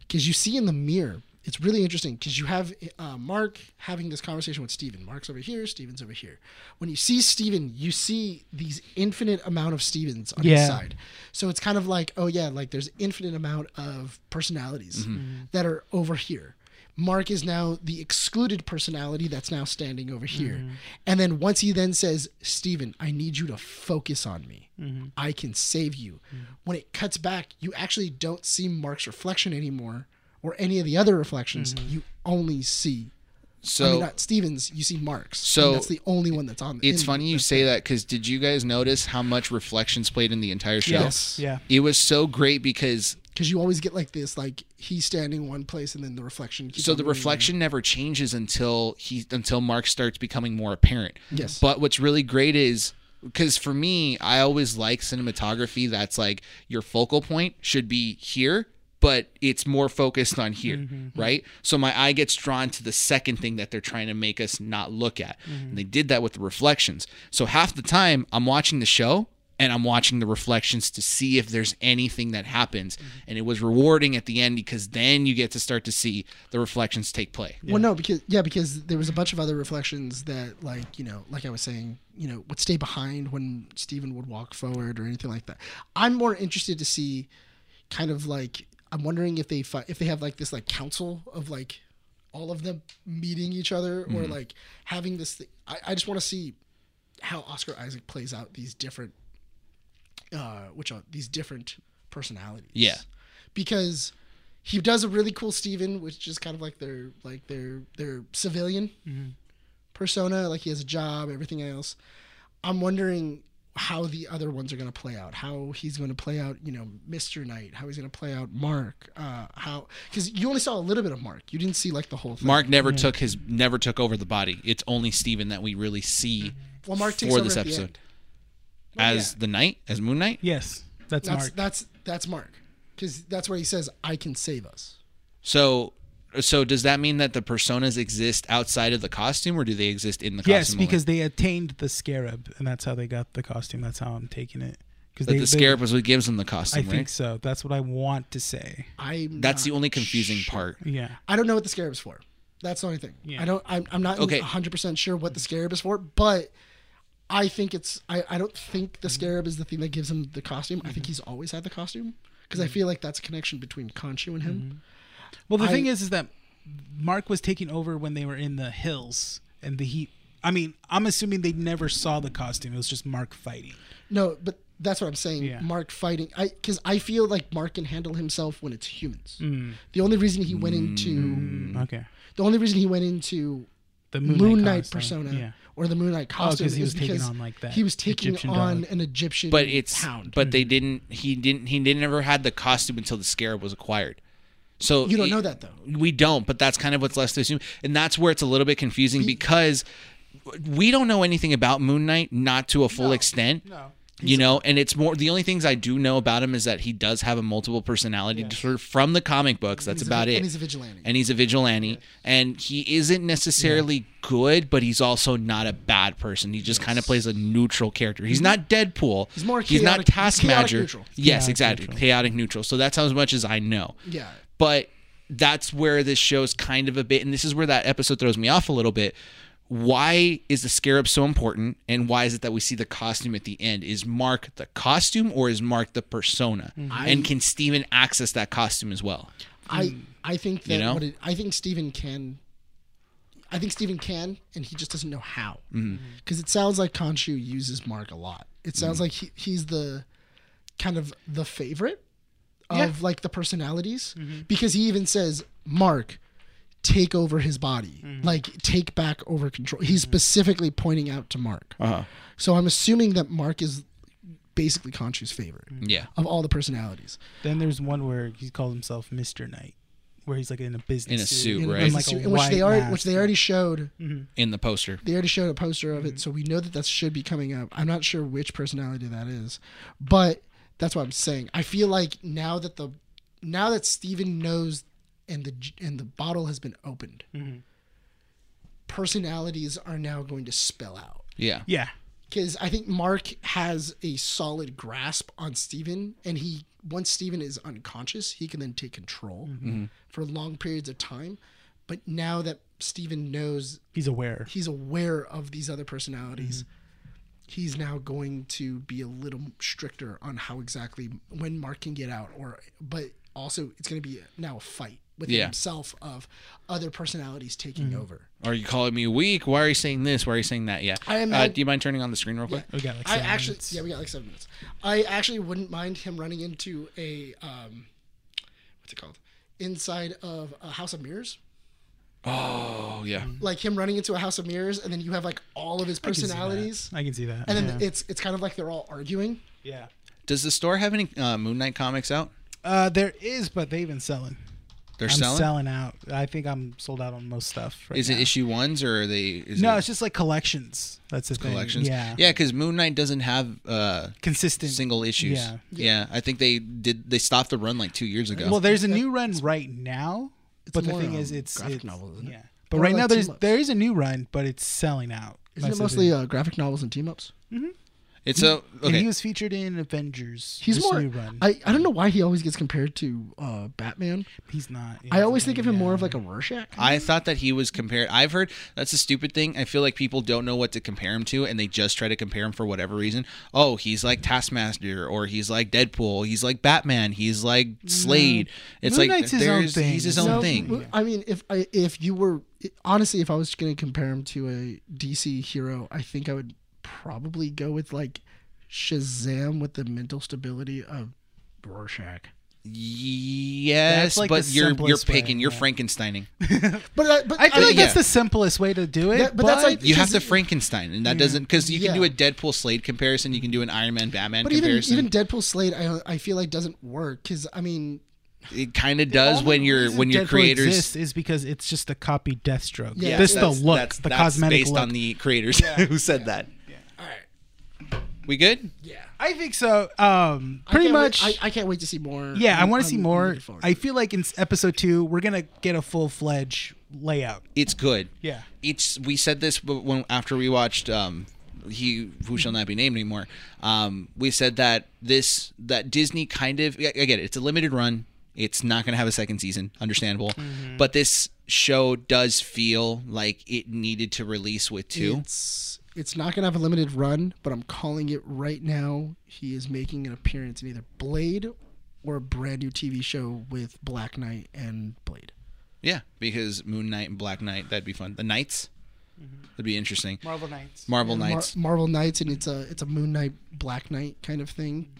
S2: because you see in the mirror. It's really interesting because you have uh, Mark having this conversation with Steven. Mark's over here, Steven's over here. When you see Steven, you see these infinite amount of Stevens on
S3: Yeah.
S2: his side. So it's kind of like, oh yeah, like there's infinite amount of personalities
S1: Mm-hmm.
S2: that are over here. Mark is now the excluded personality that's now standing over here. And then once he then says, Steven, I need you to focus on me. I can save you. When it cuts back, you actually don't see Mark's reflection anymore or any of the other reflections. You only see
S1: So
S2: I mean, not Stevens, you see Mark's. and
S1: So
S2: that's the only one that's on
S1: it's
S2: in-
S1: funny you say that because did you guys notice how much reflections played in the entire show?
S2: Yes.
S3: Yeah.
S1: It was so great because
S2: because you always get like this like he's standing one place and then the reflection keeps
S1: so
S2: on
S1: the
S2: moving.
S1: reflection never changes until he until Mark starts becoming more apparent.
S2: Yes.
S1: But what's really great is because for me, I always like cinematography that's like your focal point should be here, but it's more focused on here, right? So my eye gets drawn to the second thing that they're trying to make us not look at. And they did that with the reflections. So half the time I'm watching the show and I'm watching the reflections to see if there's anything that happens. And it was rewarding at the end because then you get to start to see the reflections take play.
S2: Well, no, because yeah, because there was a bunch of other reflections that, like you know, like I was saying, you know, would stay behind when Steven would walk forward or anything like that. I'm more interested to see, kind of like I'm wondering if they fi- if they have like this like council of like all of them meeting each other
S1: Mm-hmm.
S2: or like having this. Th- I, I just want to see how Oscar Isaac plays out these different, uh, which are these different personalities.
S1: Yeah.
S2: because he does a really cool Steven, which is kind of like their like their their civilian persona. Like he has a job, everything else. I'm wondering how the other ones are going to play out. How he's going to play out, you know, Mister Knight. How he's going to play out Mark. Uh, how because you only saw a little bit of Mark. You didn't see like the whole thing.
S1: Mark never took his never took over the body. It's only Steven that we really see
S2: Well, Mm-hmm. Mark takes
S1: for
S2: over
S1: this
S2: at the
S1: episode.
S2: end.
S1: as the knight, as Moon Knight.
S3: Yes, that's,
S2: That's
S3: Mark.
S2: that's that's Mark because that's where he says, "I can save us."
S1: So so does that mean that the personas exist outside of the costume or do they exist in the costume?
S3: yes,
S1: only?
S3: because they attained the scarab, and that's how they got the costume. That's how I'm taking it. Because
S1: But the scarab is what gives them the costume,
S3: I
S1: right?
S3: think so. That's what I want to say.
S2: I'm
S1: That's
S2: not
S1: the only confusing
S2: sure.
S1: part.
S3: Yeah.
S2: I don't know what the scarab is for. That's the only thing.
S3: Yeah.
S2: I don't. I'm, I'm not
S1: Okay.
S2: 100 percent sure what the scarab is for, but I think it's. I, I don't think
S3: Mm-hmm.
S2: the scarab is the thing that gives him the costume. I think he's always had the costume because
S3: Mm-hmm.
S2: I feel like that's a connection between Khonshu and him.
S3: Well, the
S2: I-
S3: thing is, is that Mark was taking over when they were in the hills, and the heat. I mean, I'm assuming they never saw the costume. It was just Mark fighting.
S2: No, but that's what I'm saying.
S3: Yeah.
S2: Mark fighting. I because I feel like Mark can handle himself when it's humans.
S3: Mm.
S2: The only reason he went into
S1: Mm-hmm.
S3: Okay.
S2: the only reason he went into
S3: The
S2: Moon, Knight,
S3: costume.
S2: persona
S3: Yeah. Oh,
S2: or the Moon Knight costume
S3: 'cause he
S2: is
S3: was taking
S2: because
S3: on, like, that
S2: he was taking
S3: Egyptian
S2: on
S3: dog.
S2: an Egyptian
S1: But it's
S2: hound.
S1: but they didn't he didn't he didn't ever had the costume until the scarab was acquired. So
S2: You don't
S1: it-
S2: know that, though.
S1: We don't, but that's kind of what's left to assume. And that's where it's a little bit confusing because we don't know anything about Moon Knight, not to a full extent.
S3: No.
S1: You know, and it's more the only things I do know about him is that he does have a multiple personality disorder from the comic books. That's
S2: He's a vi-
S1: about it.
S2: And he's a vigilante.
S1: and he's a vigilante and he isn't necessarily good but he's also not a bad person he just kind of plays a neutral character he's not deadpool
S2: He's more
S1: he's not
S2: chaotic- he's chaotic
S1: taskmaster
S2: neutral.
S1: yes
S3: Chaotic
S1: exactly
S3: neutral.
S1: chaotic neutral so that's as much as i know
S2: yeah.
S1: but that's where this show's kind of a bit and this is where that episode throws me off a little bit why is the scarab so important and why is it that we see the costume at the end is mark the costume or is mark the persona and can steven access that costume as well
S2: I I think that
S1: Hmm. know?
S2: what it, I think Steven can I think Steven can and he just doesn't know how.
S1: Mm-hmm.
S2: Cuz it sounds like Khonshu uses Mark a lot. It sounds like he, he's the kind of the favorite of like the personalities because he even says Mark take over his body. Like take back over control. He's specifically pointing out to Mark.
S1: Uh-huh.
S2: So I'm assuming that Mark is basically Khonshu's favorite
S1: yeah
S2: of all the personalities.
S3: Then there's one where he calls himself Mister Knight, where he's like in a business
S1: In a
S3: suit.
S1: suit,
S2: In-
S1: right?
S2: in,
S3: Like a
S2: in which
S3: white
S2: they are
S3: mask.
S2: which they already showed
S1: in the poster
S2: they already showed a poster of it so we know that that should be coming up i'm not sure which personality that is but that's what i'm saying i feel like now that the now that steven knows and the j- and the bottle has been opened personalities are now going to spell out
S1: yeah
S3: Yeah.
S2: because I think Mark has a solid grasp on Steven and he once Steven is unconscious, he can then take control for long periods of time. But now that Steven knows
S3: He's aware.
S2: he's aware of these other personalities, he's now going to be a little stricter on how exactly when Mark can get out or but also it's gonna be now a fight with
S1: Yeah.
S2: himself of other personalities taking over.
S1: Are you calling me weak? Why are you saying this? Why are you saying that? Yeah.
S2: I am
S1: uh,
S2: not-
S1: do you mind turning on the screen real quick?
S3: We got like
S2: I
S3: seven
S2: actually,
S3: minutes.
S2: yeah, we got like seven minutes. I actually wouldn't mind him running into a, um, what's it called? Inside of a House of Mirrors.
S1: Oh yeah.
S2: Like him running into a House of Mirrors, and then you have like all of his
S3: I can see that.
S2: personalities,
S3: I can see that.
S2: and then
S3: yeah.
S2: it's it's kind of like they're all arguing.
S3: yeah.
S1: Does the store have any uh, Moon Knight comics out?
S3: Uh, there is, but they've been selling.
S1: They're
S3: I'm
S1: selling.
S3: selling? out. I think I'm sold out on most stuff. Right
S1: Is it
S3: now.
S1: issue ones or are they? Is
S3: No,
S1: it
S3: it's just like collections. That's the thing.
S1: collections.
S3: Yeah.
S1: Yeah, because Moon Knight doesn't have uh,
S3: Consistent.
S1: single issues.
S3: Yeah.
S1: yeah. I think they did. They stopped the run like two years ago.
S3: Well, there's a new run right now, but the
S2: more,
S3: thing is,
S2: um,
S3: it's
S2: graphic
S3: it's-
S2: novel, isn't it?
S3: Yeah. But
S2: Or
S3: right
S2: like
S3: now, there's
S2: team-ups.
S3: there is a new run, but it's selling out.
S2: Isn't
S3: That's
S2: it
S3: the
S2: mostly
S3: thing.
S2: uh, graphic novels and team ups?
S1: It's so
S3: And
S1: okay.
S3: he was featured in Avengers.
S2: He's
S3: this
S2: more.
S3: new run.
S2: I, I don't know why he always gets compared to uh, Batman.
S3: he's not.
S2: I always think of him more of like a Rorschach.
S1: I thought that he was compared. I've heard that's a stupid thing. I feel like people don't know what to compare him to, and they just try to compare him for whatever reason. Oh, he's like Taskmaster, or he's like Deadpool, he's like Batman, he's like Slade. It's
S3: Moon
S1: like
S3: Knight's his own
S1: there's-
S3: thing.
S1: he's his own
S3: No,
S1: thing.
S2: I mean, if I if you were honestly, if I was going to compare him to a DC hero, I think I would probably go with like Shazam with the mental stability of Rorschach.
S1: Yes,
S3: That's like
S1: but
S3: the
S1: you're you're
S3: simplest way,
S1: picking, you're
S3: yeah.
S1: Frankensteining.
S2: But I, but
S3: I feel
S1: Uh,
S3: like
S1: yeah.
S3: that's the simplest way to do it.
S2: That-
S3: but,
S2: but that's like-
S1: You have to
S2: Because-
S1: Frankenstein, and that doesn't because you can do
S2: Yeah.
S1: a Deadpool Slade comparison, you can do an Iron Man Batman
S2: but even
S1: comparison.
S2: even Deadpool Slade, I I feel like doesn't work because I mean,
S1: it kind of does when you're when your
S3: Deadpool
S1: creators.
S3: exists is because it's just a copy Deathstroke.
S2: Yeah.
S3: Yeah, this the
S1: That's-
S3: look,
S1: that's-
S3: the
S1: that's
S3: cosmetic
S1: based
S3: look.
S1: on the creators who said that.
S2: all right,
S1: We good?
S2: yeah,
S3: I think so. Um,
S2: I
S3: pretty
S2: can't wait-
S3: much.
S2: I, I can't wait to see more.
S3: yeah, I
S2: I'm-
S3: want to see
S2: I'm
S3: more.
S2: looking forward to
S3: I
S2: it.
S3: feel like in s- episode two we're gonna get a full fledged layout.
S1: It's good.
S3: Yeah.
S1: It's we said this b- when after we watched um he who shall not be named anymore. Um we said that this that Disney kind of I- again it's a limited run. It's not going to have a second season, understandable.
S3: Mm-hmm.
S1: But this show does feel like it needed to release with two.
S2: It's it's not gonna have a limited run, but I'm calling it right now. He is making an appearance in either Blade or a brand new TV show with Black Knight and Blade.
S1: Yeah, because Moon Knight and Black Knight that'd be fun. The Knights would be interesting.
S3: Mm-hmm. Marvel Knights.
S1: Marvel
S2: Mar-
S1: Knights.
S2: Marvel Knights, and it's a it's a Moon Knight, Black Knight kind of thing.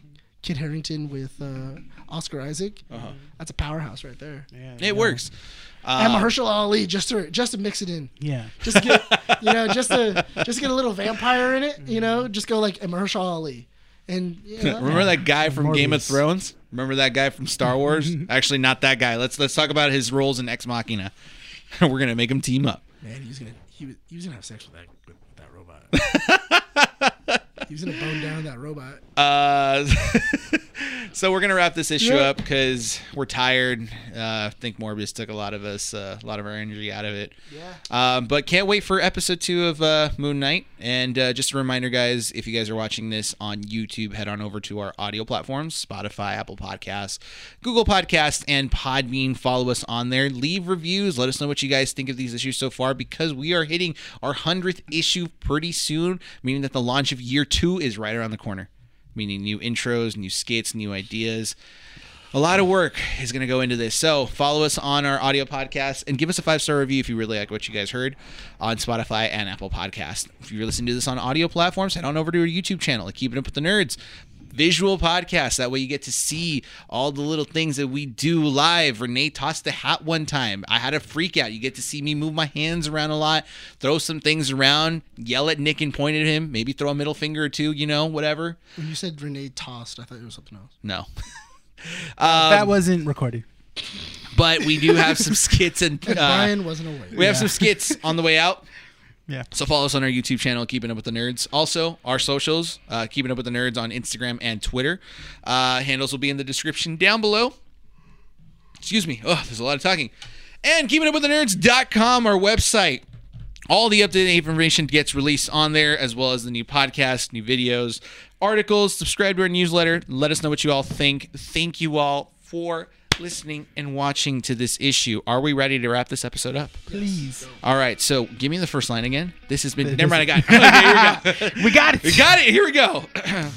S2: Kid Harrington with uh, Oscar Isaac.
S1: Uh-huh.
S2: That's a powerhouse right there.
S1: it works. Um,
S2: And Mahershala Ali just to just to mix it in.
S3: Yeah.
S2: Just get you know just to just get a little vampire in it. You know, just go like and Mahershala Ali. And you know,
S1: Remember that guy from Game of
S3: Morbius.
S1: Thrones? Remember that guy from Star Wars? Actually, not that guy. Let's let's talk about his roles in Ex Machina. We're gonna make him team up.
S2: Man, he was gonna he was, he was gonna have sex with that with that robot. he was gonna bone down that robot.
S1: Uh, so we're gonna wrap this issue
S2: Yeah.
S1: up because we're tired. Uh, I think Morbius took a lot of us, uh, a lot of our energy out of it. Yeah. Um, but can't wait for episode two of uh, Moon Knight. And uh, just a reminder, guys, if you guys are watching this on YouTube, head on over to our audio platforms: Spotify, Apple Podcasts, Google Podcasts, and Podbean. Follow us on there. Leave reviews. Let us know what you guys think of these issues so far because we are hitting our hundredth issue pretty soon, meaning that the launch of year two is right around the corner meaning new intros, new skits, new ideas. A lot of work is going to go into this. So follow us on our audio podcast and give us a five star review if you really like what you guys heard on Spotify and Apple Podcast. If you're listening to this on audio platforms, head on over to our YouTube channel, like Keeping Up with the Nerds. Visual podcast. That way you get to see all the little things that we do live. Renee tossed a hat one time. I had a freak out. You get to see me move my hands around a lot, throw some things around, yell at Nick and point at him, maybe throw a middle finger or two, you know, whatever.
S2: When you said Renee tossed, I thought it was something else.
S1: No.
S3: that wasn't recorded.
S1: but we do have some skits and uh,
S2: Brian wasn't aware.
S1: we have some skits on the way out.
S3: Yeah.
S1: So follow us on our YouTube channel, Keeping Up with the Nerds. Also, our socials, uh, Keeping Up with the Nerds on Instagram and Twitter. Uh, handles will be in the description down below. Excuse me. Oh, there's a lot of talking. And Keeping Up with the Nerds.com, our website. All the updated information gets released on there, as well as the new podcast, new videos, articles. Subscribe to our newsletter. Let us know what you all think. Thank you all for listening and watching to this issue. Are we ready to wrap this episode up?
S3: Please.
S1: All right, so give me the first line again. This has been. Never
S3: this-
S1: mind, I got. It. Okay, here we go.
S3: We got it.
S1: We got it. Here we go.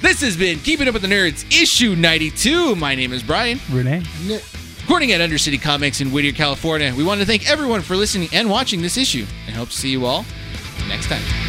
S1: this has been Keeping Up with the Nerds, issue 92. My name is Brian,
S3: Renee.
S2: Nick,
S1: recording at Undercity Comics in Whittier, California. We want to thank everyone for listening and watching this issue, and hope to see you all next time.